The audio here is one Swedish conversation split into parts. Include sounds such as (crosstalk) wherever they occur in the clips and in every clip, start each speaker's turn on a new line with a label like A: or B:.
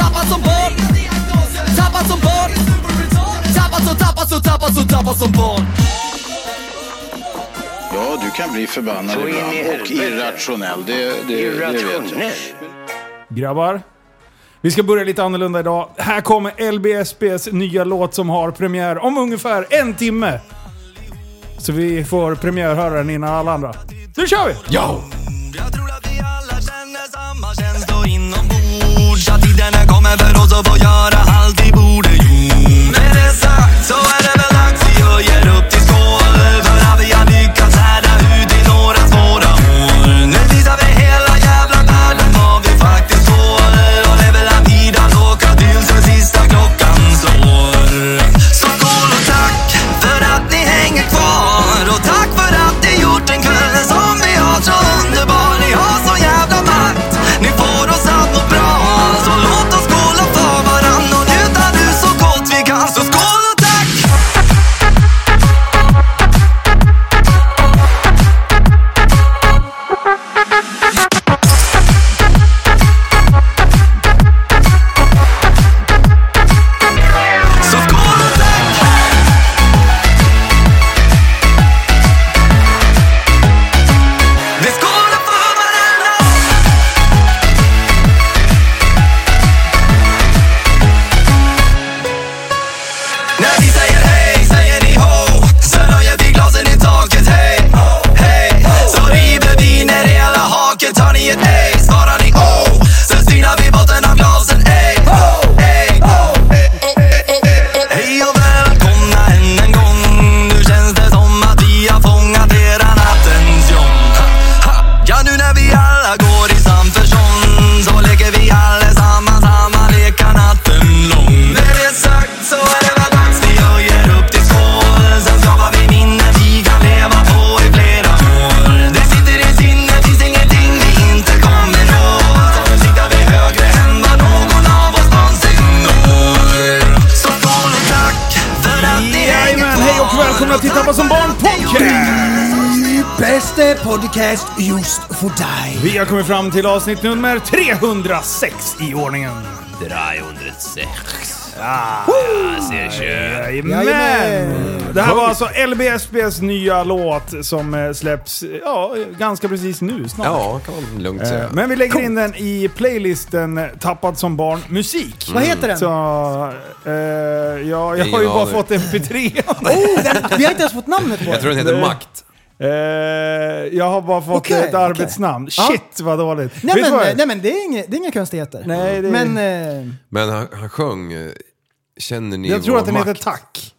A: Tappad som barn Tappad som barn Tappad som, tappad som, tappad som, tappad som barn
B: Ja, du kan bli förbannad
C: Så in i
B: ibland och
C: helvete.
B: irrationell. Det, det, det vet jag.
C: Irrationell.
D: Grabbar, vi ska börja lite annorlunda idag. Här kommer LBSBs nya låt som har premiär om ungefär en timme. Så vi får premiärhöra den innan alla andra. Nu kör vi!
A: Yo!
E: Jag tror att vi alla känner samma känsla inombords Att tiden är kommen för oss att få göra allt vi borde gjort Med det sagt så är det väl dags vi höjer upp till skål För att vi har lyckats härda ut i några svåra år Nu visar vi hela jävla världen vad vi faktiskt tål Och det är väl att vi har åka till sen sista klockan slår Så skål och tack för att ni hänger kvar Och tack för att ni gjort en kväll som vi har så underbar Ni har så jävla makt, ni får oss att må bra Så låt oss skåla för varann och njuta nu så gott vi kan Så skål och tack! Så skål och tack! Vi skålar för varandra! När vi säger hej säger ni ho Sen höjer vi glasen i taket hej, ho, hej Så river vi ner hela haket Tar ni ett ej svarar ni oh Sen synar vi botten av glasen ej, ho, ej, ho, ej, ej, ej, ej. Hej och välkomna än en gång Nu känns det som att vi har fångat era nattens jong Ha, ha. Ja nu när vi alla går i samförstånd Så leker vi allesammans samma lekar natten lång När det är sagt så är det väl dags vi höjer upp till skål Sen skapar vi minnen vi kan leva på i flera år Det sitter i sinnet, finns ingenting vi inte kommer nå Så nu siktar vi högre än vad någon av oss någonsin når Så skål och tack för att ni hänger
D: Jajamän, hej och välkomna till Tappa som barn podcast!
F: Bästa podcast just för dig.
D: Vi har kommit fram till avsnitt nummer 306 i ordningen.
G: 306.
D: Jajamän! Det här var alltså LBSBs nya låt som eh, släpps ja, ganska precis nu snart.
G: Ja, kan man lugnt säga.
D: Eh, Men vi lägger in den i playlisten eh, Tappad som barn musik.
F: Vad heter den?
D: Så, eh, ja, jag har ju
G: Ingen
D: bara
G: aning.
D: fått MP3.
F: Oh, den, vi har inte ens fått namnet på
G: Jag tror
F: den.
G: den heter
D: Nej.
G: Makt.
D: eh, jag har bara fått
F: Okej,
D: ett
F: okej.
D: arbetsnamn. Shit vad dåligt.
F: Nej
D: Vet du
F: men,
D: vad?
F: nej men det är inga, det är inga konstigheter.
D: Nej, det är-
F: Men eh,
G: Men han, han sjöng... eh, Känner ni
D: jag tror
G: vår
D: att den
G: makt?
D: heter Tack.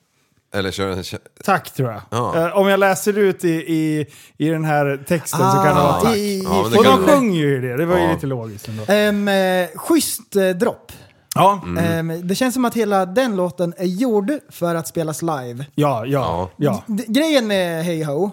G: Eller kör den... kä-
D: Tack tror jag.
G: Ja.
D: Eh, om jag läser ut i, i, i den här texten så kan det vara
F: ah,
D: Tack.
F: i, i,
G: Ja, men det
D: Och
G: kan
D: de
G: du-
D: sjunger ju det, det var ju
G: Ja.
D: lite logiskt ändå.
F: ehm, eh, schysst eh, dropp.
D: Ja,
G: Mm.
F: Ehm, det känns som att hela den låten är gjord för att spelas live.
D: ja, ja. ja.
F: D- grejen med Hey Ho,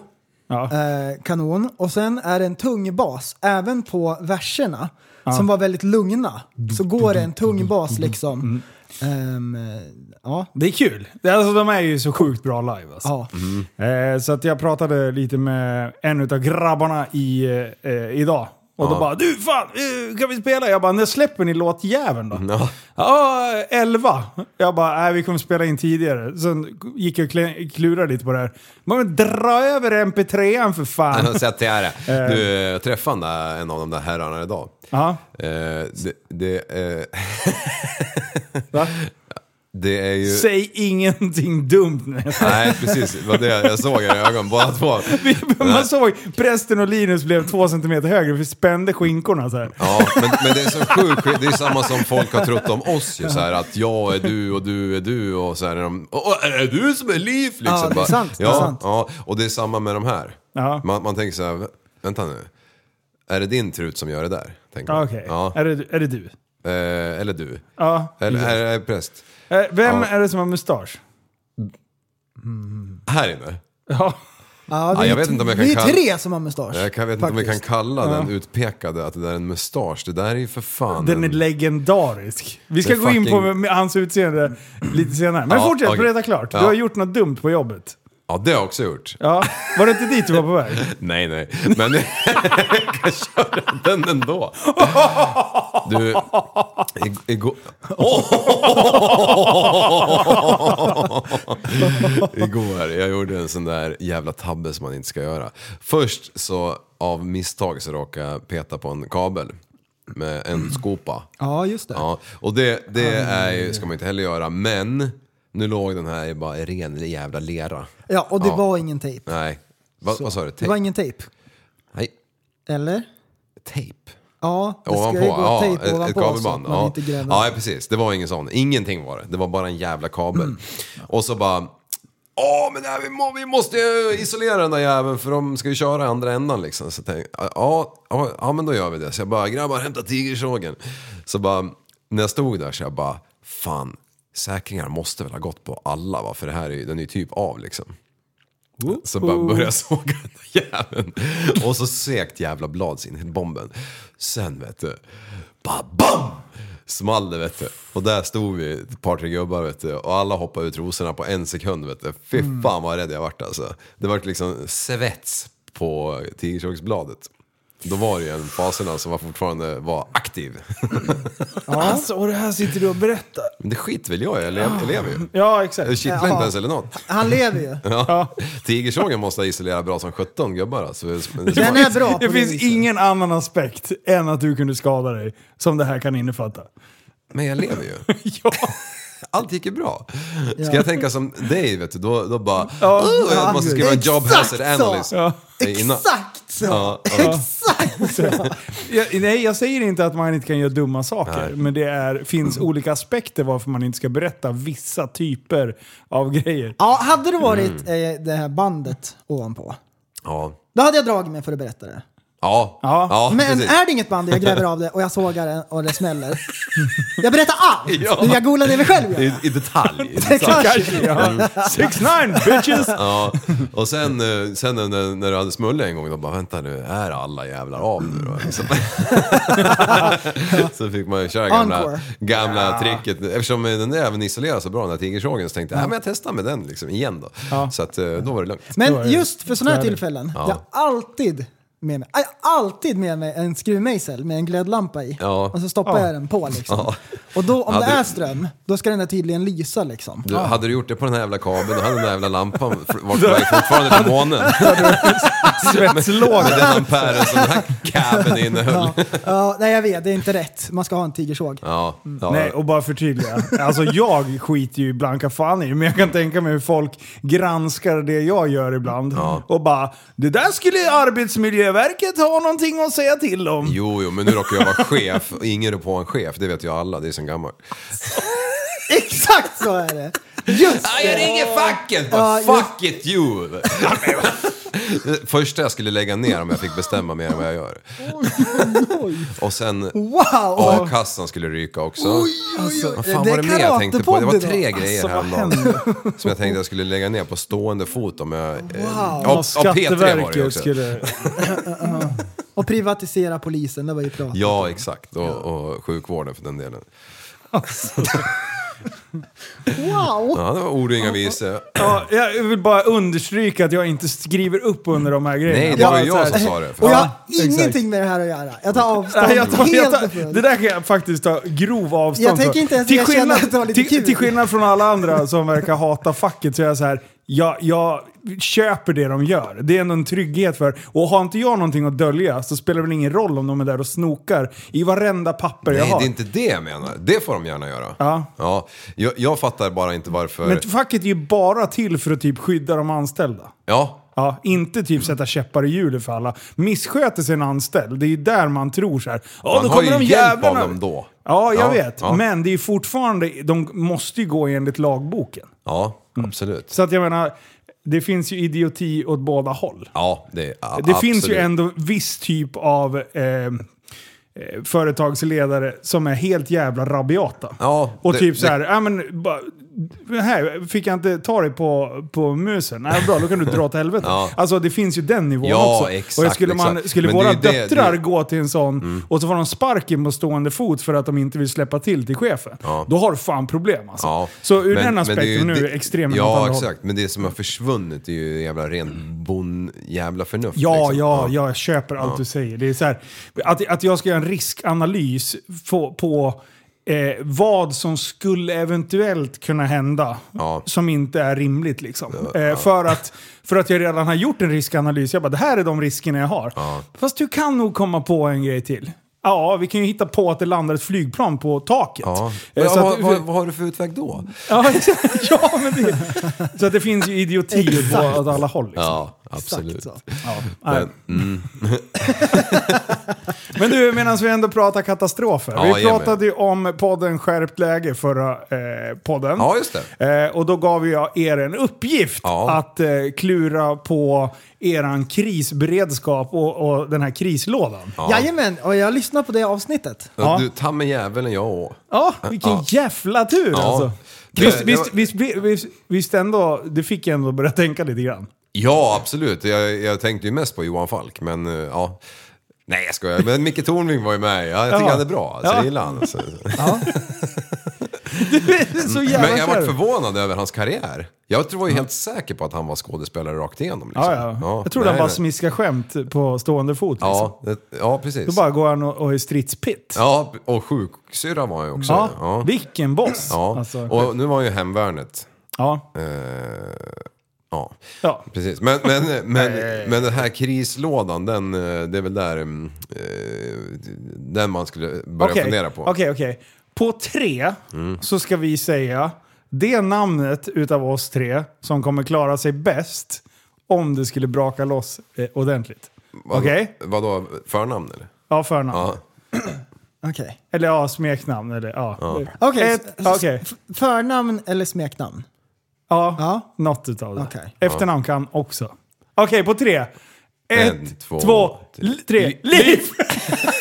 D: ja.
F: eh, kanon. Och sen är det en tung bas, även på verserna, som var väldigt lugna. Så går det en tung bas
G: Mm.
F: liksom. Ehm, eh, ja.
D: Det är kul. Det- Alltså, de är ju så sjukt bra live. Alltså.
F: ja.
D: Eh, så att jag pratade lite med en av grabbarna i, eh, eh, idag. Och då bara du fan, eh, kan vi spela? Jag bara när släpper ni låtjäveln då?
G: (laughs) Ja.
D: Ja, eh, 11. Jag bara nej vi kommer spela in tidigare. Sen gick jag och kle- klurade lite på det här. Men dra över mp3an för
G: Han har
D: fan.
G: sett
D: (laughs)
G: det här.
D: Eh.
G: Du, jag träffade den där- en av de där herrarna idag.
D: Ja,
G: Eh, det, det, eh,
D: va?
G: (laughs) det är ju...
D: Säg ingenting dumt (laughs) nu.
G: Nej, precis. Det var det jag såg i era ögon,
D: (laughs)
G: båda två.
D: Man såg prästen och Linus blev två centimeter högre för spände skinkorna så här.
G: Ja, men, men det är så sjukt. Det är samma som folk har trott om oss ju. Så här, att jag är du och du är du och så här är de... Åh, är det du som är liv? Liksom.
F: Ja, det är
G: Bara,
F: sant, det är
G: Ja,
F: sant.
G: ja, och det är samma med de här.
D: Ja.
G: Man, man tänker så här, vänta nu. Är det din trut som gör det där? Tänker man.
D: Okej,
G: Ja.
D: är, det, är det du?
G: Eh, eller du.
D: Ja.
G: Eller här är präst.
D: Eh, Vem
G: Ja.
D: är det som har mustasch?
G: Här inne.
D: (laughs) Ja.
F: Ja, vi,
G: Ja,
F: är
G: jag vet
F: t-
G: inte om jag
F: vi
G: kan
F: är
G: kalla-
F: tre som har mustasch.
G: Jag kan, vet inte om vi kan
F: faktiskt.
G: kalla den utpekade att det där är en mustasch. Det där är ju för fan
D: Den är
G: en...
D: legendarisk. Vi ska
G: Det är
D: gå in på
G: fucking-
D: med hans utseende lite senare. Men
G: Ja,
D: fortsätt,
G: okej.
D: berätta klart. Du
G: Ja.
D: har gjort något dumt på jobbet.
G: Ja, det har jag också gjort.
D: Ja. Var det inte dit du var på väg?
G: Nej, nej. Men jag (laughs) kan köra den ändå. Du, ig- igår... (laughs) igår, jag gjorde en sån där jävla tabbe som man inte ska göra. Först så av misstag så råkade jag peta på en kabel med en skopa.
F: Ja, just det.
G: Ja, och det, det är, ju- ska man inte heller göra, men nu låg den här i bara ren jävla lera.
F: Ja, och det var ingen tejp.
G: Nej, Va, vad sa du?
F: Det var
G: Tejp?
F: ingen tejp.
G: Nej,
F: Eller?
G: tejp.
F: Ja, det ska
G: Ovanpå,
F: ju gå
G: ja.
F: tejp
G: Ett, ett
F: ovanpå så att
G: kabelband.
F: man
G: Ja.
F: inte gräver.
G: ja, precis. Det var ingen sån. Ingenting var det. Det var bara en jävla kabel.
F: Mm.
G: Och så bara... Åh, men nej, vi, må, vi måste ju isolera den där jäveln för de ska ju köra i andra ändan liksom. Så tänkte jag, ja, ja, ja, men då gör vi det. Så jag bara, grabbar hämta tigersågen. Så bara, när jag stod där så jag bara, fan, säkringar måste väl ha gått på alla va? För det här är ju, den är ju typ av liksom. Så bara började jag såga den där jäveln. Och så segt jävla blad in i bomben. Sen vet du, bara BAM! Small det vet du. Och där stod vi, ett par tre gubbar vet du. Och alla hoppade ut rosorna på en sekund vet du. Fy
F: Mm.
G: fan vad rädd jag vart alltså. Det vart liksom svets på tigersågsbladet. Då var det ju en faserna som var fortfarande var aktiv.
D: (laughs) Alltså, och det här sitter du och berättar.
G: Men det skit väl jag i, jag
F: Ah.
G: lev- jag lever ju.
D: Ja,
G: Jag
D: exakt.
G: kittlar inte ens eller
F: (laughs)
G: något.
F: Han lever ju.
G: Ja. Tigersågen måste ha isolerat bra som 17 gubbar alltså.
F: Den är bra på
D: Det finns
F: viset.
D: ingen annan aspekt än att du kunde skada dig som det här kan innefatta.
G: Men jag lever
F: (laughs)
G: ju.
D: Ja.
G: Allt gick ju bra. Ska
F: Ja.
G: jag tänka som dig, vet du, då, då bara...
D: Ja.
G: "Åh, jag måste skriva en job
F: Exakt
G: hazard
F: så!
G: analyst.
D: Ja.
G: Nej, innan.
F: Exakt så! (laughs)
G: Ja, ja.
F: Exakt så!
D: Jag, nej, jag säger inte att man inte kan göra dumma saker,
G: Nej.
D: men det är, finns olika aspekter varför man inte ska berätta vissa typer av grejer.
F: Ja, hade det varit
G: Mm.
F: eh, det här bandet ovanpå,
G: Ja.
F: då hade jag dragit mig för att berätta det.
G: Ja.
D: Ja.
G: Ja.
F: Men
G: precis.
F: är det inget band och jag gräver av det och jag sågar det och det smäller. Jag berättar allt!
G: (laughs) Ja.
F: Jag golar ner mig själv jag.
G: I, I detalj. I
F: (laughs) Det
G: detalj.
F: kanske.
D: Ja. 6-9 bitches!
G: Ja. Och sen, eh, sen när, när du hade smulle en gång, då bara vänta nu, är alla jävlar av nu då?
F: (laughs)
G: Liksom. (laughs) så fick man ju köra gamla,
F: Encore.
G: gamla tricket. Eftersom eh, den där även isolerar så bra, den här tigersågen, så tänkte jag, ja. men jag testar med den liksom, igen då. Så att, eh, då var det lugnt.
D: Så är det.
F: Men just för sådana
D: Så
F: här
D: är det.
F: tillfällen,
G: Ja.
F: jag har alltid med mig, jag har alltid med mig en skruvmejsel med en glödlampa i.
G: Ja.
F: Och så stoppar
D: Ja.
F: jag den på liksom.
G: Ja.
F: Och då, om
G: Ja,
F: det
G: det-
F: är ström, då ska den där tydligen lysa liksom.
G: Du, Hade du gjort det på den här jävla kabeln, då hade den där jävla lampan fr- varit på väg fortfarande till månen.
D: Svetslåga.
G: Med den amperen som den här kabeln innehöll.
F: Ja. Ja, nej jag vet, det är inte rätt. Man ska ha en tigersåg.
G: Ja, ja.
D: Nej, och bara förtydliga. Alltså jag skiter ju ibland vad fan i, men jag kan tänka mig hur folk granskar det jag gör ibland. Och bara, det där skulle Arbetsmiljöverket ha någonting att säga till om.
G: Jo, jo, men nu råkar jag vara chef. och Ingen är på en chef, det vet ju alla. Det är sen gammalt.
F: Exakt så är det! Just
G: Ah,
F: det!
G: jag ringer facket!
F: Ja,
G: Bara, fuck it you! (laughs) Det Första jag skulle lägga ner om jag fick bestämma mer än vad jag gör. Och sen
F: Wow!
G: a-kassan skulle ryka också.
F: Alltså,
G: Vad fan var det mer jag tänkte på? Det var
F: karatepodden
G: tre
F: då.
G: grejer
D: Alltså, vad
G: häromdagen
D: hände?
G: som jag tänkte jag skulle lägga ner på stående fot om jag... Wow.
D: Ja,
G: Ja, ja, P3 var det ju också.
D: skulle... (laughs)
F: Och privatisera polisen, det var ju bra.
G: Ja, exakt. Och, och sjukvården för den delen.
F: Wow!
G: Ja, det var ord och inga visor.
D: Ja, jag vill bara understryka att jag inte skriver upp under de här grejerna.
G: Nej, det var
D: Bara
G: ju
D: så
G: jag
D: här-
G: som sa det.
F: Och jag har
D: Ja, exakt.
F: ingenting med det här att göra. Jag tar avstånd
D: Nej, jag tar, jag
F: helt och
D: tar,
F: fullt.
D: det där kan jag faktiskt ta grov avstånd
F: Jag tänker inte ens
D: Till
F: erkänna
D: skillnad-
F: att det var lite
D: till,
F: kul.
D: till skillnad från alla andra som verkar hata facket så är jag så här, jag, jag köper det de gör. Det är ändå en trygghet för, och har inte jag någonting att dölja så spelar det väl ingen roll om de är där och snokar i varenda papper jag
G: Nej,
D: har.
G: det är inte det jag menar. Det får de gärna göra.
D: Ja.
G: Ja, jag, jag fattar bara inte varför...
D: Men facket är ju bara till för att typ skydda de anställda.
G: Ja,
D: Ja, inte typ sätta käppar i hjulet för alla. Missköter sin anställd, det är ju där man tror så här. Ja,
G: man
D: då
G: har
D: kommer
G: ju
D: de
G: hjälp av
D: jävlarna.
G: dem då.
D: Ja, jag
G: Ja,
D: vet.
G: ja.
D: Men det är ju fortfarande, de måste ju gå enligt lagboken.
G: Ja, absolut.
D: Så att jag menar, det finns ju idioti åt båda håll.
G: Ja, det, a-
D: Det finns ju
G: absolut.
D: ändå viss typ av eh, eh, företagsledare som är helt jävla rabiata.
G: Ja,
D: och
G: det-
D: typ så
G: det-
D: här, ja men bara, här, fick jag inte ta dig på, på musen? Nej, bra, då kan du dra åt helvete.
G: Ja.
D: Alltså det finns ju den nivån
G: Ja,
D: också. och jag
G: exakt,
D: skulle man,
G: exakt.
D: skulle
G: Men
D: våra
G: det är ju det-
D: döttrar
G: det- Mm.
D: gå till en sån och så får de sparken på stående fot för att de inte vill släppa till till chefen. Då har du fan problem alltså.
G: Ja,
D: Så ur
G: men-
D: den
G: men det är ju
D: aspekten nu är
G: det-
D: det extremt åt andra
G: Ja,
D: håll.
G: exakt. Men det som har försvunnit är ju jävla ren bon jävla förnuft.
D: Ja,
G: liksom.
D: ja, ja, jag köper allt du säger. Det är så här, att, att jag ska göra en riskanalys på, på eh, vad som skulle eventuellt kunna hända
G: Ja.
D: som inte är rimligt. Liksom. Eh, för, att, för att jag redan har gjort en riskanalys. Jag bara, det här är de riskerna jag har. Fast du kan nog komma på en grej till. Ja, vi kan ju hitta på att det landar ett flygplan på taket.
G: Ja.
D: Eh,
G: Men,
D: så
G: vad,
D: att-
G: vad, vad har du för utväg då?
D: (laughs) Ja, (laughs) exakt. ja, men det, så att det finns ju idioti på åt alla håll. Liksom.
G: Ja, absolut.
F: så.
D: Nej. Men du, medan vi ändå pratar katastrofer.
G: Ja,
D: vi
G: ge mig.
D: pratade ju om podden Skärpt läge förra eh, podden.
G: Ja, just
D: Eh, och då gav jag er en uppgift
G: Ja.
D: att eh, klura på eran krisberedskap och, och den här krislådan. Ja,
F: Jajamän, och jag lyssnar på det avsnittet.
G: Ja. Du, ta med djävulen jag och.
D: vilken
G: Ja.
D: jävla tur
G: Ja.
D: alltså.
G: Det-
D: visst,
G: det
D: visst,
G: var-
D: visst, visst, visst ändå, det fick jag ändå börja tänka lite
G: (laughs)
D: grann.
G: Mm. Ja, absolut. Jag, jag tänkte ju mest på Johan Falk, men eh, ja. Nej, jag skojar. Men Micke Tornving var ju med. Ja, jag tycker
D: Ja.
G: han är bra. Alltså,
D: Ja.
G: Jag gillar han.
D: (laughs)
G: Alltså.
D: Så jävla
G: Men jag varit
D: kul.
G: förvånad över hans karriär. Jag tror jag var ju helt säker på att han var skådespelare rakt igenom. Liksom.
D: Ja, ja. jag trodde
G: nej,
D: han bara
G: nej.
D: smiskade skämt på stående fot. Liksom.
G: Ja, det, ja precis.
D: Då bara går han och, och är stridspitt.
G: Ja, och sjuksyrra var han ju också.
D: Ja,
G: ja.
D: Vilken boss!
G: Ja.
D: Alltså,
G: och nu var han ju hemvärnet.
D: ja.
G: Eh, ja,
D: Ja.
G: precis. Men,
D: (laughs)
G: men, men, men den här krislådan, den, eh, det är väl där mm, eh, den man skulle börja
D: Okej,
G: fundera på. Mm.
D: Okej, okej. På tre så ska vi säga det namnet utav oss tre som kommer klara sig bäst om det skulle braka loss eh, ordentligt.
G: Vad-
D: Okej?
G: Vadå, förnamn eller?
D: Ja, förnamn.
G: Ja.
F: Okej.
D: Eller ja, smeknamn. Eller, ja.
F: Okej,
D: Ett-
F: s- s-
D: okej.
F: f- förnamn eller smeknamn?
D: Ja,
F: Ja.
D: något utav det.
F: Okej.
D: Efternamn kan också. Okej, på tre. Ett,
G: En,
D: två,
G: två,
D: l- tre. Liv!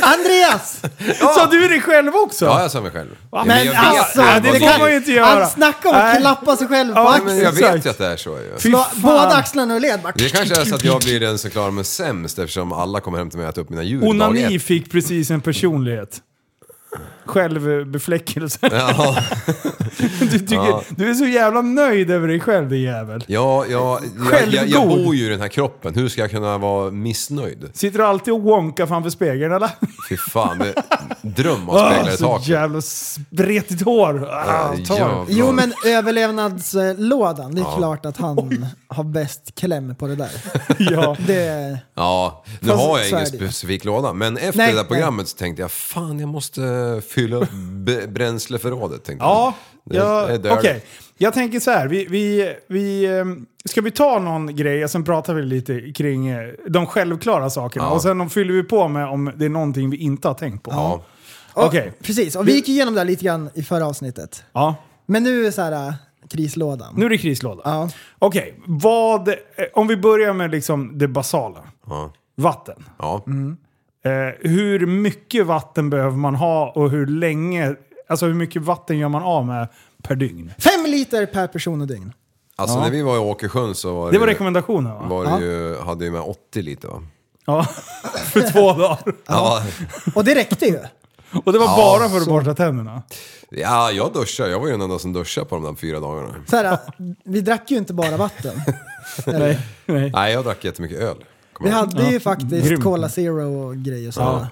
F: Andreas!
D: Sa du det själv också?
G: ja, jag sa mig själv. Ja,
D: Men
G: jag
D: alltså,
G: vet,
D: det
G: det
D: kan man ju inte göra.
F: Han snackar om att
D: Nej.
F: klappa sig själv på
D: Ja,
G: men
F: axeln.
G: jag
D: Exakt.
G: vet ju att det är så ju.
D: Fy
F: Bå-
D: fan.
F: Båda axlarna och led bara...
G: Det kanske är så att jag blir den som klarar mig sämst eftersom alla kommer hem till mig och äter upp mina djur
D: (laughs)
G: dag
D: Onani
G: ett.
D: fick precis en personlighet. Självbefläckelse. (laughs)
G: Ja,
D: Du, tycker, du är så jävla nöjd över dig själv din jävel.
G: ja, ja jag, jag, jag
D: Självgod.
G: bor ju i den här kroppen. Hur ska jag kunna vara missnöjd?
D: Sitter du alltid och wonkar framför spegeln
G: (laughs)
D: eller? Ah,
G: Fy fan, det, dröm att spegla i
D: så
G: taket. Eh,
D: jävla spretigt hår. Ah,
G: Ja,
D: tar.
G: jävlar.
F: Jo men överlevnadslådan, det är klart att han har bäst kläm på det där.
D: (laughs) Ja.
F: Det,
G: Ja, nu
F: Fast
G: har jag
F: så
G: ingen
F: är det ju.
G: specifik låda, men efter
F: Nej,
G: det där
F: nej.
G: programmet så tänkte jag fan jag måste fylla upp b- bränsleförrådet. Tänkte
D: Ja,
G: jag. Det
D: ja
G: är
D: okej.
G: dirty.
D: Jag tänker så här, vi, vi, vi, ehm, ska vi ta någon grej och sen pratar vi lite kring eh, de självklara sakerna och sen de fyller vi på med om det är någonting vi inte har tänkt på.
G: Ja.
D: Okej,
F: precis, och vi gick igenom det här lite grann i förra avsnittet.
D: ja.
F: Men nu är så här, äh, krislådan.
D: nu är det krislåda.
F: Ja.
D: Okej, vad, eh, om vi börjar med liksom det basala.
G: Ja.
D: Vatten.
G: Ja.
D: Eh, hur mycket vatten behöver man ha och hur länge, alltså hur mycket vatten gör man av med per dygn?
F: Fem liter per person och dygn.
G: Alltså när vi var i Åkersjön så var det,
D: Det var
G: ju-
D: rekommendationen va?
G: var det ju, hade ju med 80 lite va?
D: Ja, (laughs) för två dagar.
G: Ja.
F: Och det räckte ju.
D: Och det var bara för att borsta tänderna.
G: ja, jag duschade. Jag var ju den enda som duschade på de där fyra dagarna.
F: Så här, äh, vi drack ju inte bara vatten.
D: (laughs) Nej, nej.
G: Nej, jag drack jättemycket öl.
F: Vi hade ju
D: Grymt.
F: faktiskt Cola Zero och grejer och sådär.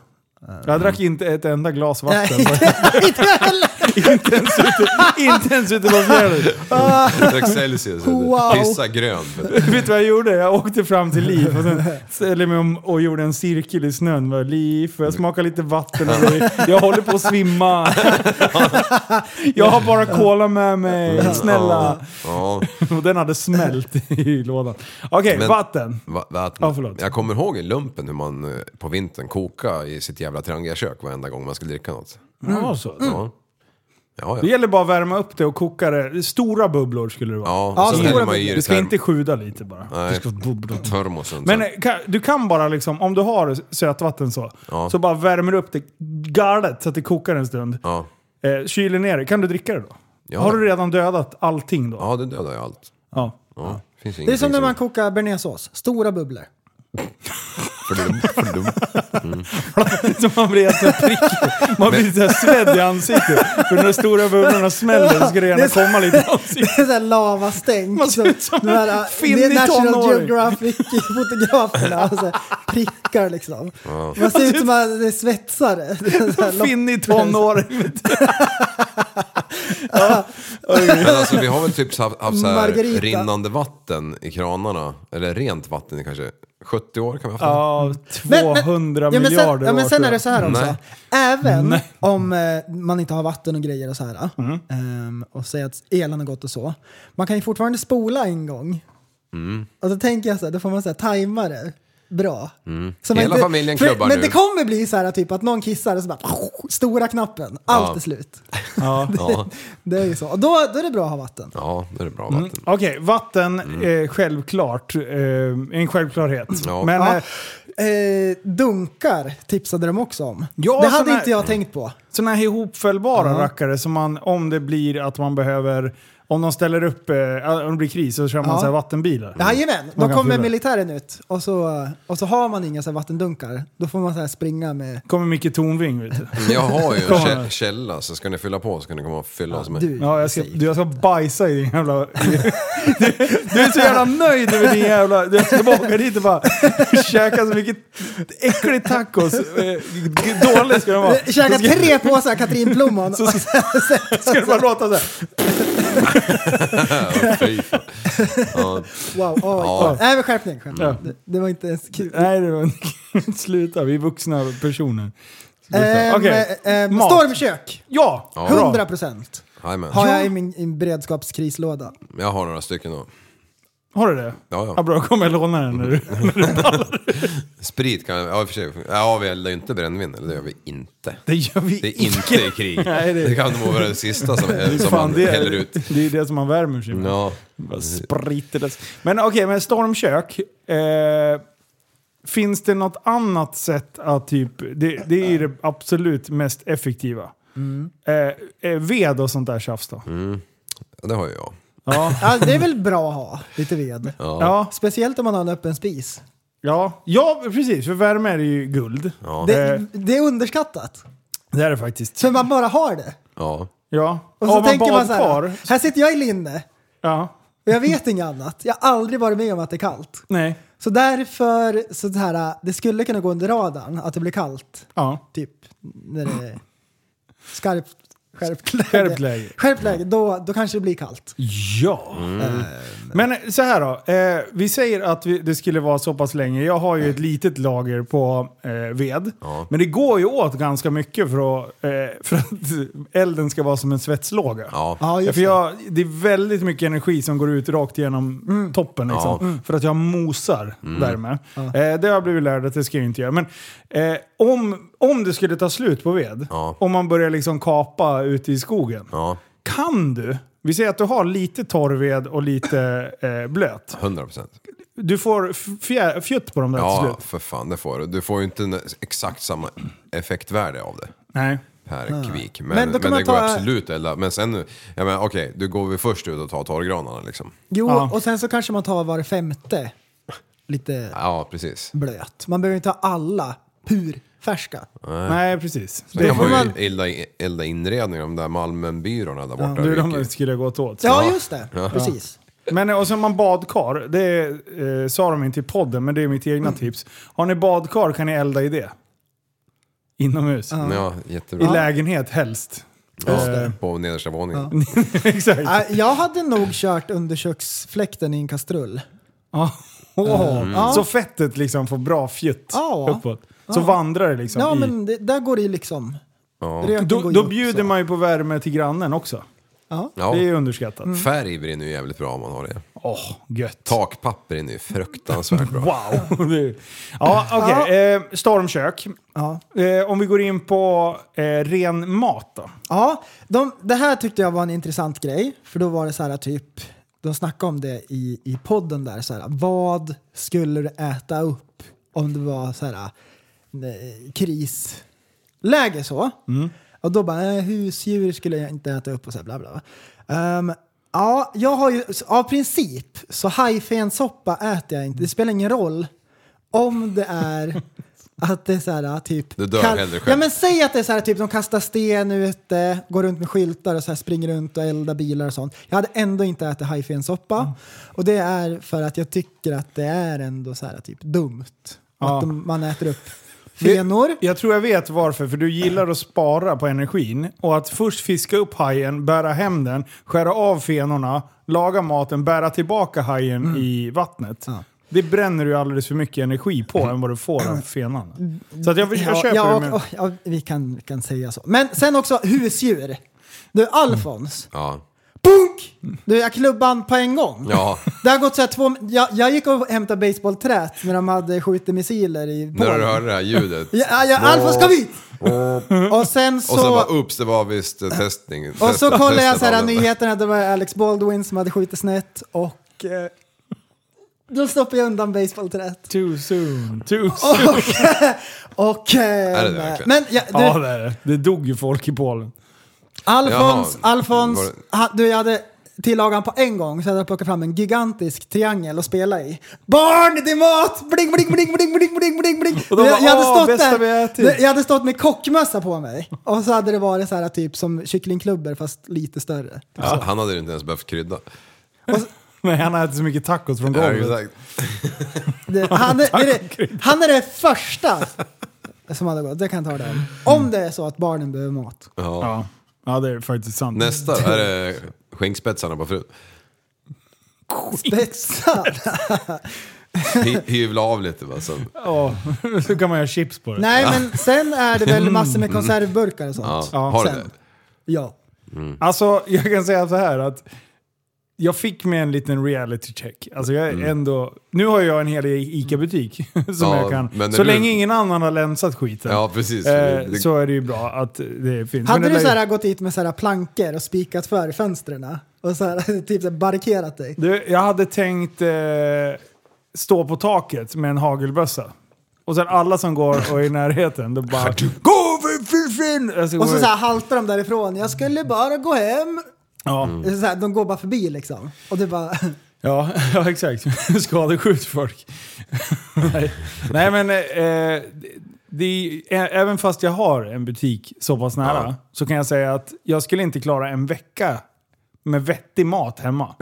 D: Ja. Jag drack inte ett enda glas
F: Nej,
D: vatten.
F: inte, (laughs) inte heller!
D: inte ens ute, (laughs) inte ens ute på fjärden.
G: Jag drack Celsius.
F: Wow.
G: Pissa grönt. vet du.
D: (laughs) Vet du vad jag gjorde? Jag åkte fram till Liv och, sen, ställde mig om och gjorde en cirkel i snön. Bara, Liv, får jag smaka lite
G: (laughs)
D: vatten? av dig? Jag håller på att svimma. Jag har bara kola med mig, snälla.
G: Ja.
D: Och den hade smält i lådan. Okej,
G: Men-
D: vatten.
G: Va, vatten.
D: Ja, förlåt.
G: jag kommer ihåg i lumpen hur man eh, på Mm. vintern kokade i sitt jävla trangiakök varenda gång man skulle dricka något.
D: Ja, så.
G: Ja. Ja,
D: Det
G: ja.
D: gäller bara att värma upp det och koka det. Stora bubblor skulle det vara.
G: ja,
F: Ja,
G: ja så
F: stora
G: häller man ju i
D: Det ska
G: term-
D: inte sjuda lite bara.
G: Nej.
D: Det ska vara bubblor.
G: termosen.
D: Men
G: sen.
D: eh, kan, du kan bara liksom, om du har sötvatten så, så bara värmer du upp det galet så att det kokar en stund.
G: ja.
D: Eh, kyler ner det. Kan du dricka det då?
G: Ja.
D: Har du redan dödat allting då?
G: ja, det dödar ju allt.
D: Ja. (laughs)
G: Ja. Finns
F: Det är som när man kokar bearnaisesås. Stora bubblor.
G: För dum, för dum.
D: Så man blir helt så prickig. Man blir såhär svedd i ansiktet. För när de stora bubblorna smäller så ska det gärna
F: Det är-
D: komma lite i ansiktet.
F: (laughs) Det är såhär lavastänk.
D: Man ser
F: Så-
D: ut som
F: de här,
D: en finnig
F: det är National
D: tonåring.
F: Geographic-fotograferna. Alltså, prickar liksom. Man ser
D: typ.
F: ut som att det är svetsare. (laughs) Det är så här lopp-
D: Finnig tonåring. vet du.
G: (laughs) Men alltså vi har väl typ haft, haft så här
F: Margarita.
G: rinnande vatten i kranarna. Eller rent vatten i kanske 70 år kan vi ha haft
D: (laughs)
G: det.
D: Ja,
F: Men- men-
D: 200
F: ja, men sen,
D: miljarder
F: Ja,
D: år,
F: men sen
D: tror
F: är
D: jag.
F: det så här också.
G: Nej.
F: Även om eh, man inte har vatten och grejer och så här.
D: Mm.
F: ehm, och säger att elen har gått och så. Man kan ju fortfarande spola en gång.
G: Mm.
F: Och då tänker jag så här, då får man så här tajma det. Bra. Så man
G: Mm. Hela familjen
F: för,
G: klubbar
F: Men
G: nu.
F: det kommer bli så här typ att någon kissar och så bara (laughs) stora knappen. Allt är slut.
G: Ja.
F: (laughs) Det är ju så. Och då, då är det bra att ha vatten.
G: ja, det är bra vatten.
D: Okej, vatten är självklart eh, en självklarhet.
G: Ja.
D: Men
F: Ja.
D: eh,
F: Eh, dunkar tipsade de också om.
D: Ja,
F: det hade
D: såna-
F: inte jag tänkt på.
D: sådana här ihopfällbara rackare som man, om det blir att man behöver, om de ställer upp, eh, om det blir kris så kör man
F: Ja.
D: så här vattenbilar.
F: Jajamän, då
D: Mm. Man kan
F: kommer
D: fylla.
F: militären ut och så, och så har man inga så här vattendunkar. Då får man så här
D: (laughs)
F: springa med...
D: Kommer Micke Tornving vet
F: (laughs)
D: du.
G: Jag har ju en
D: Kom.
G: kä- källa så ska ni fylla på så kan ni komma och fylla oss med.
F: Du,
D: Ja, jag ska, du, jag ska bajsa i din jävla... (laughs) Du, du är så jävla nöjd över din jävla... Du ska bara åka dit och bara (laughs) käka så mycket äcklig tacos. Eh, Dålig ska den vara.
F: Käka
D: Så ska-
F: tre påsar Ah,
D: (laughs)
F: Katrinplommon.
D: Så
F: (laughs)
D: ska, ska det bara låta så här.
G: Fy fan. Ja.
F: Wow, oj.
G: Ja.
F: Nej men skärpning. skärpning.
D: Ja.
F: Det, det var inte ens kul.
D: Nej, det var, (laughs) sluta. Vi är vuxna personer. Sluta.
F: Ehm,
D: Okej.
F: ehm,
D: Mat.
F: stormkök,
D: Ja!
G: Ja.
D: bra.
F: 100 procent.
G: Jajamän.
F: Har jag i min, i min beredskapskrislåda.
G: Jag har några stycken då.
D: Har du det?
G: Ja,
D: Ja,
G: ja.
D: bra, kommer jag låna den nu.
G: Sprit kan jag, ja i och för sig. Ja, vi eldar ju inte brännvin, eller det gör vi inte.
D: Det gör vi (laughs)
G: Det är inte i krig.
D: Nej, det-
G: det... kan nog vara det sista som, som
D: Fan, (laughs)
G: man
D: det,
G: häller ut.
D: det är ju det som man värmer sig med.
G: Ja.
D: Bara spriter det. Men okej, men stormkök. Eh, finns det något annat sätt att typ... Det, det är ju det absolut mest effektiva.
F: Mm.
D: Eh, eh, ved och sånt där tjafs då.
G: Mm. ja, det har ju jag.
D: Ja.
G: (laughs)
F: Ja, det är väl bra att ha lite ved.
D: Ja.
F: Speciellt om man har en öppen spis.
D: Ja. ja, precis. För värme är det ju guld. Eh.
F: Det, det är underskattat.
D: Det är det faktiskt.
F: För man bara har det.
G: Ja.
D: Ja.
F: Och så
D: Har
F: tänker man så
D: badkar-
F: här, här sitter jag i linne.
D: Ja.
F: Och jag vet inget annat. Jag har aldrig varit med om att det är kallt.
D: Nej.
F: Så därför, så det, här, det skulle kunna gå under radarn att det blir kallt.
D: Ja.
F: Typ när det är skarpt, skärpt läge.
D: Skärpt läge.
F: Skärpt läge, då, då kanske det blir kallt.
D: Ja.
G: Mm.
D: Eh, Men så här då. Eh, vi säger att vi, det skulle vara så pass länge. Jag har ju ett litet lager på eh, ved. Men det går ju åt ganska mycket för att, (laughs) eh, för att elden ska vara som en svetslåga.
G: Ja.
F: Ja, just
D: för
F: det.
D: jag, det är väldigt mycket energi som går ut rakt genom
F: Mm.
D: toppen. Liksom,
G: Mm.
D: För att jag mosar värme. Eh, det har jag blivit lärd att det ska jag inte göra. Men eh, om, om det skulle ta slut på ved,
G: Ja.
D: om man börjar liksom kapa ute i skogen,
G: Ja.
D: kan du, vi säger att du har lite torrved och lite eh, blöt.
G: 100 procent.
D: Du får fjär, fjutt på dem där till
G: Ja,
D: slut.
G: för fan det får du. Du får ju inte en- exakt samma effektvärde av det
D: Nej.
G: per kvik. Men,
F: Men
G: men,
F: då kan
G: det
F: man
G: går
F: ta-
G: absolut att elda. Men sen, ja, men, okej, då går vi först ut och tar torrgranarna liksom.
F: Jo,
D: Ja.
F: och sen så kanske man tar var femte lite
G: Ja, precis.
F: blöt. Man behöver inte ha alla purfärska.
D: Nej, precis.
G: Sen
D: Det
G: kan
D: får
G: man ju
D: man...
G: elda, elda inredningar, de där Malmenbyråerna där borta.
D: Du,
G: Det
D: de
G: gick ju-
D: skulle jag gått åt.
F: Ja, just det. Precis.
D: Men och sen man badkar. Det är, eh, sa de inte i podden, men det är mitt egna tips. Har ni badkar kan ni elda i det. Inomhus.
G: Ja,
D: I
G: jättebra.
D: lägenhet helst. (laughs)
G: Ja, på nedersta våningen.
D: Exakt.
F: Äh, Jag hade nog kört under köksfläkten i en kastrull. Mm.
D: Ja. Åh.
F: Ja.
D: Så fettet liksom får bra fjutt
F: Ja.
D: uppåt. Så vandrar det liksom
F: Ja,
D: i.
F: men det, där går det ju liksom.
G: Ja.
F: Röken
D: Då,
F: går ju
D: då
F: upp
D: bjuder
F: så.
D: man ju på värme till grannen också.
F: Ja.
G: Ja. Mm.
D: Det är underskattat.
G: Färg brinner ju jävligt bra om man har det.
D: Åh, gött.
G: Takpapper är ju fruktansvärt bra.
D: Wow! (laughs) Det- ja, okej. Eh, stormkök.
F: Ja.
D: Eh, om vi går in på eh, ren mat då.
F: Ja, de, det här tyckte jag var en intressant grej. För då var det så här typ, de snackade om det i, i podden där. Så här, vad skulle du äta upp om det var så här eh, krisläge så?
G: Mm.
F: Och då bara, eh, husdjur skulle jag inte äta upp och så här bla bla. bla. Ehm, ja, jag har ju, av princip, så hajfensoppa äter jag inte. Det spelar ingen roll om det
G: (laughs)
F: är att det är så här typ...
G: Du dör
F: kall-
G: hellre själv.
F: Ja, men säg att det är så här typ de kastar sten ute, går runt med skyltar och så här springer runt och eldar bilar och sånt. Jag hade ändå inte ätit hajfensoppa.
D: Mm.
F: Och det är för att jag tycker att det är ändå så här typ dumt.
D: Ja.
F: Att de, man äter upp fenor.
D: Jag tror jag vet varför, för du gillar att spara på energin. Och att först fiska upp hajen, bära hem den, skära av fenorna, laga maten, bära tillbaka hajen i vattnet.
F: Mm. Ja.
D: Det bränner du alldeles för mycket energi
F: (laughs)
D: på än vad du får av fenan. Så att jag, jag
F: Mm. Ja,
D: köper
F: ja,
D: det.
F: och,
D: Men,
F: och, ja, vi kan, kan säga så. Men sen också husdjur.
D: Mm.
F: Du, Alfons.
G: Ja.
F: Punk! Du, jag klubban på en gång.
G: Ja.
F: Det har gått så här två... Jag, jag gick och hämtade baseballträt när de hade skjutit missiler i
G: När du
F: Polen.
G: hörde det här ljudet.
F: Ja, ja, Alfons kom hit! Och sen så...
G: Och sen bara ups, det var visst eh, testning.
F: och så
G: Testa-
F: kollade jag
G: testet
F: så här
G: av den.
F: nyheterna, det var Alex Baldwin som hade skjutit snett och... Eh, då stoppade jag undan baseballträt.
D: too soon. Too soon.
F: Och... Eh,
G: Är det det verkligen?
F: men jag, du,
D: Ja, det är det. Det dog ju folk i Polen.
F: Alfons,
G: Jaha.
F: Alfons,
G: Var det-
F: ha, du jag hade tillagan på en gång så hade jag plockat fram en gigantisk triangel och spela i. Barn, det är mat! Bling, bling, bling, bling, bling, bling, bling, bling.
D: Och de bara, "Åh, bästa vi typ." har ätit."
F: där, jag hade stått med kockmössa på mig och så hade det varit så här typ som kycklingklubbor fast lite större.
G: Ja, han hade ju inte ens behövt krydda.
D: Nej, han har ätit så mycket tacos från
G: Ja,
D: golvet.
G: exakt.
F: Det, han, är, är det, han är det första som hade gått, det kan jag ta det om. Om det är så att barnen behöver mat.
G: Ja.
D: Ja. ja, det är faktiskt sant.
G: Nästa då, är det skinkspetsarna på frun.
F: Spetsar!
G: Hy- Hyvla av lite va. Sen.
D: Ja, (laughs) så kan man göra chips på det.
F: Nej men sen är det väl massor med konservburkar och sånt.
G: Ja, har du det?
F: sen. Ja.
D: Alltså, jag kan säga så här att jag fick med en liten reality check. Alltså jag är ändå... Nu har jag en hel ICA-butik (laughs) som
G: Mm. Ja,
D: jag
G: men
D: kan...
G: när
D: Så
G: du-
D: länge ingen annan har länsat skiten.
G: Ja, precis.
D: Eh,
G: Det-
D: Så är det ju bra att det finns.
F: Hade
D: Men
F: du
D: det
F: så
D: lär-
F: här gått hit med så här plankor och spikat för fönstren? Och så här, (laughs) typ så här barrikerat dig?
D: Du, jag hade tänkt eh, stå på taket med en hagelbössa. Och sen alla som går och är i närheten, då
F: (laughs)
D: bara... Gå för försvinn! Alltså,
F: Och så, så här haltar de därifrån. Jag skulle bara gå hem.
D: Ja,
F: Så här, de går bara förbi liksom. Och du bara... (laughs)
D: Ja, (laughs) ja exakt. Skadeskjut folk. Nej. Nej, men eh, det, är- ä- även fast jag har en butik så pass nära
G: Ja.
D: så kan jag säga att jag skulle inte klara en vecka med vettig mat hemma.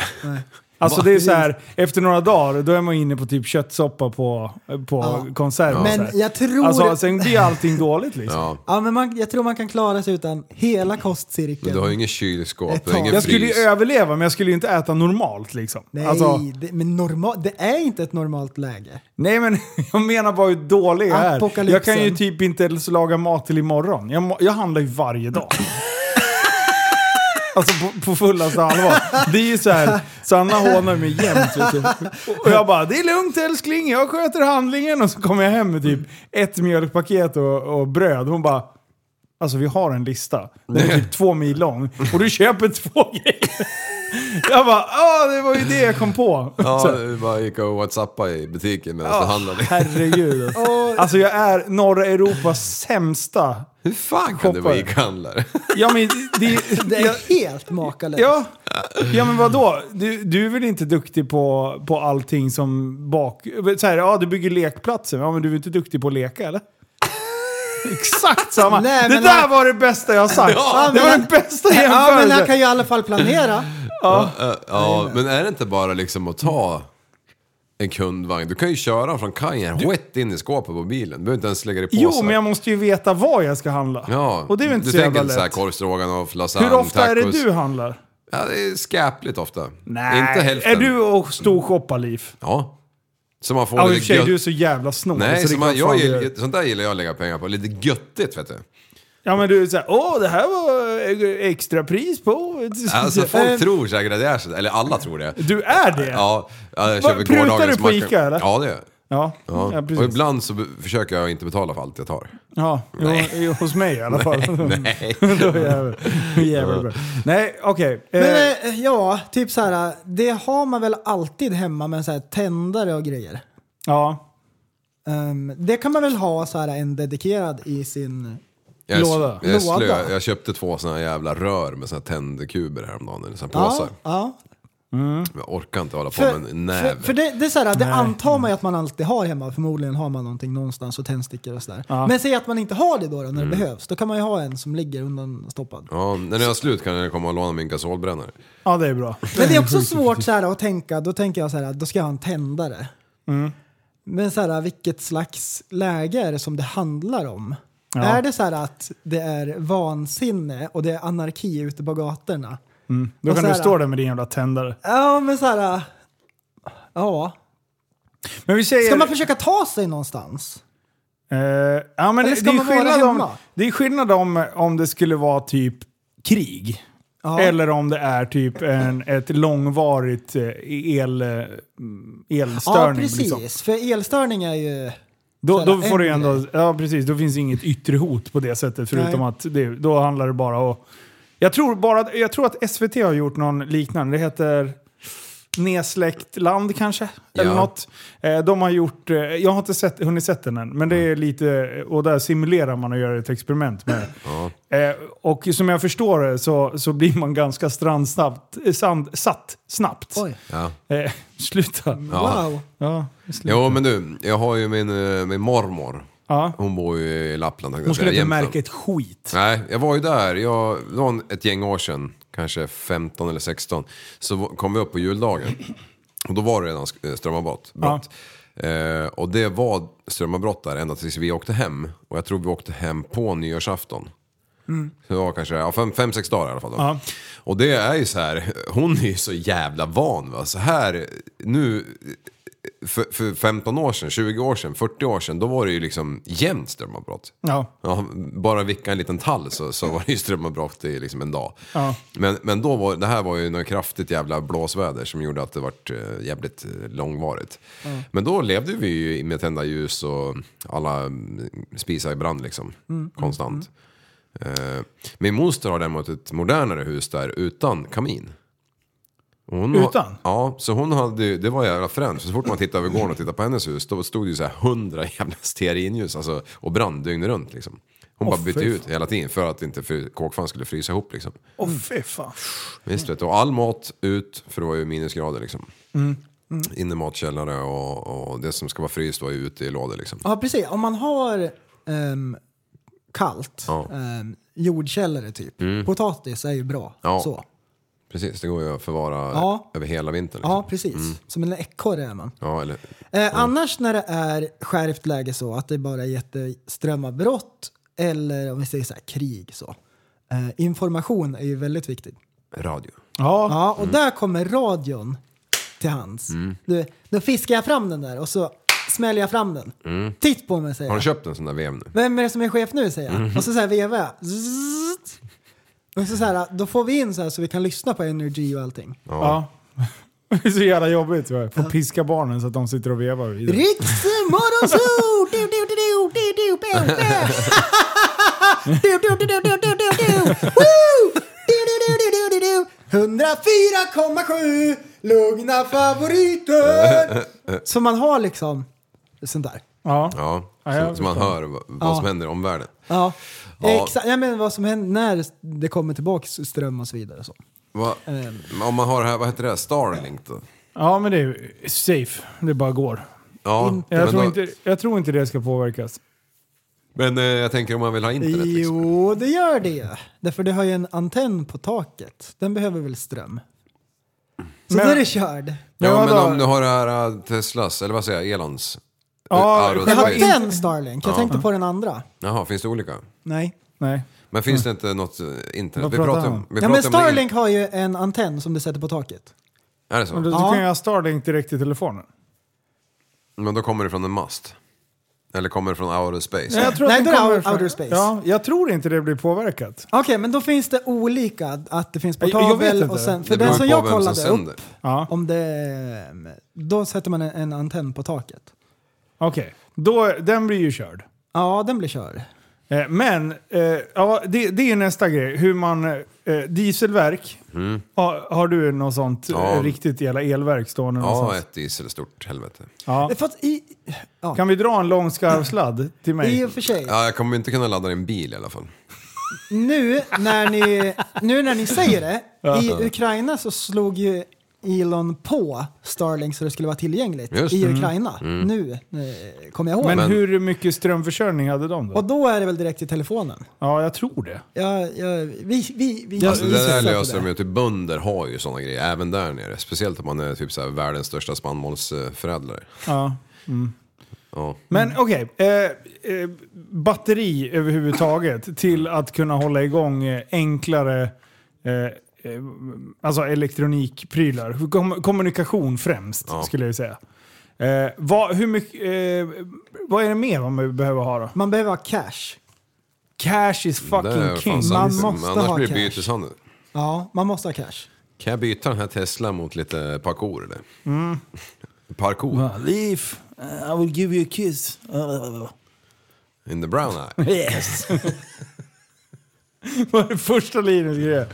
D: Alltså det är så här, efter några dagar då är man inne på typ köttsoppa på, på
F: Ja.
D: konserv. och
F: Men
D: så här.
F: jag tror-
D: Alltså sen blir allting dåligt liksom.
G: Ja.
F: Ja men man, jag tror man kan klara sig utan hela
G: Men du har ju
F: kostcirkeln.
G: ingen kylskåp,
F: Ett
G: du har
F: tag.
G: ingen
D: Jag skulle ju
G: frys.
D: överleva men jag skulle ju inte äta normalt liksom.
F: Nej,
D: Alltså,
F: det, men normal, det är inte ett normalt läge.
D: Nej men (laughs) jag menar bara hur dålig jag är.
F: Apokalypsen.
D: Jag kan ju typ inte ens laga mat till imorgon. Jag, må- jag handlar ju varje dag. Alltså på, på fullaste allvar. Det är ju så här, Sanna hånar mig jämt. Vet du. Och jag bara, det är lugnt älskling, jag sköter handlingen. Och så kommer jag hem med typ ett mjölkpaket och, och bröd. Hon bara, alltså vi har en lista. Den är typ två mil lång. Och du köper två (laughs) grejer. Jag bara, ja det var ju det jag kom på. Så
G: Ja,
D: här.
G: du bara gick och whatsappade i butiken medan du
D: Ja,
G: handlade.
D: Herregud. Alltså jag är norra Europas sämsta.
G: Hur fan kan du vara
D: Shoppar. (laughs)
G: ICA-handlare?
D: Ja men, det,
F: Det är
D: jag,
F: helt makalöst.
D: ja, ja men vadå? Du, du är väl inte duktig på, på allting som bak... Så här, ja du bygger lekplatser, ja men du är inte duktig på att leka
F: (laughs)
D: eller? Exakt samma!
F: Nej,
D: det
F: men
D: där
F: han-
D: var det bästa jag har sagt!
F: Ja,
D: det
F: men
D: var
F: han-
D: den bästa
F: Ja men
D: jämförelsen!
F: han kan ju i alla fall planera.
D: Mm.
G: Ja, ja, men är det inte bara liksom att ta en kundvagn? Du kan ju köra från kajen rätt in i skåpet på bilen. Du behöver inte ens lägga det i
D: Jo,
G: påsar.
D: men jag måste ju veta vad jag ska handla.
G: Ja,
D: Och det är väl inte
G: du
D: så
G: tänker
D: jävla
G: inte så här
D: lätt.
G: korvstroganoff, lasagne,
D: Hur ofta är det
G: tacos.
D: du handlar?
G: Ja, det är skapligt ofta.
D: Nej.
G: Inte hälften.
D: Är du och storshoppar, Liv?
G: Ja. Så man får
D: Ja, i och för
G: lite
D: sig,
G: gött...
D: du är så jävla snål.
G: Nej,
D: så det
G: så man,
D: kan fan
G: jag
D: du-
G: gillar, sånt där gillar jag att lägga pengar på. Lite göttigt vet du.
D: Ja men du är såhär, åh det här var eh, extra pris på... (laughs)
G: Alltså folk
D: Eh,
G: tror säkert att det är så, eller alla tror det.
D: Du är det?
G: Ja, jag
D: Vad,
G: köper
D: prutar
G: gårdagens
D: du på Ica, eller?
G: Ja, det gör jag.
D: Ja,
G: Ja.
D: ja. precis.
G: och ibland så be- försöker jag inte betala för allt jag tar.
D: Ja, jo, jo, hos mig i alla fall.
G: (laughs) Nej.
D: (laughs) Då jävlar. Jävlar bra. Nej, okej. Eh,
F: Men eh, ja, typ så här. Det har man väl alltid hemma med så här tändare och grejer.
D: ja.
F: Ehm, det kan man väl ha så här en dedikerad i sin...
G: Jag, är s-
D: Låda.
G: Jag, är slö.
F: Låda.
G: jag köpte två såna här jävla rör med såna här tändkuber häromdagen, eller såna här
F: Ja,
G: påsar.
F: ja.
G: Jag orkar inte hålla på
F: För,
G: med en
F: för,
G: näv.
F: för det, det, är så här, det antar man ju att man alltid har hemma. Förmodligen har man någonting någonstans och tännstickor och sådär. Men säg att man inte har det då, då när
D: Mm.
F: det behövs. Då kan man ju ha en som ligger undanstoppad.
G: Ja, när jag är slut kan jag komma och låna min gasolbrännare.
D: ja, det är bra.
F: Men det är också svårt så här, att tänka, då tänker jag så här, då ska jag ha en tändare.
D: Mm.
F: Men så här, vilket slags läge är det som det handlar om? Är det så här att det är vansinne och det är anarki ute på gatorna?
D: Då kan
F: Och så
D: du
F: här-
D: stå där med din jävla tändare.
F: Ja, men så här... Ja.
D: Men vi säger...
F: Ska man försöka ta sig någonstans?
D: Eh, ja, men
F: Eller
D: det,
F: ska
D: det, är
F: man vara
D: skillnad om,
F: hemma?
D: det är skillnad om, om det skulle vara typ krig. Eller om det är typ en, ett långvarigt eh, el, eh, elstörning.
F: ja, precis.
D: liksom.
F: För elstörning är ju...
D: Då, då
F: Sådär,
D: får du ju
F: en
D: ändå, ja precis, då finns inget yttre hot på det sättet förutom
F: Nej.
D: att det, då handlar det bara om... Jag tror, bara, jag tror att SVT har gjort någon liknande, det heter Nedsläckt land kanske? Eller
G: Ja.
D: något. Eh, De har gjort, eh, jag har inte sett, hunnit sett den än, men det
G: Mm.
D: är lite, och där simulerar man och gör ett experiment med. Eh, Och som jag förstår det så, så blir man ganska strandsnabbt, eh, sand, satt snabbt.
F: Oj.
G: Ja.
D: Eh, (laughs) sluta.
G: Ja.
F: Wow.
D: Ja, sluta.
G: Jo men du, jag har ju min, eh, min mormor.
D: Ja.
G: Hon bor ju i Lappland. tänkte
D: Hon
G: jag
D: skulle
G: säga,
D: inte
G: Jämtland.
D: märka ett skit.
G: Nej, jag var ju där. Jag, det var en- ett gäng år sedan, kanske 15 eller 16, så v- kom vi upp på juldagen. Och då var det redan sk- eh, strömavbrott. Brott. Eh, och det var strömavbrott där ända tills vi åkte hem. Och jag tror vi åkte hem på nyårsafton. Så det var kanske ja, fem, fem, sex dagar i alla fall. Då.
D: Mm. Ja.
G: Och det är ju så här, hon är ju så jävla van va. Så här, nu, för, för 15 år sedan, 20 år sedan, 40 år sedan, då var det ju liksom jämnt strömavbrott.
D: Ja.
G: Ja, bara vicka en liten tall så, så var det ju strömavbrott i liksom en dag.
D: Ja.
G: Men, men då var, det här var ju något kraftigt jävla blåsväder som gjorde att det vart eh, jävligt eh, långvarigt. Men då levde vi ju med tända ljus och alla mm, spisar i brand liksom, konstant. Eh, min moster har däremot ett modernare hus där utan kamin. Och hon har-
D: Utan?
G: ja, så hon hade ju- det var jävla fränt. Så fort man tittade över gården och tittade på hennes hus, då stod det ju så här hundra (laughs) jävla stearinljus alltså, och brann dygnet runt liksom. Hon bara bytte
D: fy
G: ut hela tiden för att inte fry- kåkfan skulle frysa ihop liksom.
D: Åh fy fan.
G: Visst vet du, och all mat ut, för det var ju minusgrader liksom.
F: Mm,
G: Innematkällare och, och det som ska vara fryst var ju ute i lådor liksom.
F: Ja, precis. Om man har ehm, kallt,
G: Ja. Mm.
F: ehm, jordkällare typ. Potatis är ju bra.
G: Ja.
F: Så.
G: Precis, det går ju att förvara
F: Ja.
G: över hela vintern. Liksom.
F: ja precis. Som en ekorre är man.
G: Ja, eller,
F: Eh, Annars när det är skärpt läge så, att det bara är jätteströmavbrott eller om vi säger så här, krig så. Eh, information är ju väldigt viktigt.
G: radio.
D: Ja,
F: Ja, och
G: Mm.
F: där kommer radion till hands. Du, då fiskar jag fram den där och så smäller jag fram den. Titt på mig säger
G: Mm. Har du Mm.
F: jag.
G: köpt en sån där vev nu?
F: Vem är det som är chef nu säger jag. Och så, så här vevar jag. Zzzzt. Och så, så här, då får vi in så här så vi kan lyssna på energy och allting.
D: ja. (laughs) Det är så jävla jobbigt. Va? Får piska barnen så att de sitter och vevar vidare.
F: Riks morgonzoo! Du, du, du, du, du, du, bäu, bäu. Du, du, du, du, du, du, du, du. Woo! Du, du, du, du, du, du, du. 104,7 Lugna favoriter! Så man har liksom sånt där.
D: Ja.
G: Ja,
D: Ja,
G: så,
D: jag
G: så man
D: förstår.
G: hör vad, vad som händer i omvärlden.
F: Ja.
G: Ja.
F: Exakt, jag menar vad som händer när det kommer tillbaks ström och så vidare. och Så.
G: Va, om man har det här, vad heter det, här, Starlink då?
D: ja, men det är safe. Det bara går.
G: Ja,
D: Jag,
G: men,
D: tror,
G: då,
D: inte, jag tror inte det ska påverkas.
G: men eh, jag tänker om man vill ha internet liksom.
F: Jo, det gör det. Därför det har ju en antenn på taket. Den behöver väl ström. Så
D: Men-
F: då är det körd.
G: Ja, men
D: då-
G: om du har det här eh, Teslas, eller vad säger jag, Elons?
D: Ja,
G: eh,
F: Jag
D: Det
F: har
D: var ju-
F: en Starlink, jag tänkte på den andra.
G: Jaha, finns det olika?
F: Nej.
D: Nej.
G: Men finns det inte något eh, internet?
D: Vad
G: Vi
D: pratar
G: pratar
D: han
G: om...
D: om?
G: Vi
F: Ja,
G: pratar
F: men
G: om
F: Starlink har ju en antenn som du sätter på taket.
G: Är det
D: Du, du
G: så?
F: Ja.
D: kan ju ha Starlink direkt i telefonen.
G: Men då kommer det från en mast. Eller kommer från outer space?
D: Nej, jag tror att
F: Nej,
D: den
F: då är det
D: kommer
F: out- outer space.
D: Ja, jag tror inte det blir påverkat.
F: Okej, men då finns det olika. Att det finns
D: Jag- jag vet
F: portabel
D: inte.
F: och sen...
G: Det
F: För
G: beror ju
F: den som
G: på
F: jag
G: vem som
F: kollade upp,
G: sänder.
D: Ja,
F: om det, då sätter man en, en antenn på taket.
D: okej. Då, den blir ju körd.
F: Ja, den blir körd.
D: Eh, Men, eh, ja, det, det är ju nästa grej. Hur man... Eh, dieselverk. Har, har du något sånt eh,
G: Mm. Ja.
D: riktigt jävla elverk stående
G: Ja,
D: någonstans?
G: ett dieselstort helvete.
D: Ja.
F: Fast i, ja,
D: Kan vi dra en lång skarvsladd till mig?
F: i och för sig.
G: Ja, jag kommer inte kunna ladda din bil i alla fall.
F: Nu när ni, nu när ni säger det, i Ukraina så slog ju Elon på Starlink så det skulle vara tillgängligt
G: Just
F: i
G: det. Mm.
F: Ukraina. Nu eh, kommer jag ihåg.
D: Men,
G: Men-
D: hur mycket strömförsörjning hade de då?
F: och då är det väl direkt i telefonen?
D: Ja, jag tror det.
F: Ja, ja, vi, vi, vi,
G: Alltså,
F: vi
G: det där
F: satsar på
G: löser de ju. Typ bönder har ju sådana grejer även där nere. Speciellt om man är typ så här världens största spannmålsförädlare.
D: Ja.
G: Ja.
D: Men
F: Mm.
D: okej, eh, eh, batteri överhuvudtaget till att kunna hålla igång eh, enklare eh, eh, alltså elektronikprylar. Kom, kommunikation främst
G: Ja.
D: skulle jag säga. Eh, vad, hur mycket, eh, vad är det mer man behöver ha då?
F: Man behöver ha cash.
D: Cash is
G: Det
D: fucking
G: är
D: king.
G: fan
F: Man
G: sant.
F: måste
G: Annars
F: ha
G: blir det
F: cash.
G: byteshandel.
F: Ja, man måste ha cash.
G: Kan jag byta den här Tesla mot lite parkour eller? (laughs) Parkour?
D: Leaf, uh, I will give you a
F: (laughs)
D: kiss.
G: In the brown eye?
D: Yes. Vad är det första linjen skulle jag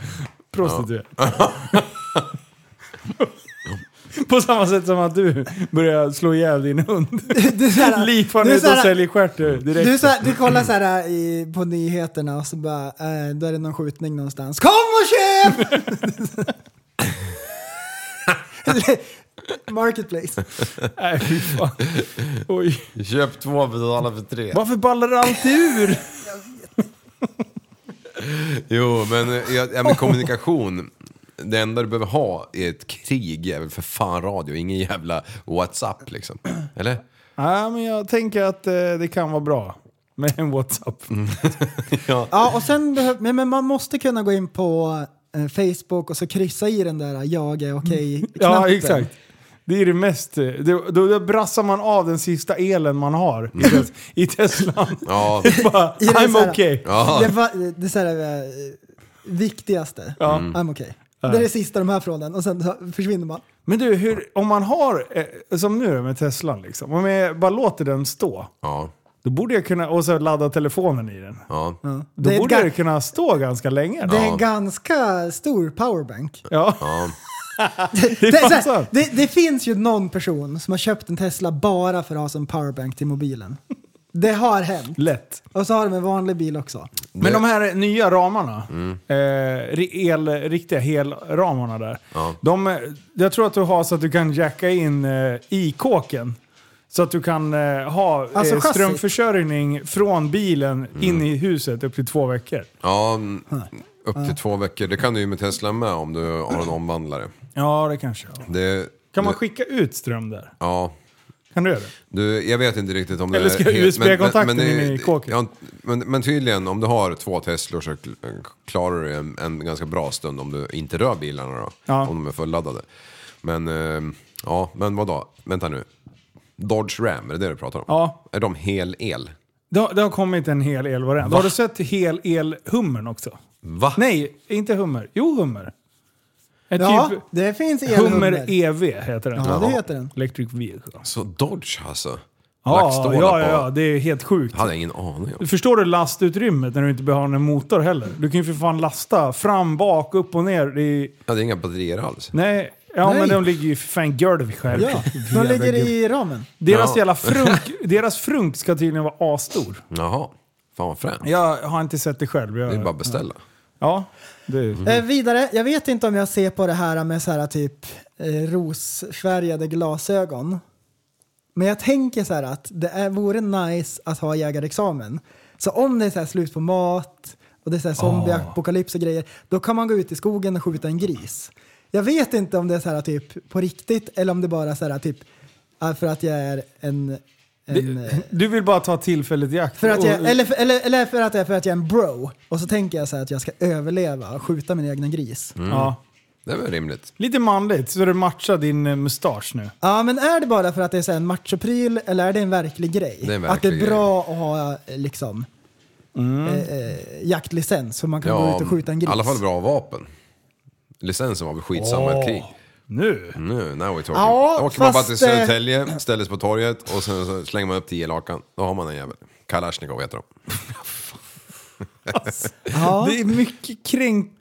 D: Prostituerad. (laughs) På samma sätt som att du börjar slå ihjäl din hund.
F: (laughs) Du är såhär-
D: Lifan
F: du är
D: ut och
F: såhär-
D: säljer stjärter direkt.
F: Du, är såhär- du kollar så här eh, i, på nyheterna och så bara, eh, då är det någon skjutning någonstans. Kom och köp!
G: (laughs)
F: (laughs) Marketplace.
D: Nej, fy fan. Oj.
G: Köp två, betala för tre.
D: Varför ballar det alltid ur?
G: Jo, men, eh, ja, ja, men kommunikation. Det enda du behöver ha i ett krig är väl för fan radio, ingen jävla WhatsApp liksom. Eller?
D: Nej, men jag tänker att eh, det kan vara bra. Med en WhatsApp.
F: Mm. Ja, och sen behöv, men, men man måste kunna gå in på eh, Facebook och så kryssa i den där jag är okej-knappen.
D: Mm. Ja, exakt. Det är det mest... eh, Det, då, då brassar man av den sista elen man har i, tes, (laughs) i Teslan.
G: Mm. Ja.
D: Bara,
F: I den så
D: I'm
F: här-
D: okay.
F: Det,
G: Ja,
F: var, det är så här, eh, viktigaste.
D: Ja.
F: I'm
G: Mm.
F: okay. Det är det sista de här frånen och sen så försvinner man.
D: Men du, hur, om man har, eh, som nu med Teslan, liksom, om jag bara låter den stå,
G: ja,
D: då borde jag kunna, och så ladda telefonen i den.
G: ja.
D: Då
F: Det är ett
D: borde
F: ga-
D: jag kunna stå ganska länge.
F: Det
D: Då.
F: är
G: Ja.
F: en ganska stor powerbank.
D: Ja. (laughs) det är
F: Det, är
D: fan
F: så här,
D: sant.
F: det, det finns ju någon person som har köpt en Tesla bara för att ha som powerbank till mobilen. Det har hänt.
D: Lätt.
F: Och så har de en vanlig bil också.
D: Men de här nya ramarna, eh, ri- el, riktiga helramarna där. De, eh, jag tror att du har så att du kan jacka in eh, i kåken. Så att du kan eh, ha
F: Alltså
D: eh,
F: chassit.
D: strömförsörjning från bilen in i huset upp till två veckor.
G: ja mm, upp till två veckor. Det kan du ju med Tesla med om du har en omvandlare.
D: Ja, det kanske
G: Det,
D: Kan man
G: det-
D: skicka ut ström där?
G: Ja,
D: Kan du göra det?
G: Du, jag vet inte riktigt om
D: Eller
G: det
D: ska
G: helt-
D: USB-kontakten
G: men- men det-
D: in i kåken?
G: Ja, men, men tydligen, om du har två Teslor så kl- klarar du en, en ganska bra stund om du inte rör bilarna då.
D: Ja.
G: Om de är fulladdade. Men, eh, ja, men vadå? Vänta nu. Dodge Ram, är det det du pratar om?
D: Ja.
G: Är de hel-el?
D: Det har, det har kommit en hel el variant. Har du sett hel el hummern också?
G: Va?
D: Nej, inte hummer. Jo, hummer. En
F: Ja,
D: typ
F: det finns
D: hummer,
F: elhummer.
D: EV heter den.
F: Ja, det heter den.
D: Electric Vehicle.
G: Så Dodge alltså?
D: Ja,
G: Lackstålar
D: ja, ja,
G: på-
D: ja, det är helt sjukt.
G: Hade jag ingen aning om.
D: Förstår du lastutrymmet när du inte behöver en motor heller? Du kan ju för fan lasta fram, bak, upp och ner. Det är,
G: Jag hade inga batterier alls.
D: nej, ja
F: Nej.
D: men de ligger ju för fan golv själv.
F: Ja, de ligger i ramen.
D: Deras
G: Ja.
D: jävla frunk, deras frunk ska tydligen vara asstor.
G: Jaha, fan vad fränt.
D: Jag har inte sett det själv. Jag,
G: Det är bara att beställa.
D: Ja, det
F: Eh, vidare, jag vet inte om jag ser på det här med så här typ eh, rosfärgade glasögon. Men jag tänker så här att det är, vore nice att ha jägarexamen. Så om det är så här slut på mat och det är så här zombieapokalyps och grejer, då kan man gå ut i skogen och skjuta en gris. Jag vet inte om det är så här typ på riktigt eller om det bara är så här typ ah, för att jag är en... en eh,
D: Du vill bara ta tillfället i akt.
F: för att
D: Och-
F: jag, eller, för, eller, eller för
G: Mm.
F: att jag är för att jag är en bro och så tänker jag så här att jag ska överleva och skjuta min egna gris.
D: Ja.
G: Det är väl rimligt.
D: Lite manligt, så du matchar din eh, mustasch nu.
F: Ja, men är det bara för att det är så här en machopryl eller är det en verklig grej?
G: Det är en
F: att
G: verklig
F: det
G: Mm.
F: är bra att ha eh, liksom, eh, eh, jaktlicens så man kan gå ut och skjuta en
G: i
F: gris.
G: alla fall bra vapen. Licensen var väl skitsamma i ett krig.
D: Nu?
F: Mm.
G: Nu, now we're talking.
F: Ja,
G: Då åker man bara
F: fast,
G: till
F: eh,
G: Södertälje, ställer sig på torget och sen så slänger man upp tio lakan. Då har man en jävel. Kalashnikov heter de.
F: Ja.
D: Det är mycket kränk...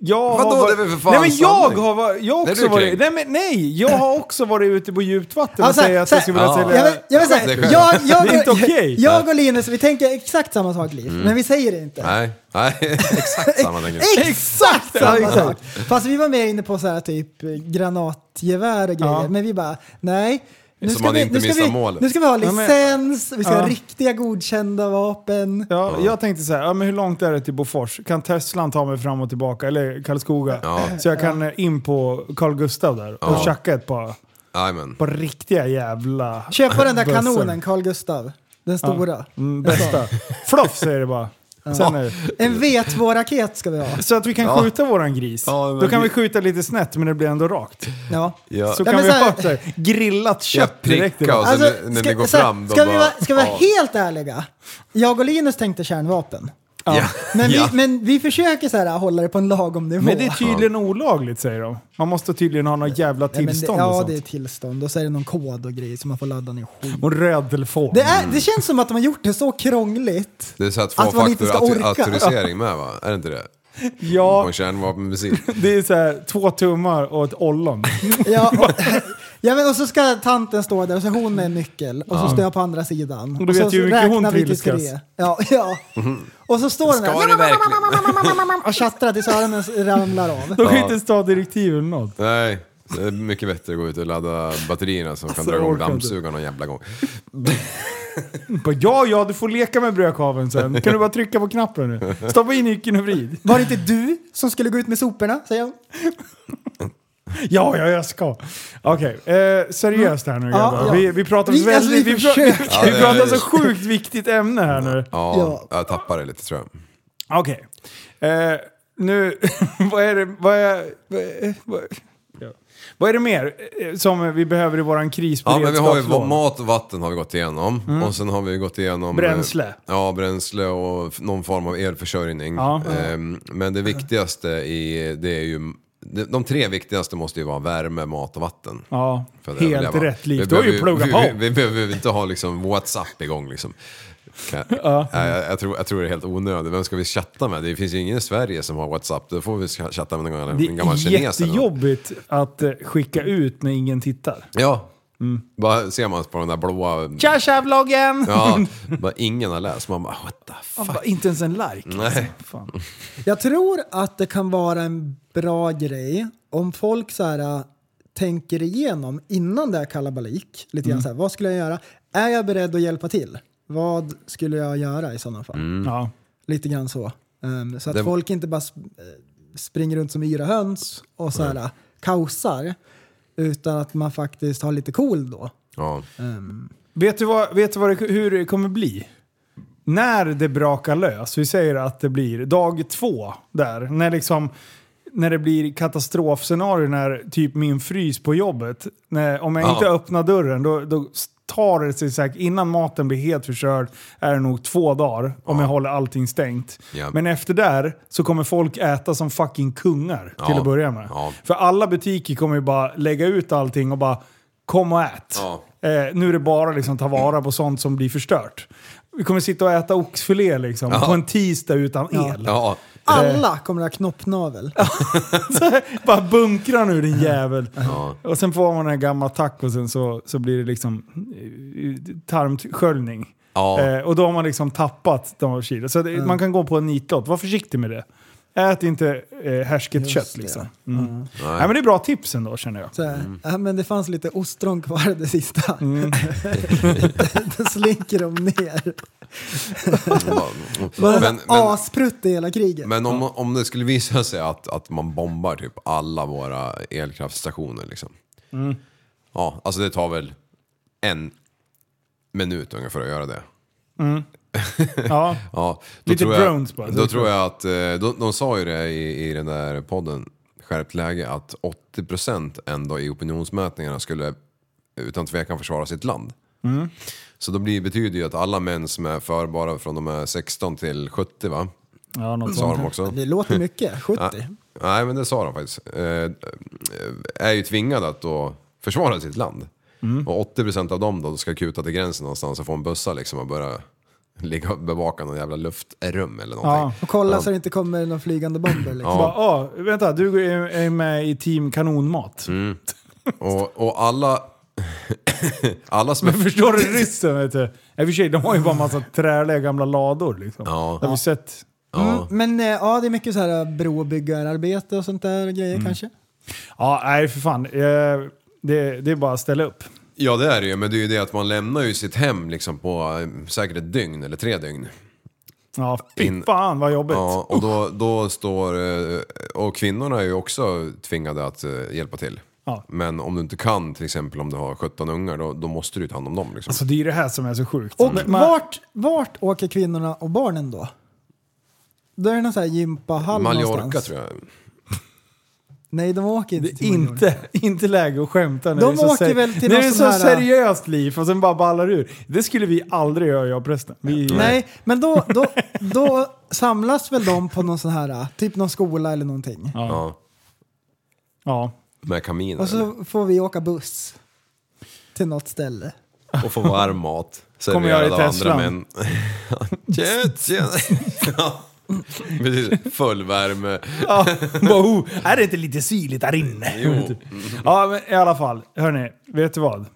D: Jag
G: Vadå,
D: har varit...
G: det är väl för fan
D: Nej men jag
G: sanning.
D: har varit... Jag har
G: Är
D: också
G: du
D: varit...
G: kränkt?
D: Nej, men, nej, jag har också varit ute på djupt vatten och
F: Ja, så här,
D: säger att
F: så
D: jag
F: här.
D: skulle vilja
G: Ja.
D: sälja...
F: Jag, vet, jag, vet, så
G: Det
F: här,
G: är skönt.
F: jag, jag,
D: Det är inte okej.
F: jag och Linus, vi tänker exakt samma sak Liv,
G: Mm.
F: men vi säger det inte.
G: Nej, nej, (laughs) exakt samma tänker jag.
F: Exakt
D: Ja.
F: samma sak! Fast vi var mer inne på så här typ eh, granatgevär och grejer,
D: Ja,
F: men vi bara nej. Nu
G: Så man inte
F: nu, ska
G: missar
F: vi,
G: målet.
F: nu ska vi ha
D: Ja, men-
F: licens, vi ska
D: Ja.
F: ha riktiga godkända vapen.
D: Ja, Jag tänkte så här, ja, men hur långt är det till Bofors? Kan Teslan ta mig fram och tillbaka? Eller Karlskoga? Så jag kan eh, in på Carl Gustav där och
G: Ja.
D: tjacka ett par,
G: Jajamän.
D: par riktiga jävla...
F: Köpa den där
D: bössor.
F: kanonen, Carl Gustav. Den stora. Alltså,
D: Mm, bästa. Floff säger det bara. Sen är det.
F: En V2-raket ska vi ha.
D: Så att vi kan skjuta våran gris.
G: Ja, men
D: Då kan vi
G: vi-
D: skjuta lite snett men det blir ändå rakt.
F: Ja.
G: Ja.
D: Så
F: Ja,
D: kan
F: men
D: vi
F: så här-
D: ha så här, grillat kött
G: pricka
D: direkt. i det.
G: och så- Alltså, när ni går
F: så här,
G: fram, då
F: ska vi
G: bara-
F: vara, ska vi vara
G: ja.
F: helt ärliga? Jag och Linus tänkte kärnvapen.
G: Ja.
F: Men,
G: ja.
F: vi, men vi försöker så här, hålla det på en lagom nivå.
D: Men det är tydligen olagligt säger de. Man måste tydligen ha något jävla
F: Nej, men det-
D: tillstånd och
F: Ja,
D: sånt. Mm.
F: det är tillstånd. Och så är det någon kod och grejer som man får ladda ner skit.
D: Och röd telefon.
F: Det, är, det känns som att de har gjort det
D: (laughs)
F: så krångligt.
G: Det är så att
F: Att man inte ska orka.
G: tvåfaktor-auktorisering med va? Är det inte det? På
D: ja,
G: en
F: (laughs)
G: kärnvapenmissil.
D: det är så här, två tummar och ett ollon.
F: Ja, och, (laughs) ja, men, och så ska tanten stå där och så hon är en nyckel och så står jag på andra sidan.
D: Och du vet
F: så
D: ju hur mycket hon
F: räknar vi till
D: trilskas.
F: tre. Ja, (laughs) ja. Och så står den
G: Ska det
F: där
G: verkligen?
F: och tjattrar tills öronen ramlar av.
D: De kan ju inte ens ta direktiv eller något.
G: Nej. Det är mycket bättre att gå ut och ladda batterierna som kan
D: Alltså,
G: dra
D: jag
G: igång
D: orkar inte.
G: dammsugaren någon jävla gång.
D: Bara, ja, ja, du får leka med brödkaveln sen. Kan du bara trycka på knappen nu? Stoppa in nyckeln och vrid.
F: Var det inte du som skulle gå ut med soporna? Säger hon.
D: Ja, ja, jag ska. Okej, eh, seriöst här nu grabbar.
F: ja.
D: Vi, vi pratar
F: Vi-
D: väldigt...
F: alltså, vi
D: vi, pra-
F: försöker.
D: (laughs) vi,
G: Ja,
D: vi
G: det-
D: pratar så sjukt viktigt ämne här nu.
G: Ja,
F: Ja.
G: jag tappar det lite tror jag.
D: Okej. Eh, nu, (laughs) vad är det... Vad är, vad, är, eh, vad, ja. vad är det mer eh, som vi behöver i våran
G: Ja, men vi har ju
D: krisberedskapslag?
G: va- mat och vatten har vi gått igenom. Och sen har vi gått igenom...
D: Mm. Bränsle.
G: eh, Ja, bränsle och f- någon form av elförsörjning.
D: Ja.
G: Ehm, Men det viktigaste i, det är ju... de- De tre viktigaste måste ju vara värme, mat och vatten.
D: Ja,
G: för att
D: helt
G: överleva.
D: rätt
G: Vi
D: likt. Du har ju
G: behöver
D: pluggat
G: vi,
D: på.
G: vi, vi behöver ju inte ha liksom WhatsApp igång liksom. Kan- Nej, jag, jag, tror, jag tror det är helt onödigt. Vem ska vi chatta med? Det finns ju ingen i Sverige som har WhatsApp. Då får vi cha- chatta med någon,
D: Det
G: en gammal
D: är
G: kines. eller något.
D: jättejobbigt att eh, skicka ut när ingen tittar.
G: Ja. Bara ser man på den där blåa...
D: Tja tja vloggen!
G: Ja, bara ingen har läst. Man bara what the
D: Fan,
G: fuck.
D: bara, inte ens en like.
G: Nej.
D: Fan.
F: Jag tror att det kan vara en bra grej om folk så här, äh, tänker igenom innan det är kalabalik. Lite grann så här, vad skulle jag göra? Är jag beredd att hjälpa till? Vad skulle jag göra i sådana fall?
G: Mm.
D: Ja.
F: Lite grann så. Ehm, så att
G: Det-
F: folk inte bara sp- eh, springer runt som yra höns och så här, äh, kaosar. Utan att man faktiskt har lite cool då.
G: Ja.
D: Vet du, vad, vet du vad det, hur det kommer bli? När det brakar lös, vi säger att det blir dag två där, när liksom när det blir katastrofscenario när typ min frys på jobbet, när, om jag
G: Ja.
D: inte öppnar dörren då, då tar det sig säkert, innan maten blir helt förstörd är det nog två dagar om jag håller allting stängt.
G: Ja.
D: Men efter där så kommer folk äta som fucking kungar till
G: Ja.
D: att börja med.
G: Ja.
D: För alla butiker kommer ju bara lägga ut allting och bara kom och ät.
G: Ja.
D: Eh, nu är det bara liksom ta vara på sånt som blir förstört. Vi kommer sitta och äta oxfilé liksom,
G: Ja.
D: på en tisdag utan el.
G: ja.
F: Alla kommer att ha knoppnavel.
D: Bara bunkra nu din jävel. Och sen får man den här gamla tacosen så, så blir det liksom eh, tarmsköljning.
G: Ja.
D: Eh, och då har man liksom tappat de kilo. Så det, man kan gå på en nitlott. Var försiktig med det. Ät inte eh, härsket kött
F: det.
D: liksom. Mm. Nej, men det är bra tips ändå känner
G: (laughs)
D: jag.
F: Så här, ja, men det fanns lite ostron kvar det sista.
D: Mm.
F: (laughs) Då slinker de ner.
G: Men,
F: Bara
G: men,
F: asprutt i hela kriget.
G: men om, om det skulle visa sig att, att man bombar typ alla våra elkraftstationer liksom. Ja, alltså det tar väl en minut ungefär att göra det.
D: Ja.
G: Ja, då
D: Lite
G: tror jag,
D: drones bara.
G: Då tror jag att, eh, de, de sa ju det i, i den där podden, skärpt läge att 80% ändå i opinionsmätningarna skulle utan tvekan försvara sitt land.
D: Mm.
G: Så då blir, betyder ju att alla män som är förbara från de är 16 till 70 va?
D: Ja, något
G: Sa
D: sånt.
G: de också.
F: Det låter mycket, 70.
G: Nej, men det sa de faktiskt. Eh, eh, är ju tvingade att då försvara sitt land.
D: Mm.
G: Och 80% av dem då ska kuta till gränsen någonstans och få en bössa liksom och börja (laughs) ligga och bevaka någon jävla luftrum eller någonting.
F: Och kolla så det inte kommer några flygande bomber. Liksom.
D: Bara, ah, vänta, du är är med i team
G: Mm.
D: kanonmat.
G: Och, och alla... (laughs) alla som är...
D: Men (laughs) förstår du ryssen vet du? I och för sig, de har ju bara massa träliga gamla lador liksom.
G: Ja.
D: Det har vi sett.
G: Ja.
F: Mm, men eh, ja, det är mycket så här eh, brobyggararbete och sånt där grejer
D: Mm.
F: kanske.
D: Ja, nej för fan. Eh, Det, det är bara att ställa upp.
G: Ja det är det ju, men det är ju det att man lämnar ju sitt hem liksom på eh, säkert ett dygn eller tre dygn.
D: Ja, fy
G: In-
D: fan vad jobbigt.
G: Ja, och då, då står... eh, Och kvinnorna är ju också tvingade att eh, hjälpa till.
D: Ja.
G: Men om du inte kan, till exempel om du har 17 ungar, då, då måste du ju ta hand om dem. Liksom.
D: Alltså det är ju det här som är så sjukt.
F: Och
D: Men-
F: vart, vart åker kvinnorna och barnen då? Då är det någon sån här gympahall
G: Mallorca
F: någonstans.
G: tror jag.
F: Nej, de åker inte
D: Det är
F: till Mallorca.
D: inte, (laughs) inte läge att skämta när
F: De
D: det är så,
F: åker väl till
D: när det
F: någon
D: är så
F: sån här-
D: seriöst liv och sen bara ballar ur. Det skulle vi aldrig göra jag och prästen. Vi,
F: Nej, men då, då, då samlas väl de på någon sån här, eh, typ någon skola eller någonting.
G: Ja.
D: Ja.
G: Med kaminer
F: Och
G: och,
D: Alltså,
F: så får vi åka buss till något ställe.
G: och få varm mat.
D: (laughs) Kommer jag i
G: Serverad av
D: Teslan?
G: andra män. (laughs) Tjena, tjena. (laughs) Ja, Precis, full värme.
D: Ja, (laughs) bara, oh, är det inte lite syrligt där inne?
G: Jo.
D: (laughs) Ja, men i alla fall. Hörni, vet du vad? Eh,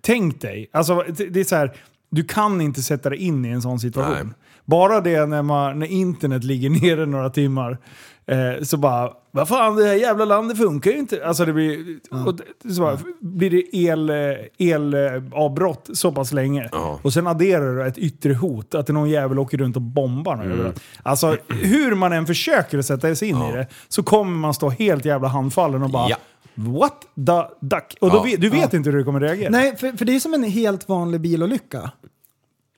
D: tänk dig, alltså, det- det är så här, du kan inte sätta dig in i en sån situation.
G: Nej.
D: Bara det när, man, när internet ligger (laughs) nere några timmar. Eh, så bara, vad fan det här jävla landet funkar ju inte. Alltså det blir,
G: Mm.
D: och, det- så bara, blir det el, eh, el, eh, avbrott så pass länge. Och sen adderar du ett yttre hot, att det är någon jävel åker runt och bombar. Mm. Alltså hur man än försöker att sätta sig in i det så kommer man stå helt jävla handfallen och bara
G: Ja.
D: What the duck? Och då
G: Ja.
D: vet, du vet inte hur du kommer reagera.
F: Nej, för, för det är som en helt vanlig bilolycka.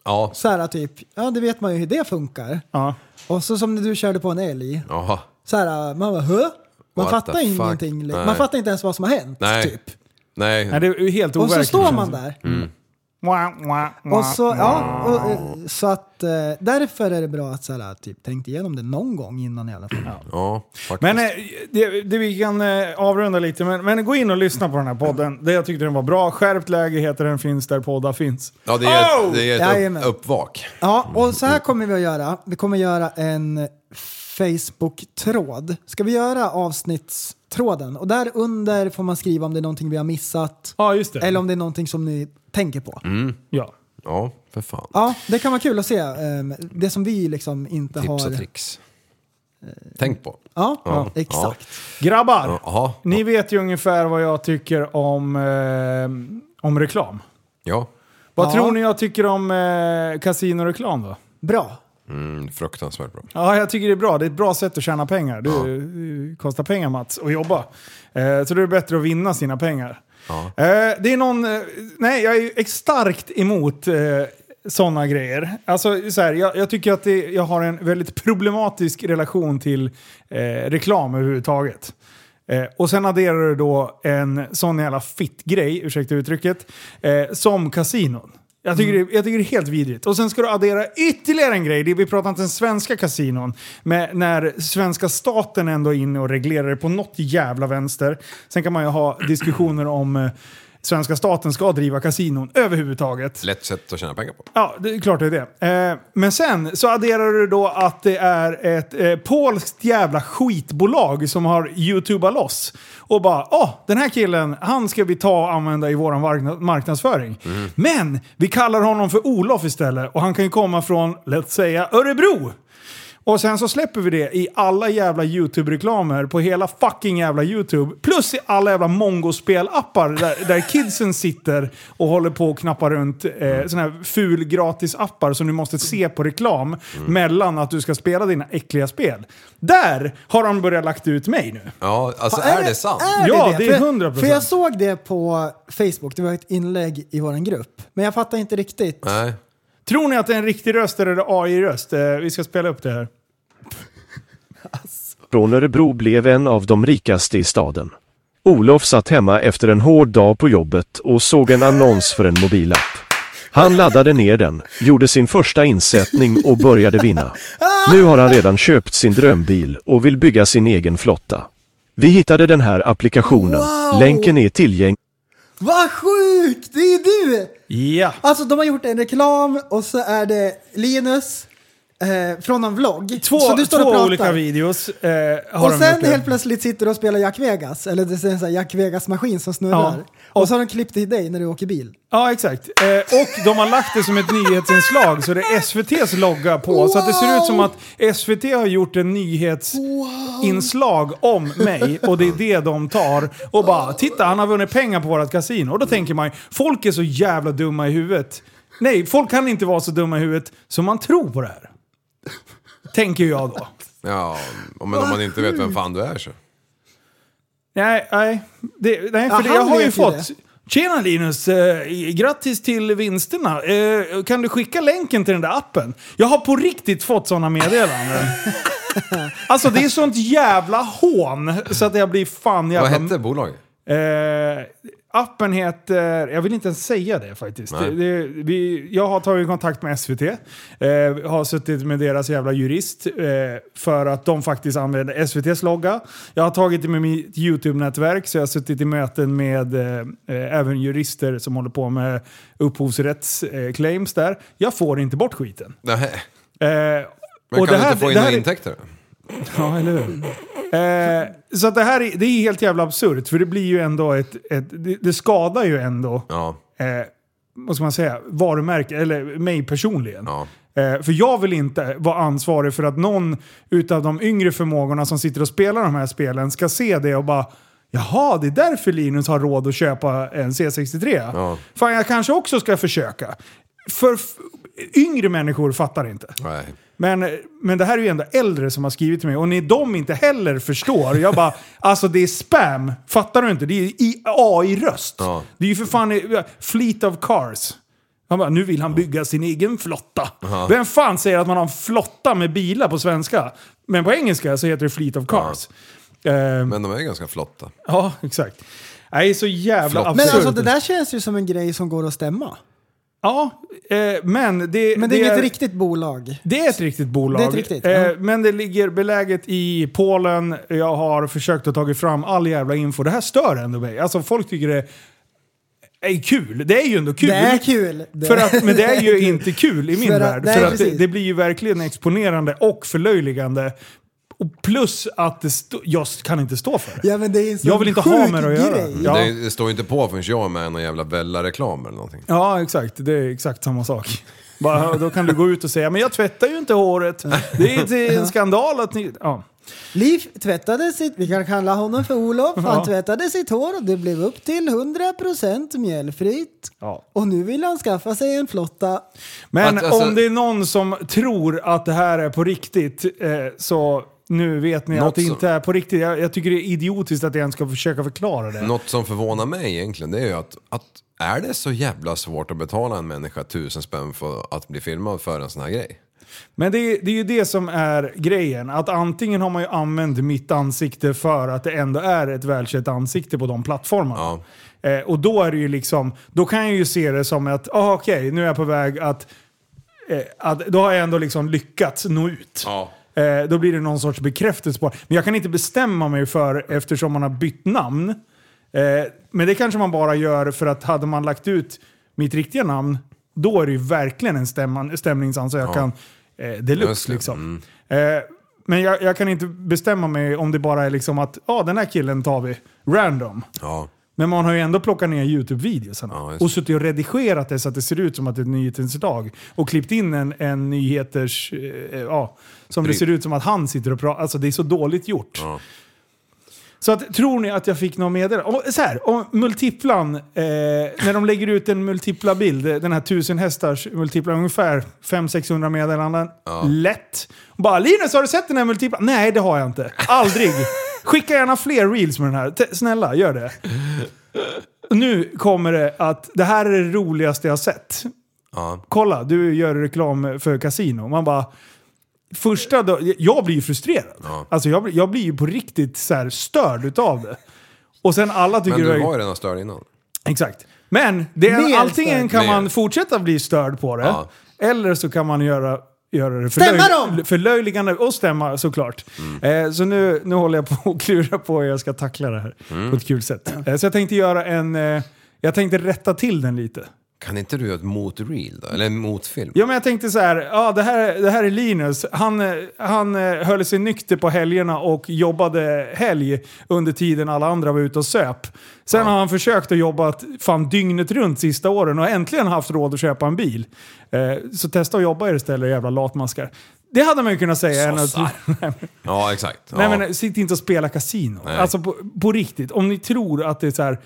G: Ja.
F: Så här typ, ja det vet man ju hur det funkar.
D: Ja.
F: Och så som när du körde på en älg.
G: Jaha.
F: Så här, man bara Hö? Man
G: What
F: fattar
G: the fuck?
F: ingenting. li- Man
G: Nej.
F: fattar inte ens vad som har hänt.
G: Nej. Mm.
F: Typ.
G: Nej.
D: Nej, det är ju helt
F: Och så
D: overkligt,
F: står
D: känns
F: man
D: det.
F: där.
D: Wah, wah, wah.
F: Och så, ja, och, eh, så att eh, därför är det bra att så här, typ, tänkt igenom det någon gång innan i alla fall.
G: Ja, faktiskt.
D: Men eh, det, det vi kan eh, avrunda lite, men, men gå in och lyssna på den här podden. Det jag tyckte den var bra. Skärpt läge heter den, finns där poddar finns.
G: ja, det är
D: Oh!
G: ett, det är
F: Jajamän.
G: ett upp, uppvak.
F: Ja, och så här kommer vi att göra. Vi kommer göra en Facebook-tråd. Ska vi göra avsnittstråden? Och där under får man skriva om det är någonting vi har missat.
D: Ja, just det.
F: Eller om det är någonting som ni tänker på.
G: Mm.
D: Ja.
G: Ja, för fan.
F: Ja, det kan vara kul att se. ehm, Det som vi liksom inte
G: Tips
F: har...
G: och tricks. Tänk på.
F: Ja,
G: Ja.
F: exakt.
D: Grabbar!
G: Jaha.
D: Ni vet ju ungefär vad jag tycker om, eh, om reklam.
G: Ja.
D: Vad
F: Ja.
D: tror ni jag tycker om eh, kasinoreklam då?
F: Bra.
G: Mm, fruktansvärt bra.
D: Ja, jag tycker det är bra. Det är ett bra sätt att tjäna pengar. Det eh, kostar pengar Mats, att jobba. Eh, så då är det bättre att vinna sina pengar. Eh, det är någon... Eh, nej, jag är ju ex- starkt emot eh, sådana grejer. Alltså, så här, jag, jag tycker att det, jag har en väldigt problematisk relation till eh, reklam överhuvudtaget. Eh, och sen adderar du då en sån jävla fittgrej, ursäkta uttrycket, eh, som kasinon. Jag tycker, det, jag tycker det är helt vidrigt. Och sen ska du addera ytterligare en grej. Det är- Vi pratar inte om svenska kasinon. Men när svenska staten ändå är inne och reglerar det på något jävla vänster. Sen kan man ju ha diskussioner om eh, svenska staten ska driva kasinon överhuvudtaget.
G: Lätt sätt att tjäna pengar på.
D: Ja, det är klart det är det. Eh, men sen så adderar du då att det är ett eh, polskt jävla skitbolag som har youtubat loss. Och bara, åh, den här killen, han ska vi ta och använda i vår marknadsföring. Men vi kallar honom för Olof istället och han kan ju komma från, låt säga, Örebro. Och sen så släpper vi det i alla jävla YouTube-reklamer på hela fucking jävla YouTube. Plus i alla jävla mongospelappar där, där kidsen sitter och håller på och knappar runt eh,
F: Mm.
D: såna här ful gratisappar som du måste se på reklam
F: Mm.
D: mellan att du ska spela dina äckliga spel. Där har de börjat lagt ut mig nu.
G: Ja, alltså
F: Ja,
G: är det sant?
F: Är
D: Ja, det Äh. är
F: För jag-
D: 100%.
F: För jag såg det på Facebook, det var ett inlägg i vår grupp. Men jag fattar inte riktigt.
G: Nej.
D: Tror ni att det är en riktig röst eller är det AI-röst? Eh, vi ska spela upp det här.
H: från Örebro blev en av de rikaste i staden. Olof satt hemma efter en hård dag på jobbet och såg en annons för en mobilapp. Han laddade ner den, gjorde sin första insättning och började vinna. Nu har han redan köpt sin drömbil och vill bygga sin egen flotta. Vi hittade den här applikationen.
F: Wow!
H: Länken är tillgänglig
F: Vad sjukt! Det är du!
D: Ja.
F: Alltså de har gjort en reklam och så är det Linus eh, från någon vlogg.
D: Två,
F: så du står och
D: två
F: pratar.
D: olika videos eh, har
F: Och
D: de
F: sen
D: gjort det.
F: helt plötsligt sitter du och spelar Jack Vegas, eller det är en sån här Jack Vegas-maskin som snurrar.
D: Ja.
F: Och,
D: Och-
F: så har de klippt i dig när du åker bil.
D: Ja, exakt. Eh, och de har lagt det som ett nyhetsinslag så det är SVTs logga på. Så att det ser ut som att SVT har gjort en nyhetsinslag om mig och det är det de tar och bara “Titta, han har vunnit pengar på vårat kasino”. Och då tänker man ju, folk är så jävla dumma i huvudet. Nej, folk kan inte vara så dumma i huvudet som man tror på det här. Tänker jag då.
G: Ja, men om man inte vet vem fan du är så.
D: Nej, nej. Det, nej för det,
F: han
D: jag har ju
F: vet ju
D: fått... Tjena Linus! Eh, grattis till vinsterna! Eh, kan du skicka länken till den där appen? Jag har på riktigt fått sådana meddelanden. alltså det är sånt jävla hån så att jag blir fan jävla...
G: Vad hette bolaget?
D: Eh, appen heter... Jag vill inte ens säga det faktiskt.
G: Nej.
D: Det, det, vi, jag har tagit kontakt med SVT. Eh, har suttit med deras jävla jurist. Eh, för att de faktiskt använder SVTs logga. Jag har tagit det med mitt YouTube-nätverk. Så jag har suttit i möten med eh, eh, även jurister som håller på med upphovsrättsclaims eh, claims där. Jag får inte bort skiten.
G: Nej.
D: Eh,
G: Men
D: och
G: kan
D: det här-
G: du inte få
D: det
G: in några
D: här är-
G: intäkter?
D: Ja, eller hur? Eh, så att det här är, det är helt jävla absurt, för det blir ju ändå ett... ett det, det skadar ju ändå,
G: Ja,
D: eh, vad ska man säga, varumärke, eller mig personligen.
G: ja.
D: Eh, för jag vill inte vara ansvarig för att någon utav de yngre förmågorna som sitter och spelar de här spelen ska se det och bara Jaha, det är därför Linus har råd att köpa en C63.
G: Ja.
D: Fan, jag kanske också ska försöka. För f- yngre människor fattar inte.
G: Nej.
D: Men, men det här är ju ändå äldre som har skrivit till mig och ni, de inte heller förstår. Jag
G: (laughs)
D: bara, alltså det är spam. Fattar du inte? Det är i- AI-röst.
G: Ja.
D: Det är ju för fan eh, fleet of cars. Han bara, nu vill han bygga sin egen flotta. Vem fan säger att man har en flotta med bilar på svenska? Men på engelska så heter det fleet of cars. Ja,
G: Men de är ganska flotta.
D: ja exakt. Nej, så jävla
G: Flotta.
F: Men
D: absurt.
F: alltså det där känns ju som en grej som går att stämma.
D: Ja, eh, men det,
F: Men det, är inget
D: är-
F: riktigt bolag.
D: Det är ett riktigt bolag.
F: Det är ett riktigt,
D: eh,
F: ja.
D: Men det ligger beläget i Polen. Jag har försökt att ta fram all jävla info. Det här stör ändå mig. Alltså folk tycker det är kul. Det är ju ändå kul.
F: Det är kul. (laughs) Det-
D: För att, men det är ju inte kul i min
F: För att-
D: värld.
F: nej,
D: för att det,
F: precis.
D: det blir ju verkligen exponerande och förlöjligande. Och plus att det stå, jag kan inte stå för det.
F: Ja, men det är en sån
D: jag vill inte
F: sjuk
D: ha med det att göra.
F: grej.
D: Ja.
G: Det, det står ju inte på förrän jag är med någon jävla Bella-reklam eller någonting.
D: Ja, exakt. Det är exakt samma sak. Bara, då kan du gå ut och säga men jag tvättar ju inte håret. Det är, det är
F: (laughs)
D: en skandal att ni... Ja.
F: Liv tvättade sitt, vi kan kalla honom för Olof, han tvättade sitt hår och det blev upp till 100% mjällfritt.
D: Ja.
F: Och nu vill han skaffa sig en flotta.
D: Men
G: Att, alltså-
D: om det är någon som tror att det här är på riktigt eh, så nu vet ni
G: Något
D: att det
G: som-
D: inte är på riktigt. Jag, jag tycker det är idiotiskt att jag ens ska försöka förklara det.
G: Något som förvånar mig egentligen det är ju att, att är det så jävla svårt att betala en människa tusen spänn för att bli filmad för en sån här grej?
D: Men det, är- det är ju det som är grejen. Att antingen har man ju använt mitt ansikte för att det ändå är ett välkänt ansikte på de plattformarna. Eh, och då är det ju liksom, då kan jag ju se det som att, ah, okej, nu är jag på väg att, eh, att, då har jag ändå liksom lyckats nå ut.
G: Ja.
D: Eh, då blir det någon sorts bekräftelse på Men jag kan inte bestämma mig för, eftersom man har bytt namn. Eh, men det kanske man bara gör för att hade man lagt ut mitt riktiga namn, då är det ju verkligen en stämman, stämningsansökan eh,
G: Just
D: deluxe.
G: det, Mm.
D: Liksom. Eh, men jag, jag kan inte bestämma mig om det bara är liksom att ja, den här killen tar vi random.
G: Ja.
D: Men man har ju ändå plockat ner YouTube-videosarna
G: Ja, just det.
D: och suttit och redigerat det så att det ser ut som att det är ett nyhetsinslag. Och klippt in en, en nyheters... eh, eh, Ja, som det
G: Driv.
D: ser ut som att han sitter och pratar. Alltså det är så dåligt gjort.
G: Ja.
D: Så att, tror ni att jag fick någon meddelande? Och, så här, om multiplan. Eh, när de lägger ut en multipla bild, eh, den här 1000 hästars multipla, ungefär 500-600 meddelanden. Lätt. Och bara “Linus, har du sett den här multiplan?” Nej, det har jag inte.
G: (laughs)
D: Aldrig. Skicka gärna fler reels med den här. T- snälla, gör det. Nu kommer det att det här är det roligaste jag har sett.
G: Ja.
D: Kolla, du gör reklam för kasino. Man bara... första dagen, jag blir ju frustrerad.
G: Ja.
D: Alltså jag, blir- jag blir ju på riktigt så här störd utav det. Och sen alla tycker
G: Men
D: det
G: du
D: är-
G: var ju redan störd innan.
D: Exakt. Men det
F: Mer
D: är, antingen
F: störd.
D: kan
G: Mer.
D: man fortsätta bli störd på det,
G: Ja.
D: eller så kan man göra, göra det
F: Stämma
D: förlöj-
F: dem!
D: förlöjligande och stämma såklart.
G: Mm.
D: Eh, så nu, nu håller jag på att (laughs) klura på hur jag ska tackla det här på
G: Mm.
D: ett kul sätt. Eh, så jag tänkte göra en... Eh, jag tänkte rätta till den lite.
G: Kan inte du göra ett motreel då? Eller en motfilm?
D: Ja, men jag tänkte så här, ja, det, här det här är Linus. Han, eh, han eh, höll sig nykter på helgerna och jobbade helg under tiden alla andra var ute och söp. Sen har han försökt att jobba ett- fan dygnet runt sista åren och äntligen haft råd att köpa en bil. Eh, så testa att jobba er istället, jävla latmaskar. Det hade man ju kunnat säga. än att-
G: Sossar. Ja, exakt. Ja.
D: Nej men eh, sitt inte och spela kasino.
G: Nej.
D: Alltså på, på riktigt, om ni tror att det är så här.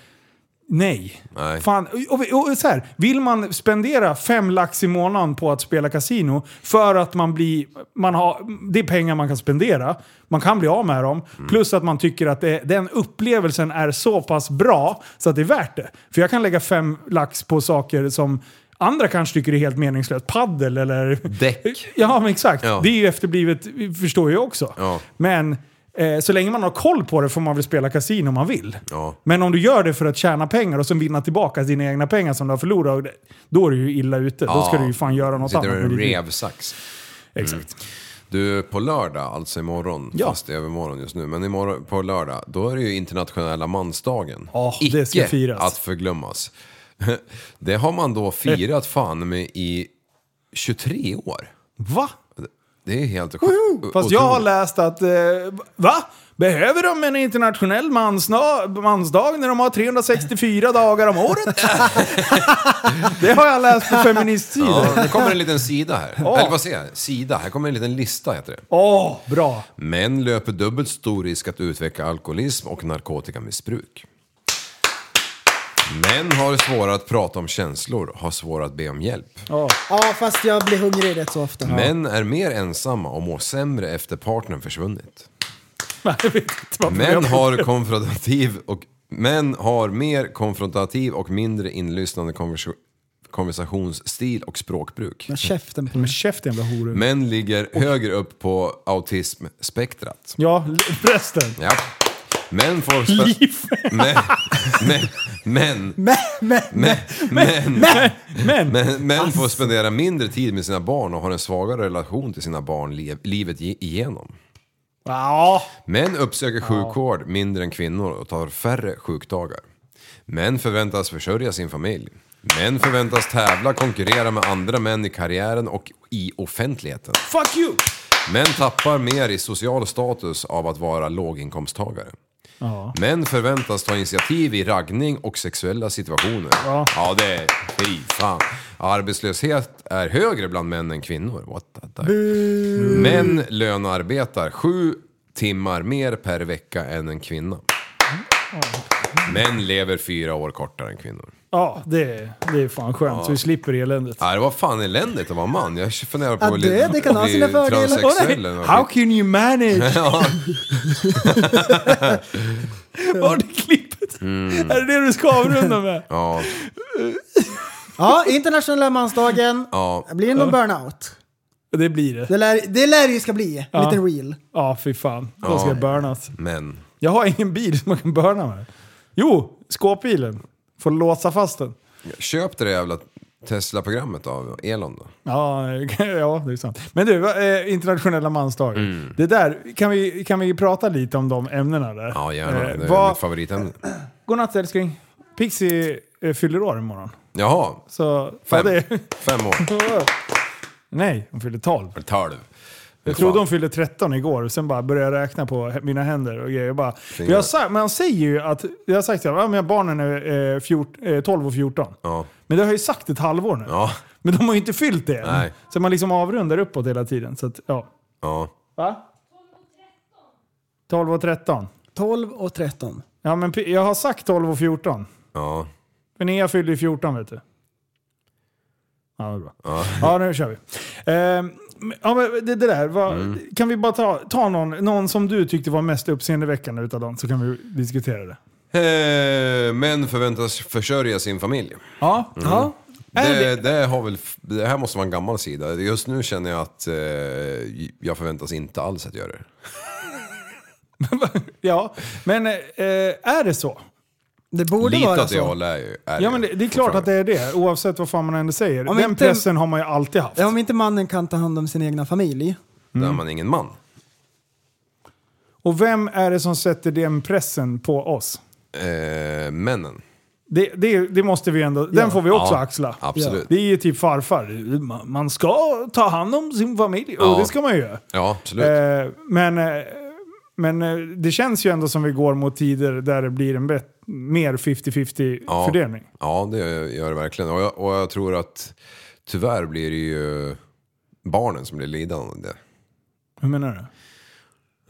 D: Nej.
G: Nej.
D: Fan, och, och, och så här, vill man spendera fem lax i månaden på att spela kasino för att man blir, man har, det är pengar man kan spendera, man kan bli av med dem,
G: Mm.
D: plus att man tycker att det, den upplevelsen är så pass bra så att det är värt det. För jag kan lägga fem lax på saker som andra kanske tycker är helt meningslöst. Paddel eller...
G: Däck.
D: (laughs) Ja, men exakt.
G: Ja.
D: Det är ju efterblivet, förstår jag också.
G: Ja.
D: Men eh, så länge man har koll på det får man väl spela kasino om man vill.
G: Ja.
D: Men om du gör det för att tjäna pengar och sen vinna tillbaka dina egna pengar som du har förlorat, och det- då är du ju illa ute. Då ska
G: Ja.
D: du ju fan göra något
G: Sitter
D: annat.
G: du
D: med
G: med en
D: ditt liv.
G: revsax? Mm.
D: Exakt.
G: Du, på lördag, alltså imorgon,
D: Ja.
G: fast det är övermorgon just nu, men imorgon, på lördag, då är det ju internationella mansdagen.
D: Ja, det ska firas.
G: att förglömmas. (laughs) Det har man då firat fan med i 23 år.
D: Va?
G: Det är helt sjukt.
D: Fast
G: otroligt.
D: jag har läst att... Eh, va? Behöver de en internationell mansna- mansdag när de har 364 dagar om året? (laughs) det har jag läst på feministsidor.
G: Ja,
D: Åh,
G: nu kommer en liten sida
D: (laughs)
G: här. Eller vad säger jag? Sida. Här kommer en liten lista heter det.
D: bra.
G: Män löper dubbelt stor risk att utveckla alkoholism och narkotikamissbruk. Män har svårare att prata om känslor, har svårare att be om hjälp.
F: Ja, fast jag blir hungrig rätt så ofta.
G: Män är mer ensamma och mår sämre efter
D: (laughs)
G: partnern försvunnit.
D: Jag vet inte varför jag- (laughs)
G: Män har konfrontativ och... Män har mer konfrontativ och mindre inlyssnande konvers- konversationsstil och språkbruk.
F: Men käften på
D: Men
F: mig.
D: käften jävla horor.
G: Män ligger högre upp på autismspektrat.
D: Ja, l- förresten.
G: Ja. Män får... spä-
D: Liv.
G: Men, men, men,
F: Men, men, men.
G: men,
D: Men,
G: men, män får spendera mindre tid med sina barn och har en svagare relation till sina barn liv, livet ge- igenom.
D: ja,
G: Män uppsöker sjukvård mindre än kvinnor och tar färre sjukdagar. Män förväntas försörja sin familj. Män förväntas tävla, konkurrera med andra män i karriären och i offentligheten.
D: fuck you!
G: Män tappar mer i social status av att vara låginkomsttagare. Män förväntas ta initiativ i raggning och sexuella situationer. Ja, det är... Fy fan. Arbetslöshet är högre bland män än kvinnor. What the duck? Män lönearbetar sju timmar mer per vecka än en kvinna. Män lever fyra år kortare än kvinnor.
D: Ja, det, är- det är fan skönt. Så vi slipper eländet.
G: Nej, det var fan eländigt att vara man. Jag funderar på
F: Ja, det- det kan ha
G: bli
F: sina fördelar.
G: transsexuell eller något.
D: How can you
G: (laughs)
D: manage? (laughs) Var det klippet? Är det det du ska avrunda med?
G: Mm. (laughs) Ja,
F: Ja, internationella mansdagen.
G: ja.
F: Blir det någon burnout?
D: Det blir det.
F: Det lär det lär det ju ska bli. En
D: Ja.
F: liten reel.
D: Ja, fy fan. Då ska
G: Ja.
D: jag burnas.
G: Men...
D: Jag har ingen bil som man kan burna med. Jo, skåpbilen. Får låsa fast den.
G: Köp det där jävla Tesla-programmet av Elon då.
D: Ja, (laughs) ja, det är sant. Men du, va- eh, internationella mansdagen.
G: Mm.
D: Det där, kan vi, kan vi prata lite om de ämnena där?
G: Ja, gärna. Det är
D: Eh, vad-
G: mitt favoritämne.
D: Godnatt älskling. Pixie eh, fyller år imorgon.
G: Jaha,
D: Så,
G: fem,
D: Ja, det,
G: fem år.
D: (laughs) nej, hon fyller 12.
G: Tolv.
D: Jag trodde hon fyllde 13 igår och sen bara började jag räkna på he- mina händer och grejer. Jag bara,
G: Fingrar.
D: jag sa, man säger ju att, jag har sagt så här, ja, men barnen är eh, fjort, eh, 12 och 14.
G: Ja.
D: Men det har jag ju sagt ett halvår nu.
G: Ja,
D: Men de har ju inte fyllt det än.
G: Nej.
D: Så man liksom avrundar uppåt hela tiden. Så att, ja.
G: ja.
D: Va? 12 och 13.
F: 12 och 13.
D: Ja, men pi- jag har sagt 12 och 14.
G: Ja,
D: För Nea fyllde ju 14 vet du. Ja, det är bra. Ja. nu kör vi. Ehm, ja, men det, det där, vad-
G: Mm.
D: kan vi bara ta, ta någon, någon som du tyckte var mest uppseendeväckande utav dem så kan vi diskutera det.
G: Eh, män förväntas försörja sin familj.
D: Ja, ja.
G: Det, det, har väl, f- det här måste vara en gammal sida. Just nu känner jag att eh, jag förväntas inte alls att göra det.
D: Ja, men eh, är det så?
F: Det borde
G: Lite
F: vara
G: åt det
F: så.
G: hållet är ju. är
D: Ja, men det,
G: ju
D: det är klart att det
G: fortfarande.
D: är det. Oavsett vad fan man än säger.
F: Om
D: Den
F: inte-
D: pressen har man ju alltid haft.
F: Ja, Om inte mannen kan ta hand om sin egna familj.
G: Där man är ingen man.
D: Och vem är det som sätter den pressen på oss?
G: Eh, männen.
D: Det, det, det måste vi ändå... Den får vi också axla.
G: absolut.
D: Det är ju typ farfar. Man- Man ska ta hand om sin familj. Och
G: Ja.
D: det ska man ju göra.
G: Ja, absolut.
D: Eh, men, eh, men eh, det känns ju ändå som vi går mot tider där det blir en bet- mer 50-50
G: Ja.
D: fördelning.
G: Ja, det gör det verkligen. Och jag, och jag tror att tyvärr blir det ju barnen som blir lidande. av det.
D: Hur menar du?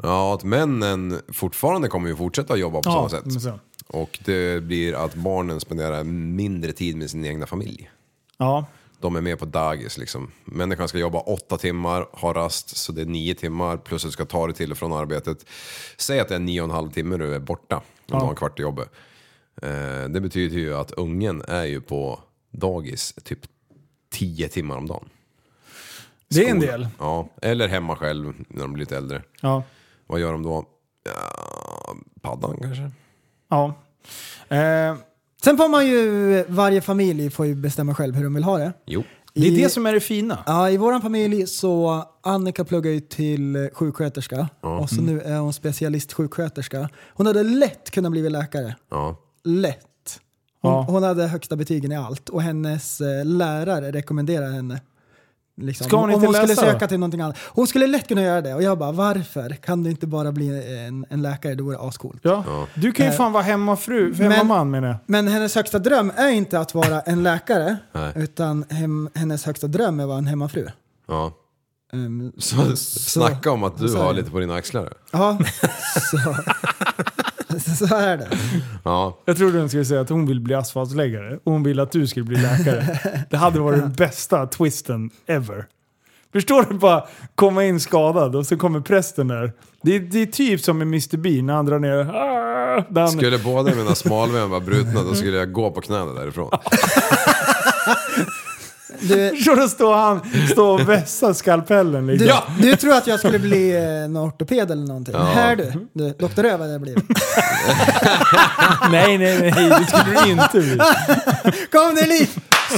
G: Ja, att männen fortfarande kommer ju fortsätta jobba på
D: Ja,
G: samma sätt.
D: men så.
G: Och det blir att barnen spenderar mindre tid med sin egna familj.
D: Ja.
G: De är med på dagis liksom. Människan ska jobba åtta timmar, ha rast, så det är nio timmar. Plus att du ska ta dig till och från arbetet. Säg att det är nio och en halv timme du är borta. Om du har en kvart i jobbet. Eh, det betyder ju att ungen är ju på dagis typ tio timmar om dagen.
D: Det är en
G: Skola.
D: del.
G: Ja, eller hemma själv när de blir lite äldre.
D: Ja.
G: Vad gör de då? Ja, paddan kanske?
D: ja. Eh,
F: Sen får man ju, varje familj får ju bestämma själv hur de vill ha det.
G: Jo.
D: det är
F: I-
D: det som är det fina.
F: Ja, i våran familj så Annika pluggar ju till eh, sjuksköterska och
D: Mm.
F: så nu är hon specialistsjuksköterska. Hon hade lätt kunnat bli läkare.
G: Ja.
F: Lätt. Hon,
D: Ja.
F: hon hade högsta betygen i allt och hennes eh, lärare rekommenderade henne. Liksom,
D: Ska hon
F: om
D: inte
F: hon skulle
D: läsa då?
F: söka till någonting annat. Hon skulle lätt kunna göra det och jag bara varför kan du inte bara bli en, en läkare? Det vore ascoolt.
D: Ja. Du kan ju fan vara hemmafru, hemmaman menar jag.
F: Men hennes högsta dröm är inte att vara en läkare
G: Nej.
F: utan hem, hennes högsta dröm är att vara en hemmafru.
G: ja.
F: Ehm,
G: Så, snacka om att du
F: så är
G: har
F: det.
G: lite på dina axlar.
F: Ja, så, (laughs) så är det.
G: Ja.
D: Jag trodde hon skulle säga att hon vill bli asfaltläggare och hon vill att du skulle bli
F: (laughs)
D: läkare. Det hade varit den bästa twisten ever. Förstår du? Bara komma in skadad och så kommer prästen där. Det är, det är typ som i Mr Bean när han drar ner... Ah, där han-
G: Skulle båda mina smalben vara brutna då skulle jag gå på knäna därifrån.
F: Du,
D: Förstår du? Står han står och vässar skalpellen
F: du,
D: liksom.
F: du tror att jag skulle bli eh, en ortoped eller någonting. Här du, du Dr. Röv hade jag blivit.
D: (laughs) Nej, nej, nej. Det skulle du inte bli.
F: Kom nu liv!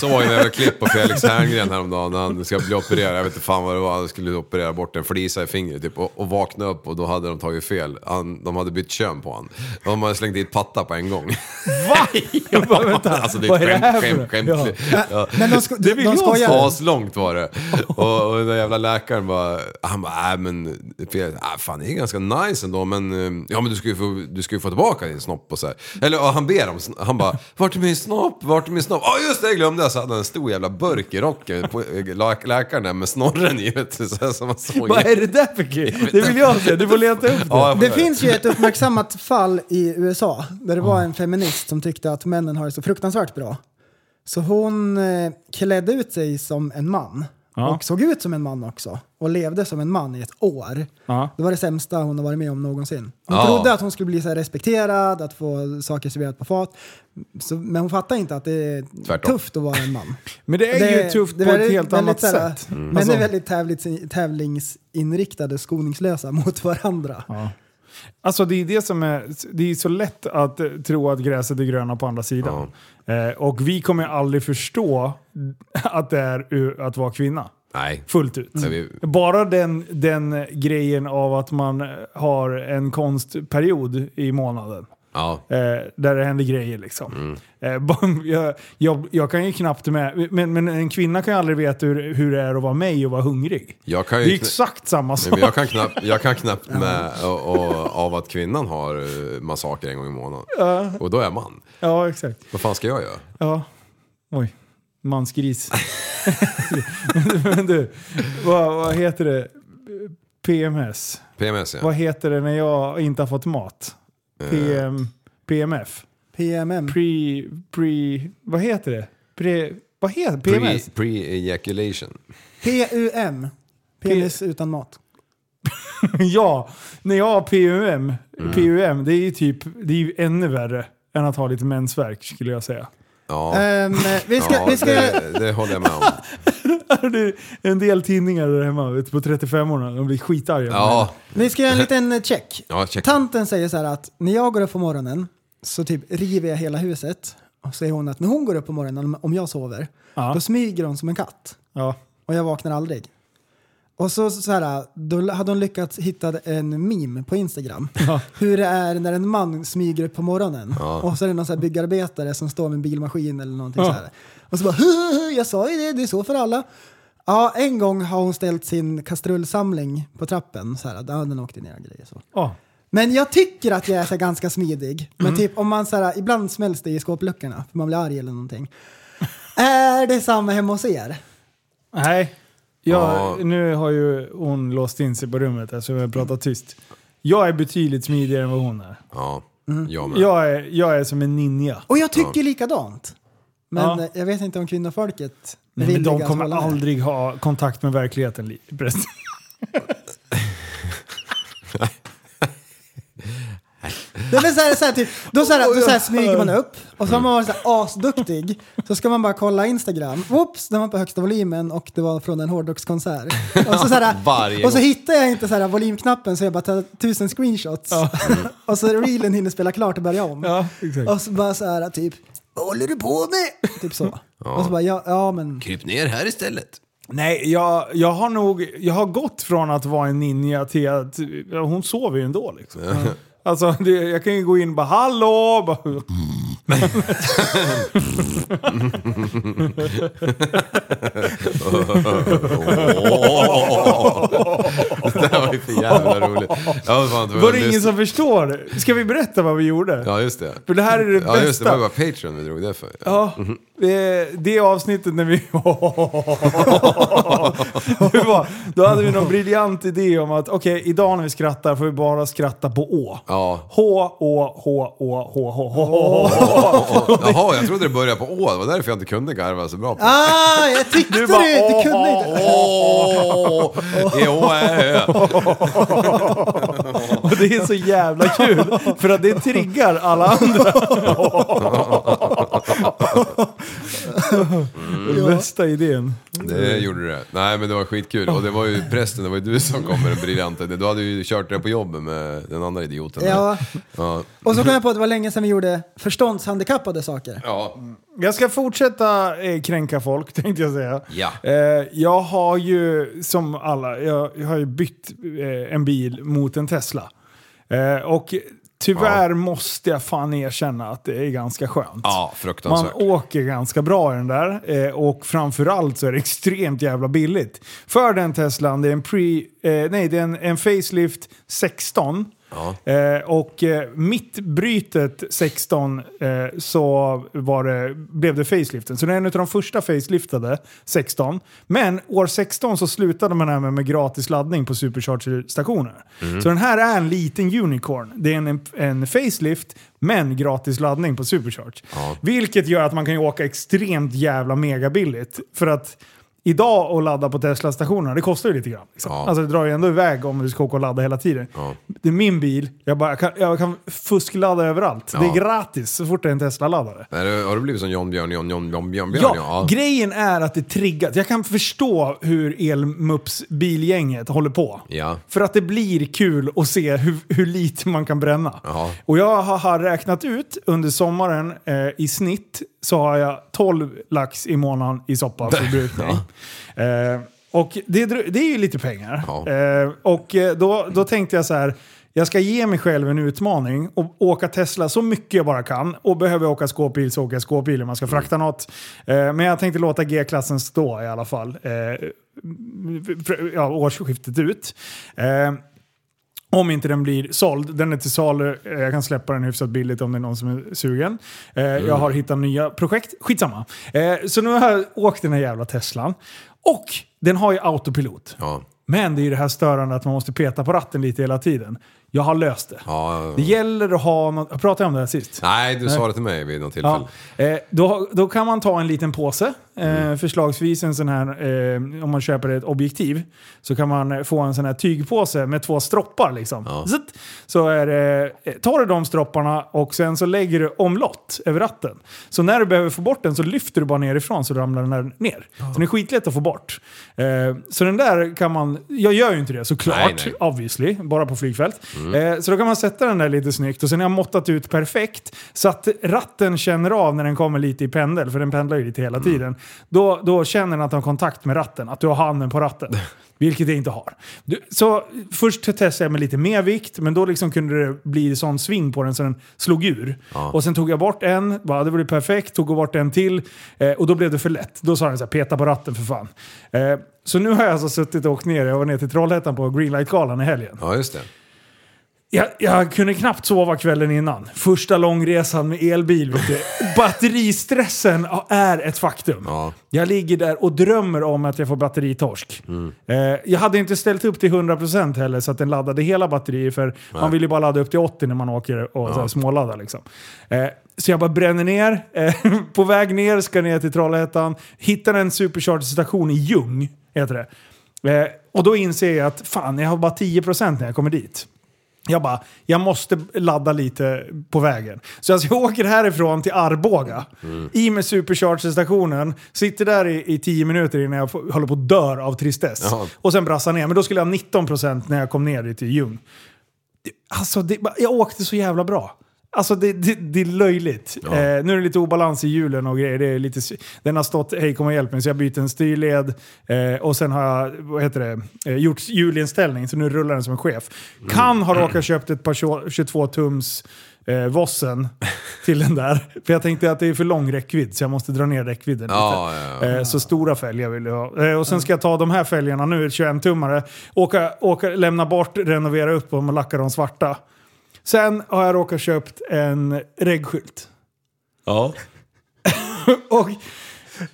G: Såg en jävla klipp på Felix Herngren häromdagen när han ska bli opererad. Jag vet inte fan vad det var. Han skulle operera bort en flisa i fingret typ. Och, och vakna upp och då hade de tagit fel. Han, de hade bytt kön på han. De hade slängt dit patta på en gång.
D: (laughs) Jag bara, vänta.
G: (laughs) Alltså det är
D: vad är det här
G: skämt,
D: för
G: skämt,
D: Ja.
G: skämt. Ja.
F: Men de, sko,
D: Det
F: de,
D: vill jag
F: de skojar.
G: Aslångt var det. Och, och den där jävla läkaren bara, han bara, äh, men Felix, äh, fan det är ganska nice ändå men, eh, ja men du ska ju få, du ska ju få tillbaka din snopp och så här. Eller och han ber om, sn- han bara, vart är min snopp, vart är min snopp? Ja just det, jag glömde jag. Så hade han en stor jävla burk i rocken, på, eh, lä- läkaren där med snorren i vet du, så här, som man såg.
D: Vad är det där för grej? Det vill jag se. Du får leta upp det.
G: Ja, jag får
F: Det
G: göra
F: finns ju ett uppmärksammat fall i USA där det var en feminist som tyckte att männen har det så fruktansvärt bra. Så hon eh, klädde ut sig som en man
D: Ja.
F: och såg ut som en man också och levde som en man i ett år.
D: Ja.
F: Det var det sämsta hon har varit med om någonsin. Hon
G: Ja.
F: trodde att hon skulle bli så här respekterad, att få saker serverat på fat. Så, men hon fattade inte att det är
G: Tvärtom.
F: tufft att vara
D: (laughs)
F: en man.
D: Men det är ju tufft
F: det
D: på
F: är
D: ett helt annat
F: så här,
D: sätt.
F: Män
D: Alltså-
F: är väldigt tävlings, tävlingsinriktade, skoningslösa mot varandra.
D: Alltså det är det som är, det är så lätt att eh, tro att gräset är gröna på andra sidan. Eh, och vi kommer aldrig förstå att det är ur- att vara kvinna.
G: Nej.
D: Fullt ut.
G: Nej, vi-
D: Bara den, den grejen av att man eh, har en konstperiod i månaden.
G: Ja.
D: Eh, där det händer grejer liksom.
G: Mm.
D: Eh, (laughs) bara- jag, jag, jag kan ju knappt med, men, men en kvinna kan ju aldrig veta hur, hur det är att vara mig och vara hungrig.
G: Jag kan
D: Det är
G: ju knä-
D: exakt samma (laughs)
G: Nej,
D: sak.
G: men jag kan knappt, jag kan knappt med och, och, av att kvinnan har eh, massaker en gång i månaden. Och då är jag man.
D: Ja, exakt.
G: Vad fan ska jag göra?
D: Ja. Oj. Mansgris. (laughs) Men du, vad, vad heter det? PMS.
G: PMS ja. Eh.
D: Vad heter det när jag inte har fått mat? PM, PMF.
F: PMM.
D: Pre, pre... Vad heter det? Pre, vad heter
G: Pre-
D: PMS?
G: Pre-ejaculation.
F: PUM. Penis utan mat.
D: (laughs) ja, när jag har PUM.
G: Mm.
D: PUM, det är ju typ... Det är ju ännu värre än att ha lite mensvärk skulle jag säga. (laughs)
G: Ja.
F: Ehm, vi ska,
G: ja,
F: vi ska,
G: det, det håller jag med om.
D: Det är en del tidningar där hemma vet, du, på 35orna, de blir skitarga.
G: Ja,
F: vi ska göra en liten eh, check.
G: ja check.
F: Tanten säger så här att när jag går upp på morgonen så typ river jag hela huset. Och säger hon att när hon går upp på morgonen, om- om jag sover,
D: Ja.
F: då smyger hon som en katt.
D: Ja.
F: Och jag vaknar aldrig. Och så, så här, då hade hon lyckats hitta en meme på Instagram. Hur det är när en man smyger upp på morgonen. Och så är det någon så här byggarbetare som står med en bilmaskin eller någonting
D: Ja.
F: så här. Och så bara, "Hu, hu, hu, jag sa ju det, det är så för alla. Ja, en gång har hon ställt sin kastrullsamling på trappen. Så här, där den åkte ner och grejer så.
D: Ja.
F: Men jag tycker att jag är så här ganska smidig. Men typ om man så här, ibland smälls det i skåpluckorna för man blir arg eller någonting. Är det samma hemma hos er?
D: Nej. Jag,
G: Ja.
D: Nu har ju hon låst in sig på rummet eftersom jag pratar tyst. Jag är betydligt smidigare än vad hon är.
G: Ja,
D: Mm.
G: jag med.
D: Jag är, jag är som en ninja.
F: Och jag tycker likadant. Men
D: Ja.
F: eh, jag vet inte om kvinnofolket är
D: Men de
F: villiga att
D: kommer
F: hålla med.
D: aldrig ha kontakt med verkligheten. Li- Präst.
F: Det är väl så här, så här, typ, då så här,
D: (laughs)
F: då så här smyger man upp och så har man varit så här asduktig. Så ska man bara kolla Instagram. Whoops, den var på högsta volymen och det var från en hårdrockskonsert. Och så, så här,
G: (laughs) Varje
F: och så
G: gång.
F: hittar jag inte så här, volymknappen så jag bara tar tusen screenshots. (laughs) Och så reelen hinner spela klart och börja om.
D: Ja, (laughs) exakt.
F: Och så bara så här typ, vad håller du på med? Typ så. Och så bara, ja, ja men...
G: Kryp ner
D: (laughs)
G: här istället.
D: Nej, jag, jag har nog jag har gått från att vara en ninja till att ja, hon sover ju ändå. Liksom. Alltså, det, jag kan ju gå in och bara hallå! Bara,
G: (laughs) Det där var ju för jävla roligt. Jag var fan tvungen
D: var
G: att
D: det ingen
G: lyssna.
D: som förstår? Ska vi berätta vad vi gjorde?
G: Ja, just det.
D: För det här är det
G: Ja, just det.
D: bästa.
G: Det var bara Patreon vi drog det för.
D: Ja, det, det avsnittet när vi... (laughs) det var, då hade vi någon briljant idé om att okej, idag när vi skrattar får vi bara skratta på Å.
G: Ja.
D: H, Å, H, Å, H, H, H, H, H.
G: Jaha, jag trodde det började på Å. Det var därför jag inte kunde garva så bra på det.
F: Ah, jag tyckte
D: Du
F: du,
D: bara,
F: du kunde inte.
G: Åh, i Å är ö.
D: Och det är så jävla kul för att det triggar alla andra. (laughs) Den Bästa idén.
G: Det gjorde det. Nej, men det var skitkul. Och det var ju prästen, det var ju du som kom med den briljanta idén. Du hade ju kört det på jobbet med den andra idioten.
F: Ja.
G: Ja.
F: Och så kom jag på att det var länge sedan vi gjorde förståndshandikappade saker.
G: Ja.
D: Jag ska fortsätta eh, kränka folk (laughs) tänkte jag säga.
G: Ja.
D: Eh, jag har ju, som alla, jag, jag har ju bytt eh, en bil mot en Tesla. Eh, och tyvärr måste jag fan erkänna att det är ganska skönt.
G: ja,
D: Man
G: fruktansvärt.
D: åker ganska bra i den där eh, och framförallt så är det extremt jävla billigt. För den Teslan, det är en, pre, eh, nej, det är en, en facelift 16. Eh, och eh, mitt brytet 16 eh, så var det, blev det faceliften. Så det är en av de första faceliftade 16. Men år 16 så slutade man även med gratis laddning på superchargerstationer.
G: Mhm.
D: Så den här är en liten unicorn. Det är en, en facelift men gratis laddning på supercharge. Vilket gör att man kan ju åka extremt jävla megabilligt. För att idag att ladda på Tesla-stationerna, det kostar ju lite grann. Liksom.
G: Ja.
D: Alltså det drar ju ändå iväg om du ska åka och ladda hela tiden.
G: Ja.
D: Det är min bil, jag, bara, jag, kan, jag kan fuskladda överallt. Det
G: Ja.
D: är gratis så fort det är en Tesla-laddare.
G: Är det, har du blivit som John Björn, John, John, John Björn, Björn?
D: Ja, grejen är att det triggas. Jag kan förstå hur elmups bilgänget håller på.
G: Ja.
D: För att det blir kul att se hur, hur lite man kan bränna.
G: Ja.
D: Och jag har, har räknat ut under sommaren eh, i snitt så har jag 12 lax i månaden i soppa förbrukning. eh, och det, dr- det är ju lite pengar.
G: Ja.
D: Eh, och eh, då, då tänkte jag så här. Jag ska ge mig själv en utmaning och åka Tesla så mycket jag bara kan. Och behöver jag åka skåpbil så åker jag skåpbil om man ska frakta något. Eh, men jag tänkte låta G-klassen stå i alla fall. Eh, fr- ja, årsskiftet ut. Eh, om inte den blir såld. Den är till salu. Eh, Jag kan släppa den hyfsat billigt om det är någon som är sugen. Eh, Jag har hittat nya projekt. Skitsamma. Eh, så nu har jag åkt den här jävla Teslan. Och den har ju autopilot.
G: Ja.
D: Men det är ju det här störande att man måste peta på ratten lite hela tiden. Jag har löst det.
G: Ja.
D: Det gäller att ha något... Jag pratade om det här sist.
G: Nej, du sa det till mig vid något tillfälle.
D: Ja. Eh, då, då kan man ta en liten påse eh, förslagsvis en sån här, eh, om man köper ett objektiv, så kan man eh, få en sån här tygpåse med två stroppar. Liksom. Zitt! Så är det, eh, tar du de stropparna och sen så lägger du omlott över ratten. Så när du behöver få bort den så lyfter du bara nerifrån så ramlar den här ner. Så den är skitlätt att få bort. Eh, så den där kan man, jag gör ju inte det såklart,
G: Nej, nej. Mm.
D: obviously, bara på flygfält. Eh, så då kan man sätta den där lite snyggt och sen har jag måttat ut perfekt så att ratten känner av när den kommer lite i pendel, för den pendlar ju lite hela
G: Mm.
D: tiden. Då, då känner den att den har kontakt med ratten, att du har handen på ratten.
G: (laughs)
D: Vilket jag inte har. Du, så först testade jag med lite mer vikt, men då liksom kunde det bli sån sving på den så den slog ur. Och sen tog jag bort en, bara, det blev perfekt, tog bort en till eh, och då blev det för lätt. Då sa den så här, peta på ratten för fan. Eh, så nu har jag alltså suttit och åkt ner, jag var ner till Trollhättan på Greenlight-galan i helgen.
G: Ja, just det.
D: Jag, jag kunde knappt sova kvällen innan. Första långresan med elbil. Vet du. Batteristressen ja, är ett faktum.
G: Ja.
D: Jag ligger där och drömmer om att jag får batteritorsk. Eh, jag hade inte ställt upp till 100% heller så att den laddade hela batteriet. För man vill ju bara ladda upp till 80 när man åker och så här, småladdar. Liksom. Eh, så jag bara bränner ner. Eh, (laughs) på väg ner ska ner till Trollhättan. Hittar en superchargerstation i Ljung, heter det. Eh, och då inser jag att fan, jag har bara 10% när jag kommer dit. Jag bara, jag måste ladda lite på vägen. Så alltså, jag (laughs) åker härifrån till Arboga, i med Supercharger-stationen, sitter där i, i tio minuter innan jag får- håller på att dör av tristess.
G: Jaha.
D: Och sen brassar ner. Men då skulle jag ha 19% när jag kom ner dit till Ljung. Det- Alltså, det, jag åkte så jävla bra. Alltså det, det, det är löjligt. Eh, nu är det lite obalans i hjulen och grejer. Det är lite, sy- den har stått hej kom och hjälp mig så jag byter en styrled eh, och sen har jag vad heter det, eh, gjort hjulinställning så nu rullar den som en chef. Kan ha råkat köpt ett par 22-tums eh, Vossen till den där. (laughs) För jag tänkte att det är för lång räckvidd så jag måste dra ner räckvidden
G: Ja,
D: lite.
G: ja, ja.
D: Eh, Så stora fälgar vill jag ha. Eh, Och sen ska jag ta de här fälgarna nu, 21-tummare, åka, åka, lämna bort, renovera upp dem och lacka de svarta. Sen har jag råkat köpt en reggskylt.
G: Ja.
D: Och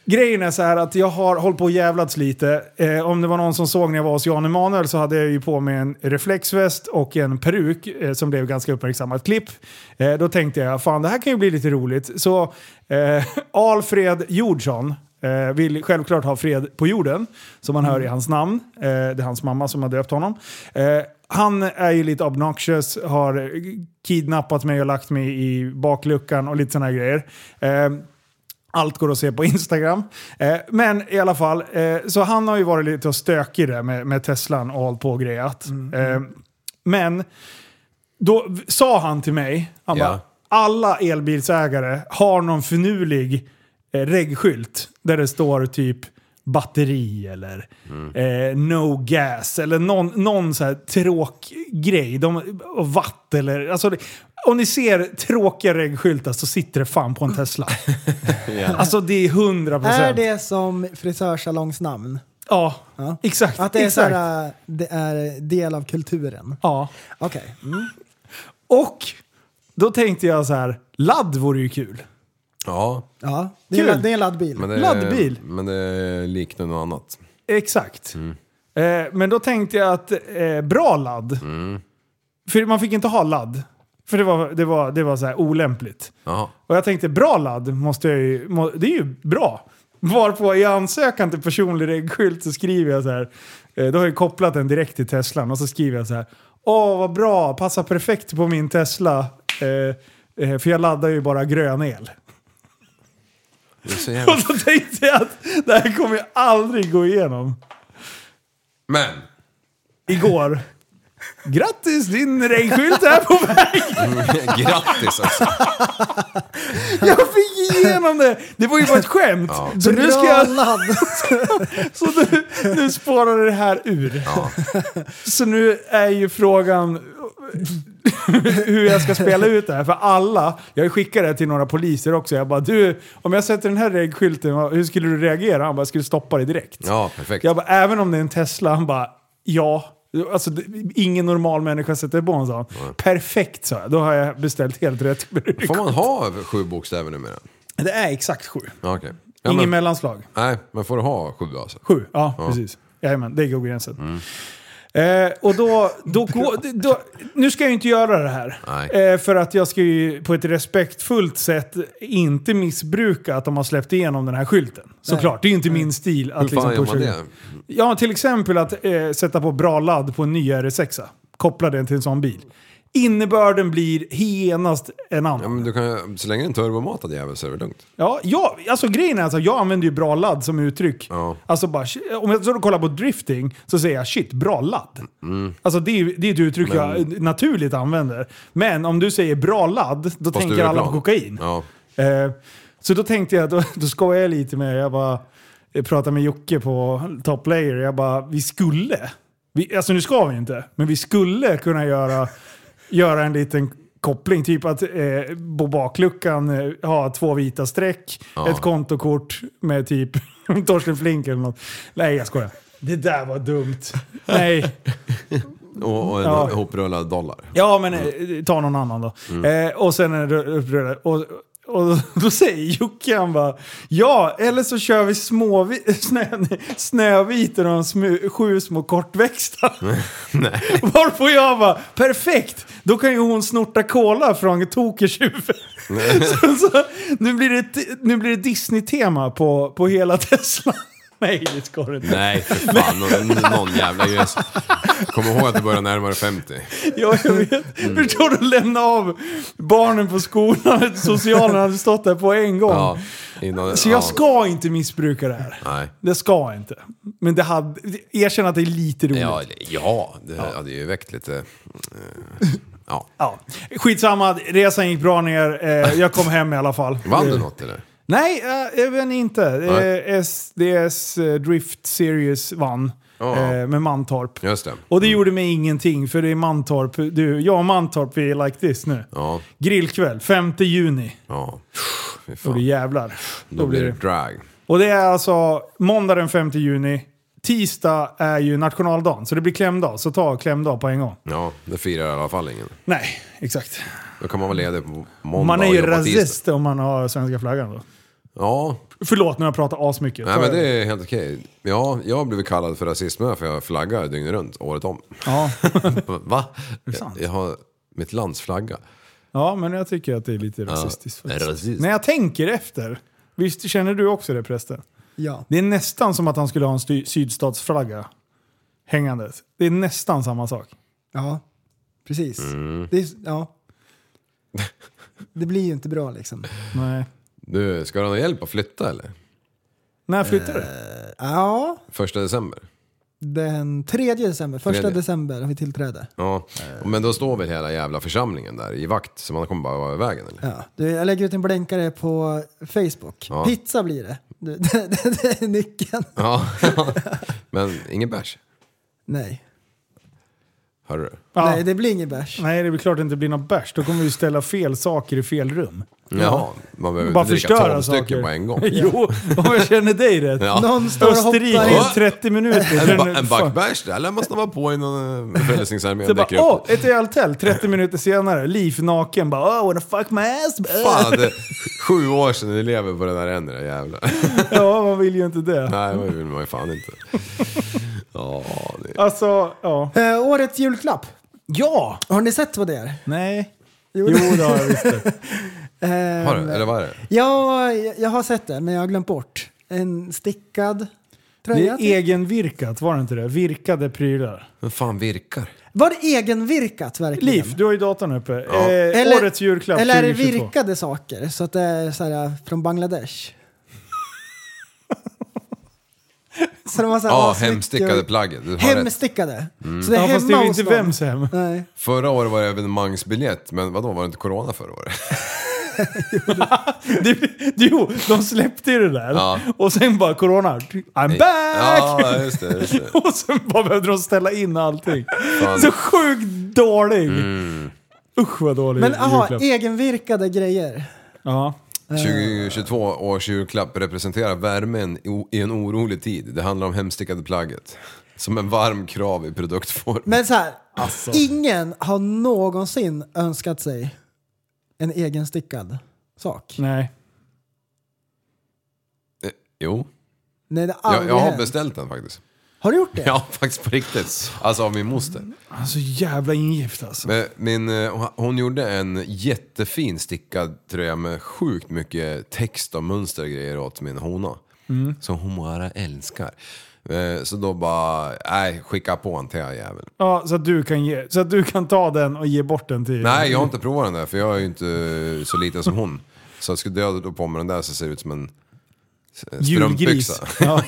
D: grejen är så här att jag har hållit på och jävlats lite. Eh, om det var någon som såg när jag var hos Jan Emanuel så hade jag ju på mig en reflexväst och en peruk eh, som blev ganska uppmärksammat klipp. Eh, då tänkte jag, fan det här kan ju bli lite roligt. Så eh, Alfred Jordsson eh, vill självklart ha fred på jorden, som man hör i hans namn. Eh, det är hans mamma som har döpt honom. Eh, han är ju lite obnoxious, har kidnappat mig och lagt mig i bakluckan och lite sådana grejer. Eh, allt går att se på Instagram. Eh, men i alla fall, eh, så han har ju varit lite stökig där med, med Teslan och hållit på och grejat. Eh, men då v- sa han till mig, han
G: Ja.
D: bara, alla elbilsägare har någon finurlig eh, reggskylt där det står typ batteri eller eh, no gas eller någon, någon så här tråkgrej. De, och watt eller... Alltså, det- om ni ser tråkiga reggskyltar så sitter det fan på en Tesla. Alltså det är 100
F: Är
D: procent.
F: det som frisörsalongsnamn?
D: Ja,
F: Ja.
D: exakt.
F: Att det är,
D: exakt.
F: såhär, äh, det är del av kulturen?
D: Ja.
F: Okej. Mm.
D: Och då tänkte jag så här, ladd vore ju kul.
G: ja.
F: Ja, det är,
D: Kul.
F: en- det är en laddbil.
G: Men det,
D: Laddbil.
G: Men det liknar något annat.
D: Exakt. Eh, men då tänkte jag att eh, bra ladd. För man fick inte ha ladd. För det var, det var, det var så här olämpligt.
G: Jaha.
D: Och jag tänkte bra ladd, måste jag ju, må, det är ju bra. Varpå i ansökan till personlig reggskylt så skriver jag så här. eh, Då har jag kopplat den direkt till Teslan och så skriver jag så här. Åh vad bra, passar perfekt på min Tesla. Eh, eh, för jag laddar ju bara grön el.
G: Det är så
D: Och (laughs)
G: jävla...
D: så tänkte jag att det här kommer jag aldrig gå igenom.
G: Men! (laughs)
D: Igår. Grattis, din regnskylt är på väg!
G: Grattis alltså.
D: Jag fick igenom det! Det var ju bara ett skämt. Så nu ska jag...
F: ladd!
D: Så nu, nu spårar det här ur. Så nu är ju frågan hur jag ska spela ut det här. För alla, jag skickade det till några poliser också. Jag bara, du, om jag sätter den här regskylten, vad- hur skulle du reagera? Han bara, jag skulle stoppa det direkt.
G: Ja, perfekt.
D: Jag bara, även om det är en Tesla? Han bara, ja. Alltså, det- ingen normal människa sätter på en sån. Perfekt, sa jag. Då har jag beställt helt rätt bruk.
G: Får man ha över sju bokstäver numera?
D: Det är exakt sju.
G: Ja, okej. Ja,
D: Ingen
G: men-
D: mellanslag.
G: Nej, men får du ha sju alltså? Mm.
D: Sju, ja, precis. Jajamän, det går gränsen. Eh, och då, då, går- (laughs) då... Nu ska jag ju inte göra det här.
G: Nej.
D: Eh, för att jag ska ju på ett respektfullt sätt inte missbruka att de har släppt igenom den här skylten. Såklart, det är ju inte min stil att
G: Hur fan
D: liksom pusha
G: gör man
D: igång.
G: det?
D: Ja, till exempel att eh, sätta på bra ladd på en ny RS6. Koppla den till en sån bil. Innebörden blir genast en annan.
G: Ja, men du kan, ju- så länge det är en turbomatad jävel så är det lugnt.
D: Ja, jag, alltså grejen är att jag använder ju bra ladd som uttryck.
G: Ja.
D: Alltså bara, shit, om jag så kollar på drifting så säger jag shit, bra ladd.
G: Mm.
D: Alltså det, är- det är ett uttryck jag naturligt använder. Men om du säger bra ladd, då
G: Fast du
D: tänker
G: är
D: alla på
G: glad.
D: kokain.
G: Ja.
D: Eh, så då tänkte jag, då, då skojade jag lite med, jag bara jag pratade med Jocke på Top Layer, jag bara, vi skulle, vi, alltså nu ska vi inte, men vi skulle kunna göra, göra en liten koppling, typ att eh, på bakluckan eh, ha två vita streck, ett kontokort med typ (laughs) Torsten Flink eller något. Nej, jag skojar. Det där var dumt. Nej.
G: Och, och en
D: Ja.
G: hoprullad dollar.
D: Ja, men eh, ta någon annan då. Eh, och sen är det upprörda. Och, och då säger Jocke, han bara, ja, eller så kör vi (laughs) småvi- snö, snöviten och de smu- sju små kortväxta. (laughs) Varpå jag bara, perfekt! Då kan ju hon snorta cola från Tokers huvud. (laughs) så, så, nu blir det, t- nu blir det Disney-tema på, på hela Tesla. (laughs) Nej, det ska det inte.
G: Nej, för fan. Någon, någon jävla grej. Kom ihåg att du börjar närmare 50.
D: Ja, jag vet.
G: Mm.
D: Förstår du? Lämna av barnen på skolan, socialen hade stått där på en gång.
G: Ja, innan,
D: Så
G: ja.
D: jag ska inte missbruka det här.
G: Nej.
D: Det ska jag inte. Men det hade, erkänn att det är lite roligt.
G: Ja,
D: Ja.
G: eller- ja det hade ju väckt lite... eh, Ja.
D: Skitsamma, resan gick bra
G: (laughs)
D: ner. Eh, jag kom hem i alla fall.
G: Vann du
D: Eh,
G: något eller?
D: Nej, eh, jag vet inte.
G: Nej.
D: Eh, SDS eh, Drift Series vann
G: Ja.
D: eh, med Mantorp.
G: Just det.
D: Och det gjorde mig ingenting, för det är Mantorp. Du, jag och Mantorp, vi är like this nu.
G: Ja.
D: Grillkväll, 5 juni.
G: ja.
D: Då
G: Fy
D: blir
G: fan.
D: det jävlar.
G: Då blir det drag.
D: Och det är alltså måndag den 5 juni. Tisdag är ju nationaldagen, så det blir klämdag. Så ta klämdag på en gång.
G: Ja, det firar i alla fall ingen.
D: Nej, exakt.
G: Då kan man vara ledig på måndag
D: man är
G: och
D: ju
G: jobba tisdag.
D: rasist om man har svenska flaggan då.
G: Ja,
D: Förlåt nu har jag pratat asmycket.
G: nej
D: Ta
G: men
D: över.
G: det är helt okej. Ja, jag har blivit kallad för rasist med för jag flaggar dygnet runt,
D: (laughs)
G: året om.
D: Ja.
G: Va? Jag,
D: sant?
G: jag har mitt lands flagga.
D: ja, men jag tycker att det är lite rasistiskt faktiskt.
G: rasist.
D: När jag tänker efter. Visst känner du också det prästen?
F: Ja.
D: Det är nästan som att han skulle ha en sty- sydstatsflagga hängandes. Det är nästan samma sak.
F: Ja, precis.
G: Mm.
F: Det, är, ja. det blir ju inte bra liksom.
D: Nej.
G: Du, ska du ha någon hjälp att flytta eller?
D: När flyttar
G: Eh,
D: du?
F: Ja,
G: Första december?
F: den 3 december, första
G: Tredje.
F: december har vi tillträde.
G: Ja,
D: Eh.
G: men då står väl hela jävla församlingen där i vakt så man kommer bara vara i vägen
D: (laughs)
G: eller?
F: Ja. Du, jag lägger ut en blänkare på Facebook.
G: Ja.
F: Pizza blir det. Du, (laughs) det, det, det är nyckeln.
G: Ja. (laughs) men ingen bärs,
F: Nej.
G: hör du?
D: Ja.
F: Nej, det blir ingen bärs.
D: Nej, det är väl klart det inte blir någon bärs. Då kommer vi ju ställa fel saker i fel rum.
G: Jaha, man behöver
D: Bara
G: inte dricka
D: förstöra
G: 12
D: saker.
G: stycken på en gång.
D: (laughs) Jo, om jag känner dig rätt.
G: Ja.
F: Någon står och hoppar
D: Österrike,
F: in.
G: Ja.
D: 30 minuter.
G: En, ba-
D: Fan.
G: en backbash där lär man snabba på innan eh, Frälsningsarmén
D: Så bara,
G: dyker upp.
D: åh, ett öltält. 30 minuter senare, Liv naken. Bara, oh, wanna fuck my ass.
G: Fan, det är sju år sedan du lever på den där än, det där jävla.
D: Ja, man vill ju inte det.
G: Nej, det vill man ju fan inte. Ja, det...
D: Alltså, ja.
F: Eh, årets julklapp.
D: Ja!
F: Har ni sett vad det är?
D: Nej. Jo, det har jag visst
F: (laughs)
D: det.
F: Eh,
G: Har du, eller vad är det?
F: ja, jag, jag har sett det, men jag har glömt bort. En stickad
D: Det
F: tröja.
D: är egenvirkat, var det inte det? Virkade prylar.
G: Men fan virkar?
F: Var det egenvirkat verkligen?
D: Liv, du har ju datorn uppe.
G: Ja.
D: Eh, årets julklapp
F: Eller är det
D: 2022.
F: virkade saker? Så att det är så här, eh,
D: (laughs)
F: från Bangladesh? så de har så här
G: Ja,
F: asmycket-
G: Ah, hemstickade Mm. plagget. Du har rätt.
F: Hemstickade. Så det är
D: Ja,
F: hemma
D: fast det är ju
F: hos
D: inte
F: någon.
D: vems hem.
F: Nej.
G: Förra året var det evenemangsbiljett, men vadå, var det inte corona förra året?
D: (laughs) Det, jo, de släppte ju det där.
G: Ja.
D: Och sen bara corona. I'm back!
G: Ja, just det. Just det.
D: (laughs) Och sen bara behövde de ställa in allting.
G: Fan. Mm.
D: Så sjukt dålig! Usch vad dålig
F: Men aha,
D: julklapp.
F: egenvirkade grejer.
D: ja.
G: 2022 års julklapp representerar värmen i o- i en orolig tid. Det handlar om hemstickade plagget. Som en varm krav i produktform.
F: Men så här,
G: Alltså.
F: ingen har någonsin önskat sig en egenstickad sak.
D: Nej.
G: Eh, Jo,
F: Nej, det har
G: jag,
F: aldrig
G: jag har
F: hänt.
G: beställt den faktiskt.
F: Har du gjort det?
G: (laughs) Ja, faktiskt på riktigt. Alltså av min moster.
D: Alltså jävla ingift alltså.
G: Men, men eh, hon gjorde en jättefin stickad tröja med sjukt mycket text och mönster och grejer åt min hona.
D: Mm.
G: Som hon bara älskar. Eh, Så då bara, nej skicka på en till jag jävel.
D: Ja, så att, du kan ge, så att du kan ta den och ge bort den till...
G: Nej jag har inte provat den där för jag är ju inte så liten som hon. Så jag skulle döda på mig den där så ser det ut som en s-
D: Julgris.
G: strumpbyxa.
D: (laughs)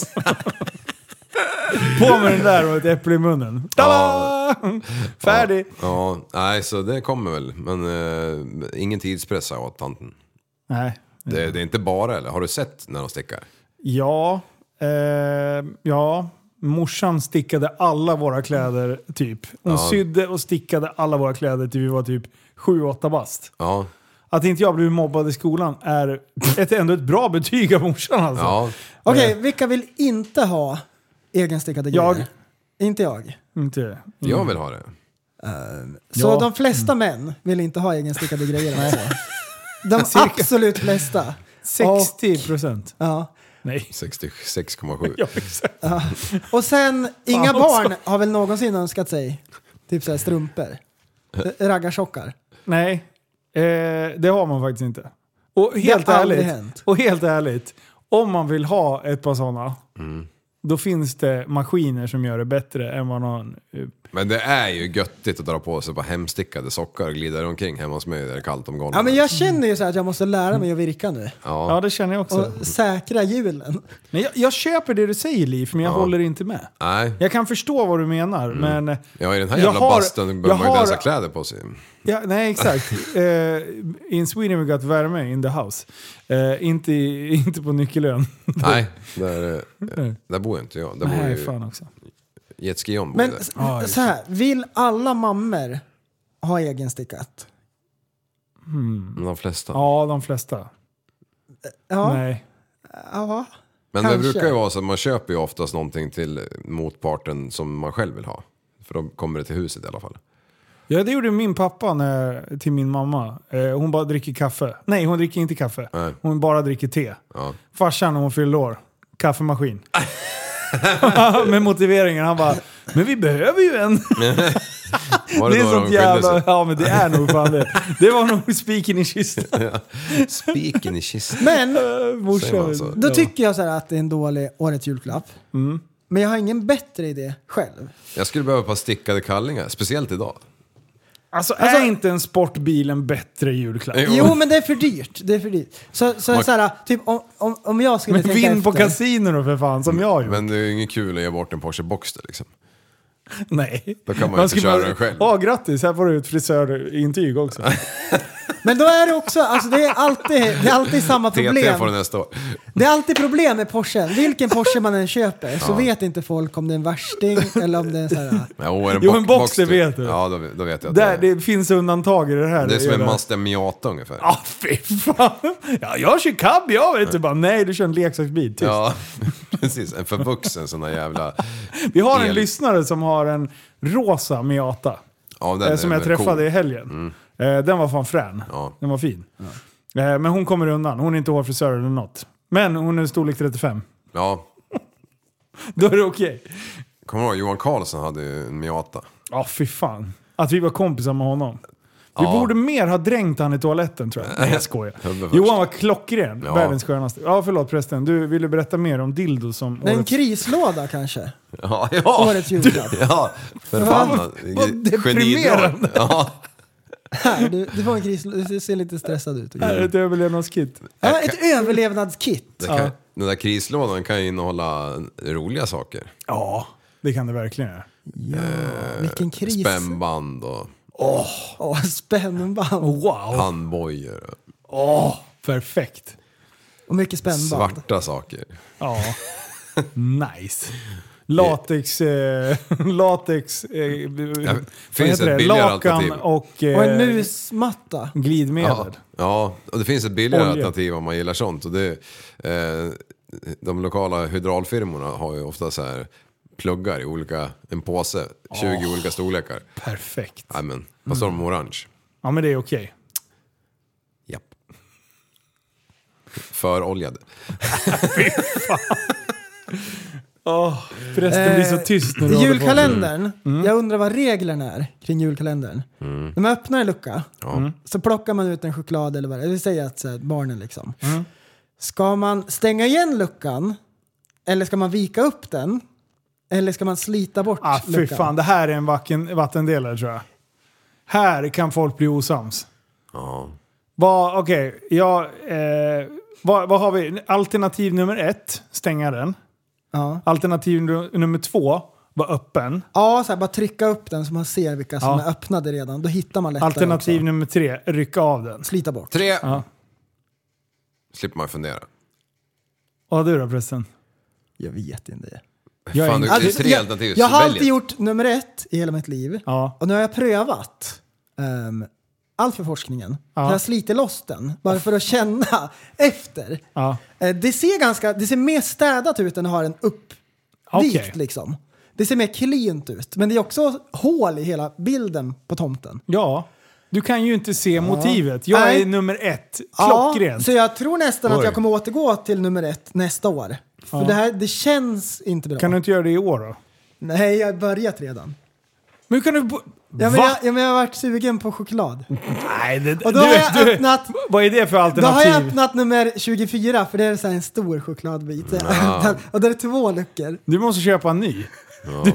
D: Ja. På med den där och ett äpple i munnen. Tada! Färdig!
G: Ja, nej så det kommer väl. Men eh, ingen tidspress har jag åt tanten.
D: Nej.
G: Det, det är inte bara eller? Har du sett när de stickar?
D: Ja. Eh, ja. Morsan stickade alla våra kläder, typ. Hon sydde och stickade alla våra kläder till vi var typ 7-8 bast.
G: Ja.
D: Att inte jag blev mobbad i skolan är ett, ändå ett bra betyg av morsan alltså.
G: ja.
F: Okej, vilka vill inte ha egenstickade grejer?
D: Jag.
F: Inte jag.
D: Inte...
G: Jag vill ha det.
F: Så
D: Ja. Mm.
F: de flesta män vill inte ha egenstickade grejer alltså.
D: (laughs)
F: De absolut flesta.
D: 60 procent.
F: Ja.
G: 66,7.
D: (laughs) Ja, exakt.
F: Och sen, inga
D: Fan också.
F: barn har väl någonsin önskat sig typ såhär strumpor? Eh, Raggarsockar?
D: Nej, eh, det har man faktiskt inte. Och helt,
F: har aldrig
D: ärligt,
F: hänt.
D: och helt ärligt, om man vill ha ett par sådana, då finns det maskiner som gör det bättre än vad någon... eh,
G: Men det är ju göttigt att dra på sig bara hemstickade sockar och glida omkring hemma hos mig där det är kallt om golvet.
F: Ja men jag känner ju så här att jag måste lära mig att virka nu.
D: Ja, det känner jag också.
F: Och säkra hjulen.
D: Men jag, jag köper det du säger Liv, men jag håller inte med.
G: Nej,
D: Jag kan förstå vad du menar, men...
G: ja, i den här
D: Jag
G: jävla
D: har-
G: bastun behöver man ju
D: jag
G: inte ens
D: har-
G: ha kläder på sig.
D: Ja, nej, exakt. Eh, in Sweden we got värme in the house. Eh, inte, i- (laughs) inte på Nyckelön.
G: Nej, där, eh, där bor ju inte jag. Där bor
D: Nej,
G: ju
D: fan också.
G: Jetski John bor ju
F: Men
G: där.
F: s-
D: Ja, just
F: så här, vill alla mammor ha egenstickat?
G: Men de flesta.
D: Ja, de flesta.
F: Ja.
D: Nej.
F: ja.
G: men
F: kanske.
G: det brukar ju vara så att man köper ju oftast någonting till motparten som man själv vill ha. För då kommer det till huset i alla fall.
D: Ja, det gjorde min pappa när, till min mamma. Eh, hon bara dricker kaffe. Nej, hon dricker inte kaffe.
G: Nej.
D: Hon bara dricker te.
G: Ja.
D: Farsan när hon fyllde år, kaffemaskin. (laughs) Med motiveringen, han bara “Men vi behöver ju en”.
G: Var
D: Det
G: det,
D: är
G: då de
D: sånt
G: skilde
D: jävla...
G: sig?
D: Ja men det är nog fan det. Det var nog spiken i
G: (laughs)
D: kistan.
G: Spiken i kistan.
F: Men
D: Eh, Morsan.
G: Säger man så?
F: då tycker jag så här att det är en dålig årets julklapp.
D: Mm.
F: Men jag har ingen bättre idé själv.
G: Jag skulle behöva ett par stickade kallingar, speciellt idag.
D: Alltså,
F: Alltså-
D: är inte en sportbil en bättre julklapp?
G: Jo.
F: Jo men det är för dyrt. Det är för dyrt. Så, så,
G: Man-
F: så här, typ om, om, om jag skulle
D: Men
F: tänka
D: vinn på
F: efter.
D: kasino då för fan, som jag gjorde.
G: Mm. Men det är ju inget kul att ge bort en Porsche Boxster liksom.
D: Nej.
G: Då kan man ju inte
D: skulle
G: köra
D: bara-
G: den själv.
D: Ja, grattis. Här får du ett frisörintyg också.
F: Men då är det också, alltså det är alltid, det är alltid
D: (laughs)
F: samma
G: TT
F: problem.
G: får det nästa år.
F: Det är alltid problem med Porsche. Vilken Porsche man än köper så vet inte folk om det är en värsting eller om det är en så
D: (laughs)
F: här...
G: Men, åh, är det
D: Jo,
G: bock-
D: en Boxster vet du.
G: Ja, då, då vet jag att
D: Där,
G: det,
D: det finns undantag i det här.
G: det är som en
D: Eller-
G: Mazda Miata ungefär.
D: Ja, fy fan. Ja, jag kör cab jag vet du. Bara, nej, du kör en leksaksbil. typ. Tyst.
G: Ja, (laughs) precis. En förvuxen sån där jävla...
D: Vi har en
G: El.
D: lyssnare som har en rosa Miata.
G: Ja,
D: eh,
G: den
D: som
G: är
D: jag
G: väl
D: träffade i
G: cool. Mm.
D: helgen. Eh, den var fan frän.
G: Ja.
D: Den var fin. Eh, men hon kommer undan. Hon är inte hårfrisör eller något. Men hon är storlek 35.
G: Ja,
D: (laughs) Då är det okej.
G: kommer du ihåg? Johan Karlsson hade ju en Miata.
D: Ja, fy fan. Att vi var kompisar med honom. Vi
G: Ja.
D: borde mer ha dränkt han i toaletten tror jag. Nej,
G: (laughs)
D: jag skojar.
G: Hubbe först.
D: Johan var klockren.
G: Ja.
D: Världens skönaste. Ja, förlåt prästen. Du ville berätta mer om dildo som...
F: En
D: årets-
F: krislåda kanske?
G: Ja, ja.
F: Årets julklapp.
G: (laughs) Ja, för fan.
D: vad
G: Genidrag.
D: deprimerande.
G: Ja.
F: Här, du, du får en krislåda. Du ser lite stressad ut.
D: Här är Mm. ett överlevnadskit.
F: Ja, ett överlevnadskit.
D: Äh,
G: Det kan, Den där krislådan kan ju innehålla roliga saker.
D: Ja, det kan det verkligen göra.
F: Vilken kris.
G: Spännband och
F: Åh, spännband.
D: Wow!
G: handbojor. och
D: Åh, perfekt.
F: Och mycket spännband.
G: Svarta saker.
D: Ja. (laughs) Nice. Latex... Eh, (laughs) latex... Eh, ja,
G: finns ett billigare
D: Lakan
G: alternativ.
D: och, eh,
F: Och en musmatta.
D: glidmedel.
G: Ja, ja, och det finns ett billigare
D: Olja.
G: alternativ om man gillar sånt. Och det, eh, de lokala hydraulfirmorna har ju ofta så här pluggar i olika, en påse, 20 olika storlekar.
D: Perfekt.
G: Jajamän. Vad står de
F: Mm.
G: om orange?
D: Ja, men det är okej.
G: Japp. Föroljade.
D: Förresten, det
F: Eh,
D: blir så tyst när du håller på. Mm.
F: Julkalendern. Jag undrar vad reglerna är kring julkalendern. När man öppnar en lucka mm, så plockar man ut en choklad eller vad det är. Vi säger att så här, barnen liksom.
D: Mm.
F: Ska man stänga igen luckan? Eller ska man vika upp den? Eller ska man slita bort
D: Ah, fy
F: luckan?
D: fan, det här är en vacken, vattendelare tror jag. Här kan folk bli osams. Vad, okej, ja, eh, vad, vad har vi? Alternativ nummer ett, stänga den.
F: Ja,
D: Alternativ nu- nummer två, var öppen.
F: ja så här, bara trycka upp den så man ser vilka som
D: Ja.
F: är öppnade redan. Då hittar man lättare.
D: Alternativ
F: också.
D: nummer tre, rycka av den.
F: Slita bort.
G: Tre.
D: Ja.
G: Slipper man fundera.
D: Vad har du då förresten?
F: Jag vet inte.
D: Jag är
G: Fan, du,
D: inte-
G: det är
F: Alltså,
G: tre
F: jag,
G: alternativ.
F: jag
G: så
F: har
G: välj
F: alltid
G: ett.
F: gjort nummer ett i hela mitt liv.
D: Ja.
F: Och nu har jag prövat ehm, allt för forskningen.
D: Ja.
F: Jag har slitit loss den bara för att känna (laughs) efter.
D: Ja.
F: Eh, det, ser ganska, det ser mer städat ut än att ha den uppvikt
D: Okej.
F: liksom. Det ser mer cleant ut, men det är också hål i hela bilden på tomten.
D: Ja. Du kan ju inte se motivet. Jag
F: Nej.
D: är nummer ett.
F: Ja,
D: Klockrent.
F: så jag tror nästan att
G: Oj.
F: jag kommer återgå till nummer ett nästa år. För det här, det känns inte bra.
D: Kan du inte göra det i år då?
F: Nej, jag har börjat redan.
D: Men hur kan du... bo-
F: Ja, men
D: Va?
F: jag, ja, men jag har varit sugen på choklad.
D: Nej, det,
F: Och
D: du,
F: då har
D: vet,
F: jag
D: du-
F: öppnat-
D: Vad är det för
F: Då har
D: alternativ?
F: jag öppnat nummer 24 för det är så här en stor chokladbit. (laughs) och där är två luckor.
D: Du måste köpa en ny.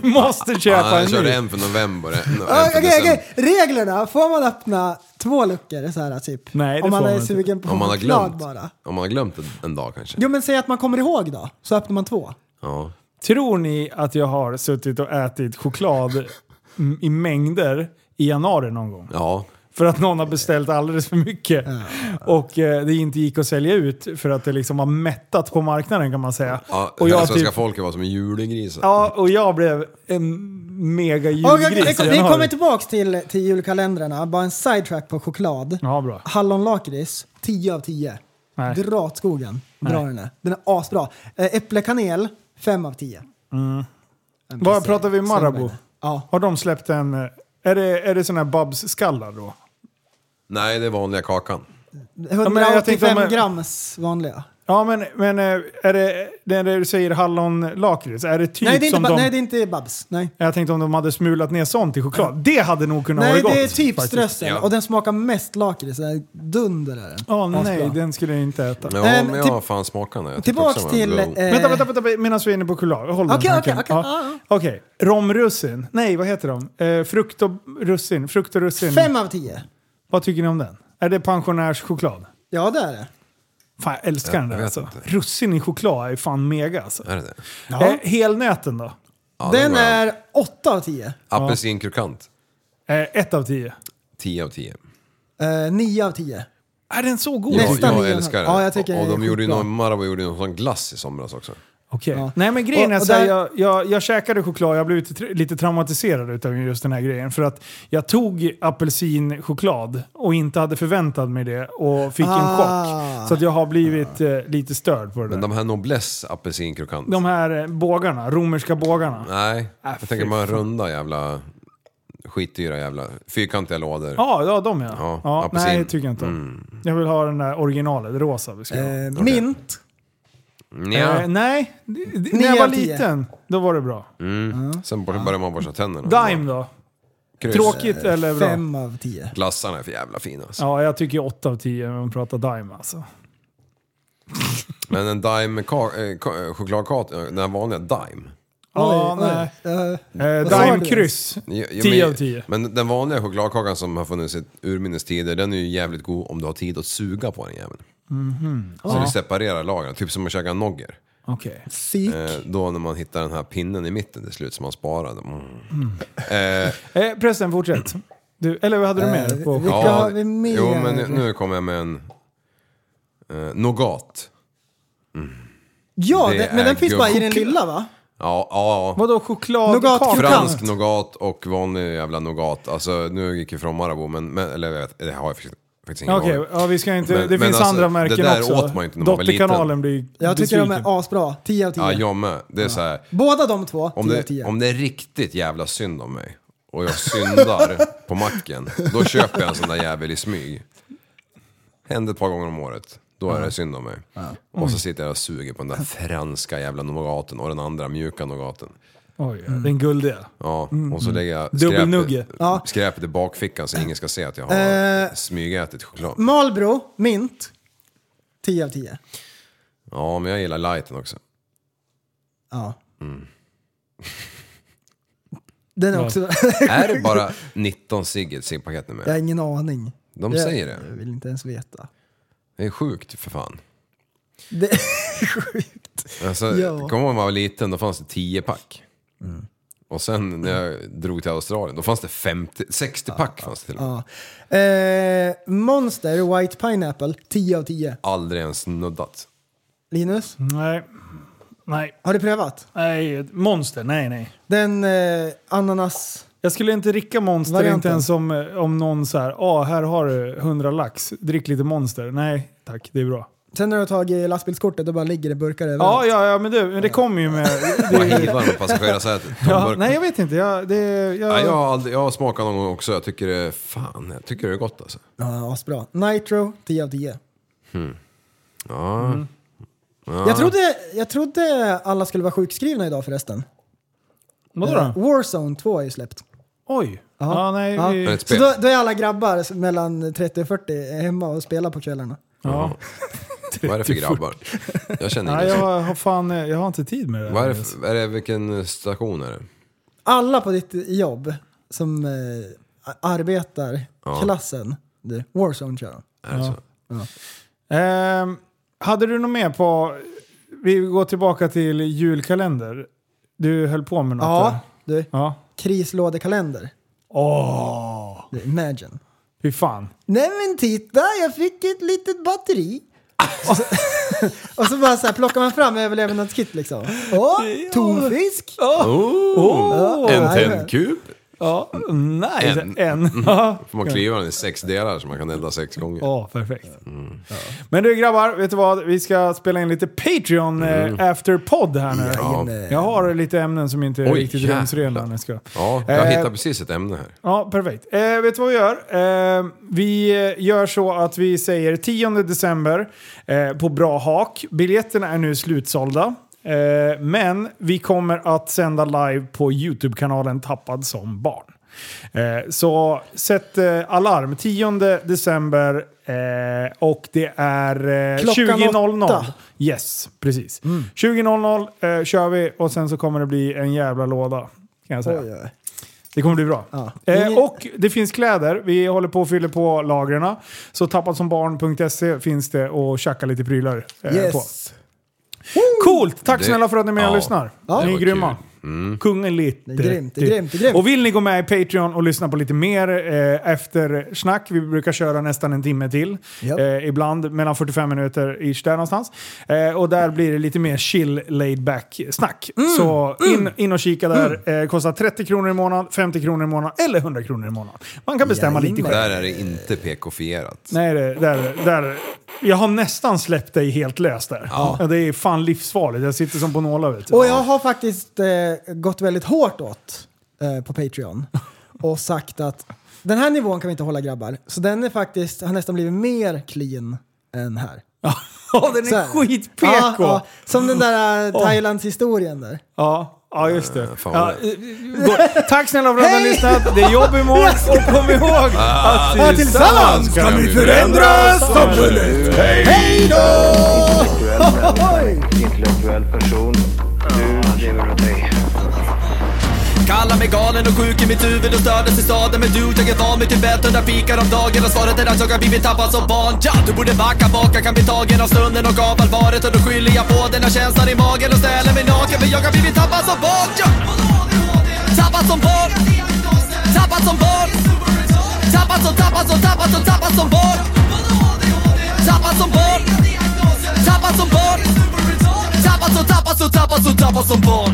D: Du måste
G: Ja,
D: köpa
G: han
D: en
G: körde
D: ny.
G: en för november. en- En,
F: Okej,
G: för
F: okej.
G: december.
F: Reglerna, får man öppna två luckor så här typ?
D: Nej, det
F: Om man
D: får
F: är
D: man inte.
F: sugen på
G: Om man har
F: choklad
G: glömt.
F: bara.
G: Om man har glömt en, en dag kanske.
F: Jo men säg att man kommer ihåg då, så öppnar man två.
G: Ja.
D: Tror ni att jag har suttit och ätit choklad m- i mängder i januari någon gång?
G: Ja.
D: För att någon har beställt alldeles för mycket. Och eh, det inte gick att sälja ut för att det liksom har mättat på marknaden kan man säga.
G: ja
D: och,
G: hela
D: jag
G: svenska
D: typ,
G: folket var som en julegris.
D: ja, och jag blev en mega
F: Okej, okej,
D: julgris i
F: vi
D: januari.
F: kommer tillbaks till, till julkalendrarna, bara en sidetrack på choklad.
D: Ja, bra.
F: Hallonlakrits, 10 av 10.
D: Nej.
F: Dra åt skogen, dra den här. Den är asbra. Eh, Äpplekanel, 5 av 10.
D: Mm.
F: En
D: Vad
F: present.
D: pratar vi Marabou?
F: Ja.
D: Har de släppt en... eh, Är det, är det sån här Babs-skallar då?
G: Nej, det är vanliga kakan.
D: men jag tänkte
F: 185
D: om-
F: grams vanliga.
D: Ja, men, men eh, är det, när du säger hallonlakrits, är det typ
F: Nej det, är inte,
D: som
F: ba-
D: de...
F: nej, det är inte Babs. Nej,
D: Jag tänkte om de hade smulat ner sånt i choklad. Det hade nog kunnat
F: nej
D: vara gott.
F: det är typ
D: faktiskt.
F: strössel.
G: Ja.
F: Och den smakar mest lakrits. Den är Dunder är den.
D: Ja,
F: Asbra.
D: nej, den skulle jag inte äta.
G: Ja,
F: Ehm,
G: men jag
F: till-
G: har fan smakat den. Jag tyckte också
F: Tillbaks
G: den var
F: till...
G: god.
F: eh,
D: Vänta, vänta, vänta, vänta, medan vi är inne på choklad. Håll den
F: Okej,
D: tanken.
F: okej, okej,
D: Ja. Okej, romrussin. Nej, vad heter de? Eh, frukt och russin. Frukt och russin.
F: Fem av tio.
D: Vad tycker ni om den? Är det pensionärschoklad?
F: Ja det är det.
D: Fan, jag älskar den där
G: vet
D: alltså.
G: inte.
D: Russin i choklad är fan mega alltså.
G: Är det det?
D: Eh, helnöten då?
G: Ja,
F: den
G: var-
F: är åtta av tio.
G: Apelsinkrokant.
D: Eh, ett av tio.
G: 10 av 10.
F: Eh, Nio av tio.
D: Är den så god?
G: Ja,
F: Nästan
G: jag
F: nio.
G: älskar den.
F: Ja, jag tycker
G: och
F: det är
G: de gjorde ju
F: skitbra.
G: någon, Marabou gjorde ju någon sån glass i somras också.
D: Okej.
F: Ja.
D: Nej men grejen
F: Och-
D: är
F: och
D: så här,
F: där-
D: jag, jag, jag käkade choklad, jag blev lite, tra- lite traumatiserad utav just den här grejen. För att jag tog apelsinchoklad och inte hade förväntat mig det och fick en
F: Ah.
D: chock. Så att jag har blivit eh, lite störd på det
G: Men
D: där.
G: de här Noblesse apelsinkrokant.
D: De här eh, bågarna, romerska bågarna.
G: Nej,
D: fy
F: Ah,
G: jag tänker de här runda jävla skitdyra jävla fyrkantiga lådor.
D: Ja, ja de ja. ja,
G: Ja, apelsin. Mm.
D: nej, det tycker jag inte om. Jag vill ha den där originalet, rosa. Vi ska ha.
F: Eh, Mint.
G: Nja.
D: Eh, nej, d- d- när
F: Nio
D: jag var
F: av tio.
D: liten, då var det bra.
G: Sen bör- börjar man borsta tänderna.
D: Dime då?
G: Kryss.
D: Tråkigt eller bra?
F: Eh, Fem av tio.
G: Glassarna är för jävla fina. Alltså.
D: Ja, jag tycker 8 av 10 när man pratar Dime alltså.
G: Men en Dime ka- eh, ka- eh, chokladkaka, eh, den här vanliga Dime.
D: Ja,
F: Oj, oj.
D: nej.
F: Eh,
D: Eh,
F: Vad sa
D: Dime
F: du?
D: kryss.
G: Jo, jo,
D: 10
G: men-
D: av 10.
G: Men den vanliga chokladkakan som har funnits i urminnes tider, den är ju jävligt god om du har tid att suga på den jäveln. Så du separerar lagren, typ som att käka nogger.
D: Okej.
F: Sik.
G: Eh, då när man hittar den här pinnen i mitten till slut som man sparade. Mm. Eh,
D: Eh, Prästen, fortsätt. Du, eller vad hade du mer? På?
F: Vilka har Eh, vi mer?
G: Jo, men nu, nu kommer jag med en... Eh, Nougat.
F: Ja,
G: det
F: det, men
G: är
F: den finns bara i den
G: gubbchoklad.
F: lilla va?
G: Ja, ja. ja.
D: Vadå
F: Nougat,
D: chokladkaka?
F: krokant.
G: Fransk nougat och vanlig jävla nougat. Alltså, nu gick jag från Marabou, men, men eller jag vet, det har jag faktiskt faktiskt ingen
D: Okej,
G: aning om.
D: ja, vi ska inte...
G: Men-
D: det
G: men
D: finns
G: alltså,
D: andra
G: det
D: märken
G: där
D: också.
G: åt man inte när man var liten.
D: Dotterkanalen blir
F: Jag tycker de
D: besviken.
F: är asbra. 10 av 10.
G: Ja, jag med. Det är så här,
F: Båda de två,
G: om,
F: 10 av
G: det,
F: 10.
G: om det är riktigt jävla synd om mig och jag
F: (laughs)
G: syndar på macken, då köper jag en sån där jävel i smyg. Händer ett par gånger om året. Då är det synd om mig. Och så sitter jag och suger på den där franska jävla nougaten och den andra mjuka nougaten.
D: Oj, Mm. den guldiga.
G: Ja, och så lägger jag
D: Dubbelnugge.
G: skräpet,
F: Mm, Ja.
G: skräpet i bakfickan så ingen ska se att jag har
F: Eh.
G: smygätit choklad.
F: Marlboro, mint. 10 av 10.
G: Ja, men jag gillar lighten också.
F: Ja.
G: Mm.
F: (laughs) Den är
D: Ja.
F: också... (laughs)
G: Är det bara 19 cigg i ett ciggpaket nu
F: jag har
G: med?
F: ingen aning.
G: De
F: jag,
G: säger det.
F: Jag vill inte ens veta.
G: Det är sjukt för fan.
F: Det (laughs) är sjukt.
G: Alltså,
F: Ja.
G: Kommer ihåg när man var liten, då fanns det 10 pack. Och sen när jag drog till Australien, då fanns det 50, 60 pack. Fanns det till och med.
F: Ja. Eh, Monster White Pineapple, 10 av 10.
G: Aldrig ens nuddat.
F: Linus,
D: Nej. Nej.
F: har du prövat?
D: Nej. Monster. Nej, nej.
F: Den eh, ananas...
D: Jag skulle inte dricka Monster,
F: Varianten.
D: inte ens om, eh, om någon så här, ah, här har du 100 lax, drick lite Monster. Nej, tack, det är bra.
F: Sen när du har tagit lastbilskortet då bara ligger det burkar
D: Ja,
F: överallt.
D: ja, ja men du, men det kommer ju med...
G: (laughs) Man
D: Det,
G: hivar med passagerarsätet.
D: ja,
G: tomburken.
D: nej, jag vet inte. Jag, det,
G: Ja,
D: jag,
G: jag, har aldrig, jag har smakat någon gång också, jag tycker det är, fan, jag tycker det är gott alltså.
F: Ja, asbra. Nitro, 10 av 10.
G: Ja.
F: Jag, trodde, jag trodde alla skulle vara sjukskrivna idag förresten.
D: Vadå då?
F: Eh, Warzone 2 har ju släppt.
D: Oj.
F: Ja.
D: Ja, nej.
F: Ja.
D: Vi,
G: Ett
F: Så
G: spel.
F: då, då är alla grabbar mellan 30 och 40 hemma och spelar på kvällarna.
D: ja.
G: Vad är det för grabbar? Jag känner
D: Nej,
G: ingen.
D: jag har fan, eh, jag har inte tid med det.
G: Vad är
D: här.
G: det, för- är det, vilken station är det?
F: Alla på ditt jobb som eh, a- arbetar, klassen, du, Warzone kör de.
G: Är det så?
D: Ehm, hade du något mer på... Vi går tillbaka till julkalender. Du höll på med något där.
F: Ja, du.
D: Ja.
F: Krislådekalender.
D: Åh,
F: Du, imagine.
D: fy fan.
F: Nej men titta, jag fick ett litet batteri. Och så, (laughs) och så bara så här plockar man fram överlevnadskit liksom. Åh, tonfisk!
G: Oh, en
F: Ja,
G: tändkub?
D: Ja, nice.
G: En. Mm.
D: En. Ja,
G: Får man kliva den i sex delar så man kan elda sex gånger?
D: Ja, perfekt.
G: Mm.
D: Ja. Men du grabbar, vet du vad? Vi ska spela in lite Patreon eh,
G: Mm.
D: after podd här nu.
G: Jajamän.
D: Jag har lite ämnen som inte är
G: Oj,
D: riktigt
G: jävlar.
D: rumsrena. när jag Ska.
G: Ja, jag
D: Eh,
G: hittade precis ett ämne här.
D: Ja, perfekt. Eh, vet du vad vi gör? Eh, vi eh, gör så att vi säger 10 december eh, på Bra Hak. Biljetterna är nu slutsålda. Eh, men vi kommer att sända live på YouTube-kanalen Tappad som barn. Eh, så sätt eh, alarm 10 december eh, och det är eh,
F: Klockan
D: 20.00.
F: åtta. Mm.
D: Yes, precis. 20.00 eh, kör vi och sen så kommer det bli en jävla låda. Kan jag säga.
F: Oj, oj.
D: Det kommer bli bra.
F: Ja.
D: Eh,
F: Ingen-
D: och det finns kläder. Vi håller på och fyller på lagren. Så tappadsombarn.se E finns det och tjacka lite prylar eh, på.
F: Yes!
D: Coolt! Tack
G: Det-
D: snälla för att ni är med och
G: Ja.
D: lyssnar. Ni är
G: Det
F: Ja.
G: var Mm.
D: grymma. Kungeligt.
F: Det är grymt, det är grymt, det är grymt.
D: Och vill ni gå med i Patreon och lyssna på lite mer eh, eftersnack, vi brukar köra nästan en timme till.
F: Japp.
D: Eh, ibland mellan 45 minuter ish där någonstans. Eh, och där blir det lite mer chill laid back snack.
F: Mm.
D: Så in, in och kika där. Eh, kostar 30 kronor i månaden, 50 kronor i månaden eller 100 kronor i månaden. Man kan bestämma lite
F: Jajamän.
D: själv.
G: Där är det inte PK-fierat.
D: Nej, det, där, där. Jag har nästan släppt dig helt lös där.
G: Ja.
D: Det är fan livsfarligt. Jag sitter som på nålar vet du.
F: Och jag har faktiskt eh, gått väldigt hårt åt eh, på Patreon och sagt att den här nivån kan vi inte hålla grabbar. Så den är faktiskt, har nästan blivit mer clean än här.
D: Ja, den
F: Så
D: är
F: här.
D: skit-PK!
F: Ja,
D: Ja,
F: ja. som den där eh, Thailands-historien där.
D: ja. just det.
G: fan
D: ja,
G: vad
D: eh,
G: det-
D: gå- Tack snälla för att ni har
F: Hej!
D: lyssnat. Det är jobb imorgon och kom ihåg att tillsammans kan vi förändra samhället!
C: Intellektuell människa, en intellektuell person. Du lever av dig.
A: Kallar mig galen och sjuk i mitt huvud och stördes i staden Men du, jag är van vid Tibet och där fikar om dagen Och svaret är att jag har blivit tappad som barn ja, Du borde backa bak, jag kan bli tagen av stunden och av allvaret Och då skyller jag på den här känslan i magen och ställer mig naken För jag har blivit tappad som barn ja. Tappad som barn Tappad som barn Tappad som, tappad som, tappad som, tappad som barn Tappad som barn Tappad som barn Tappad som, tappad som, tappad som, tappad som barn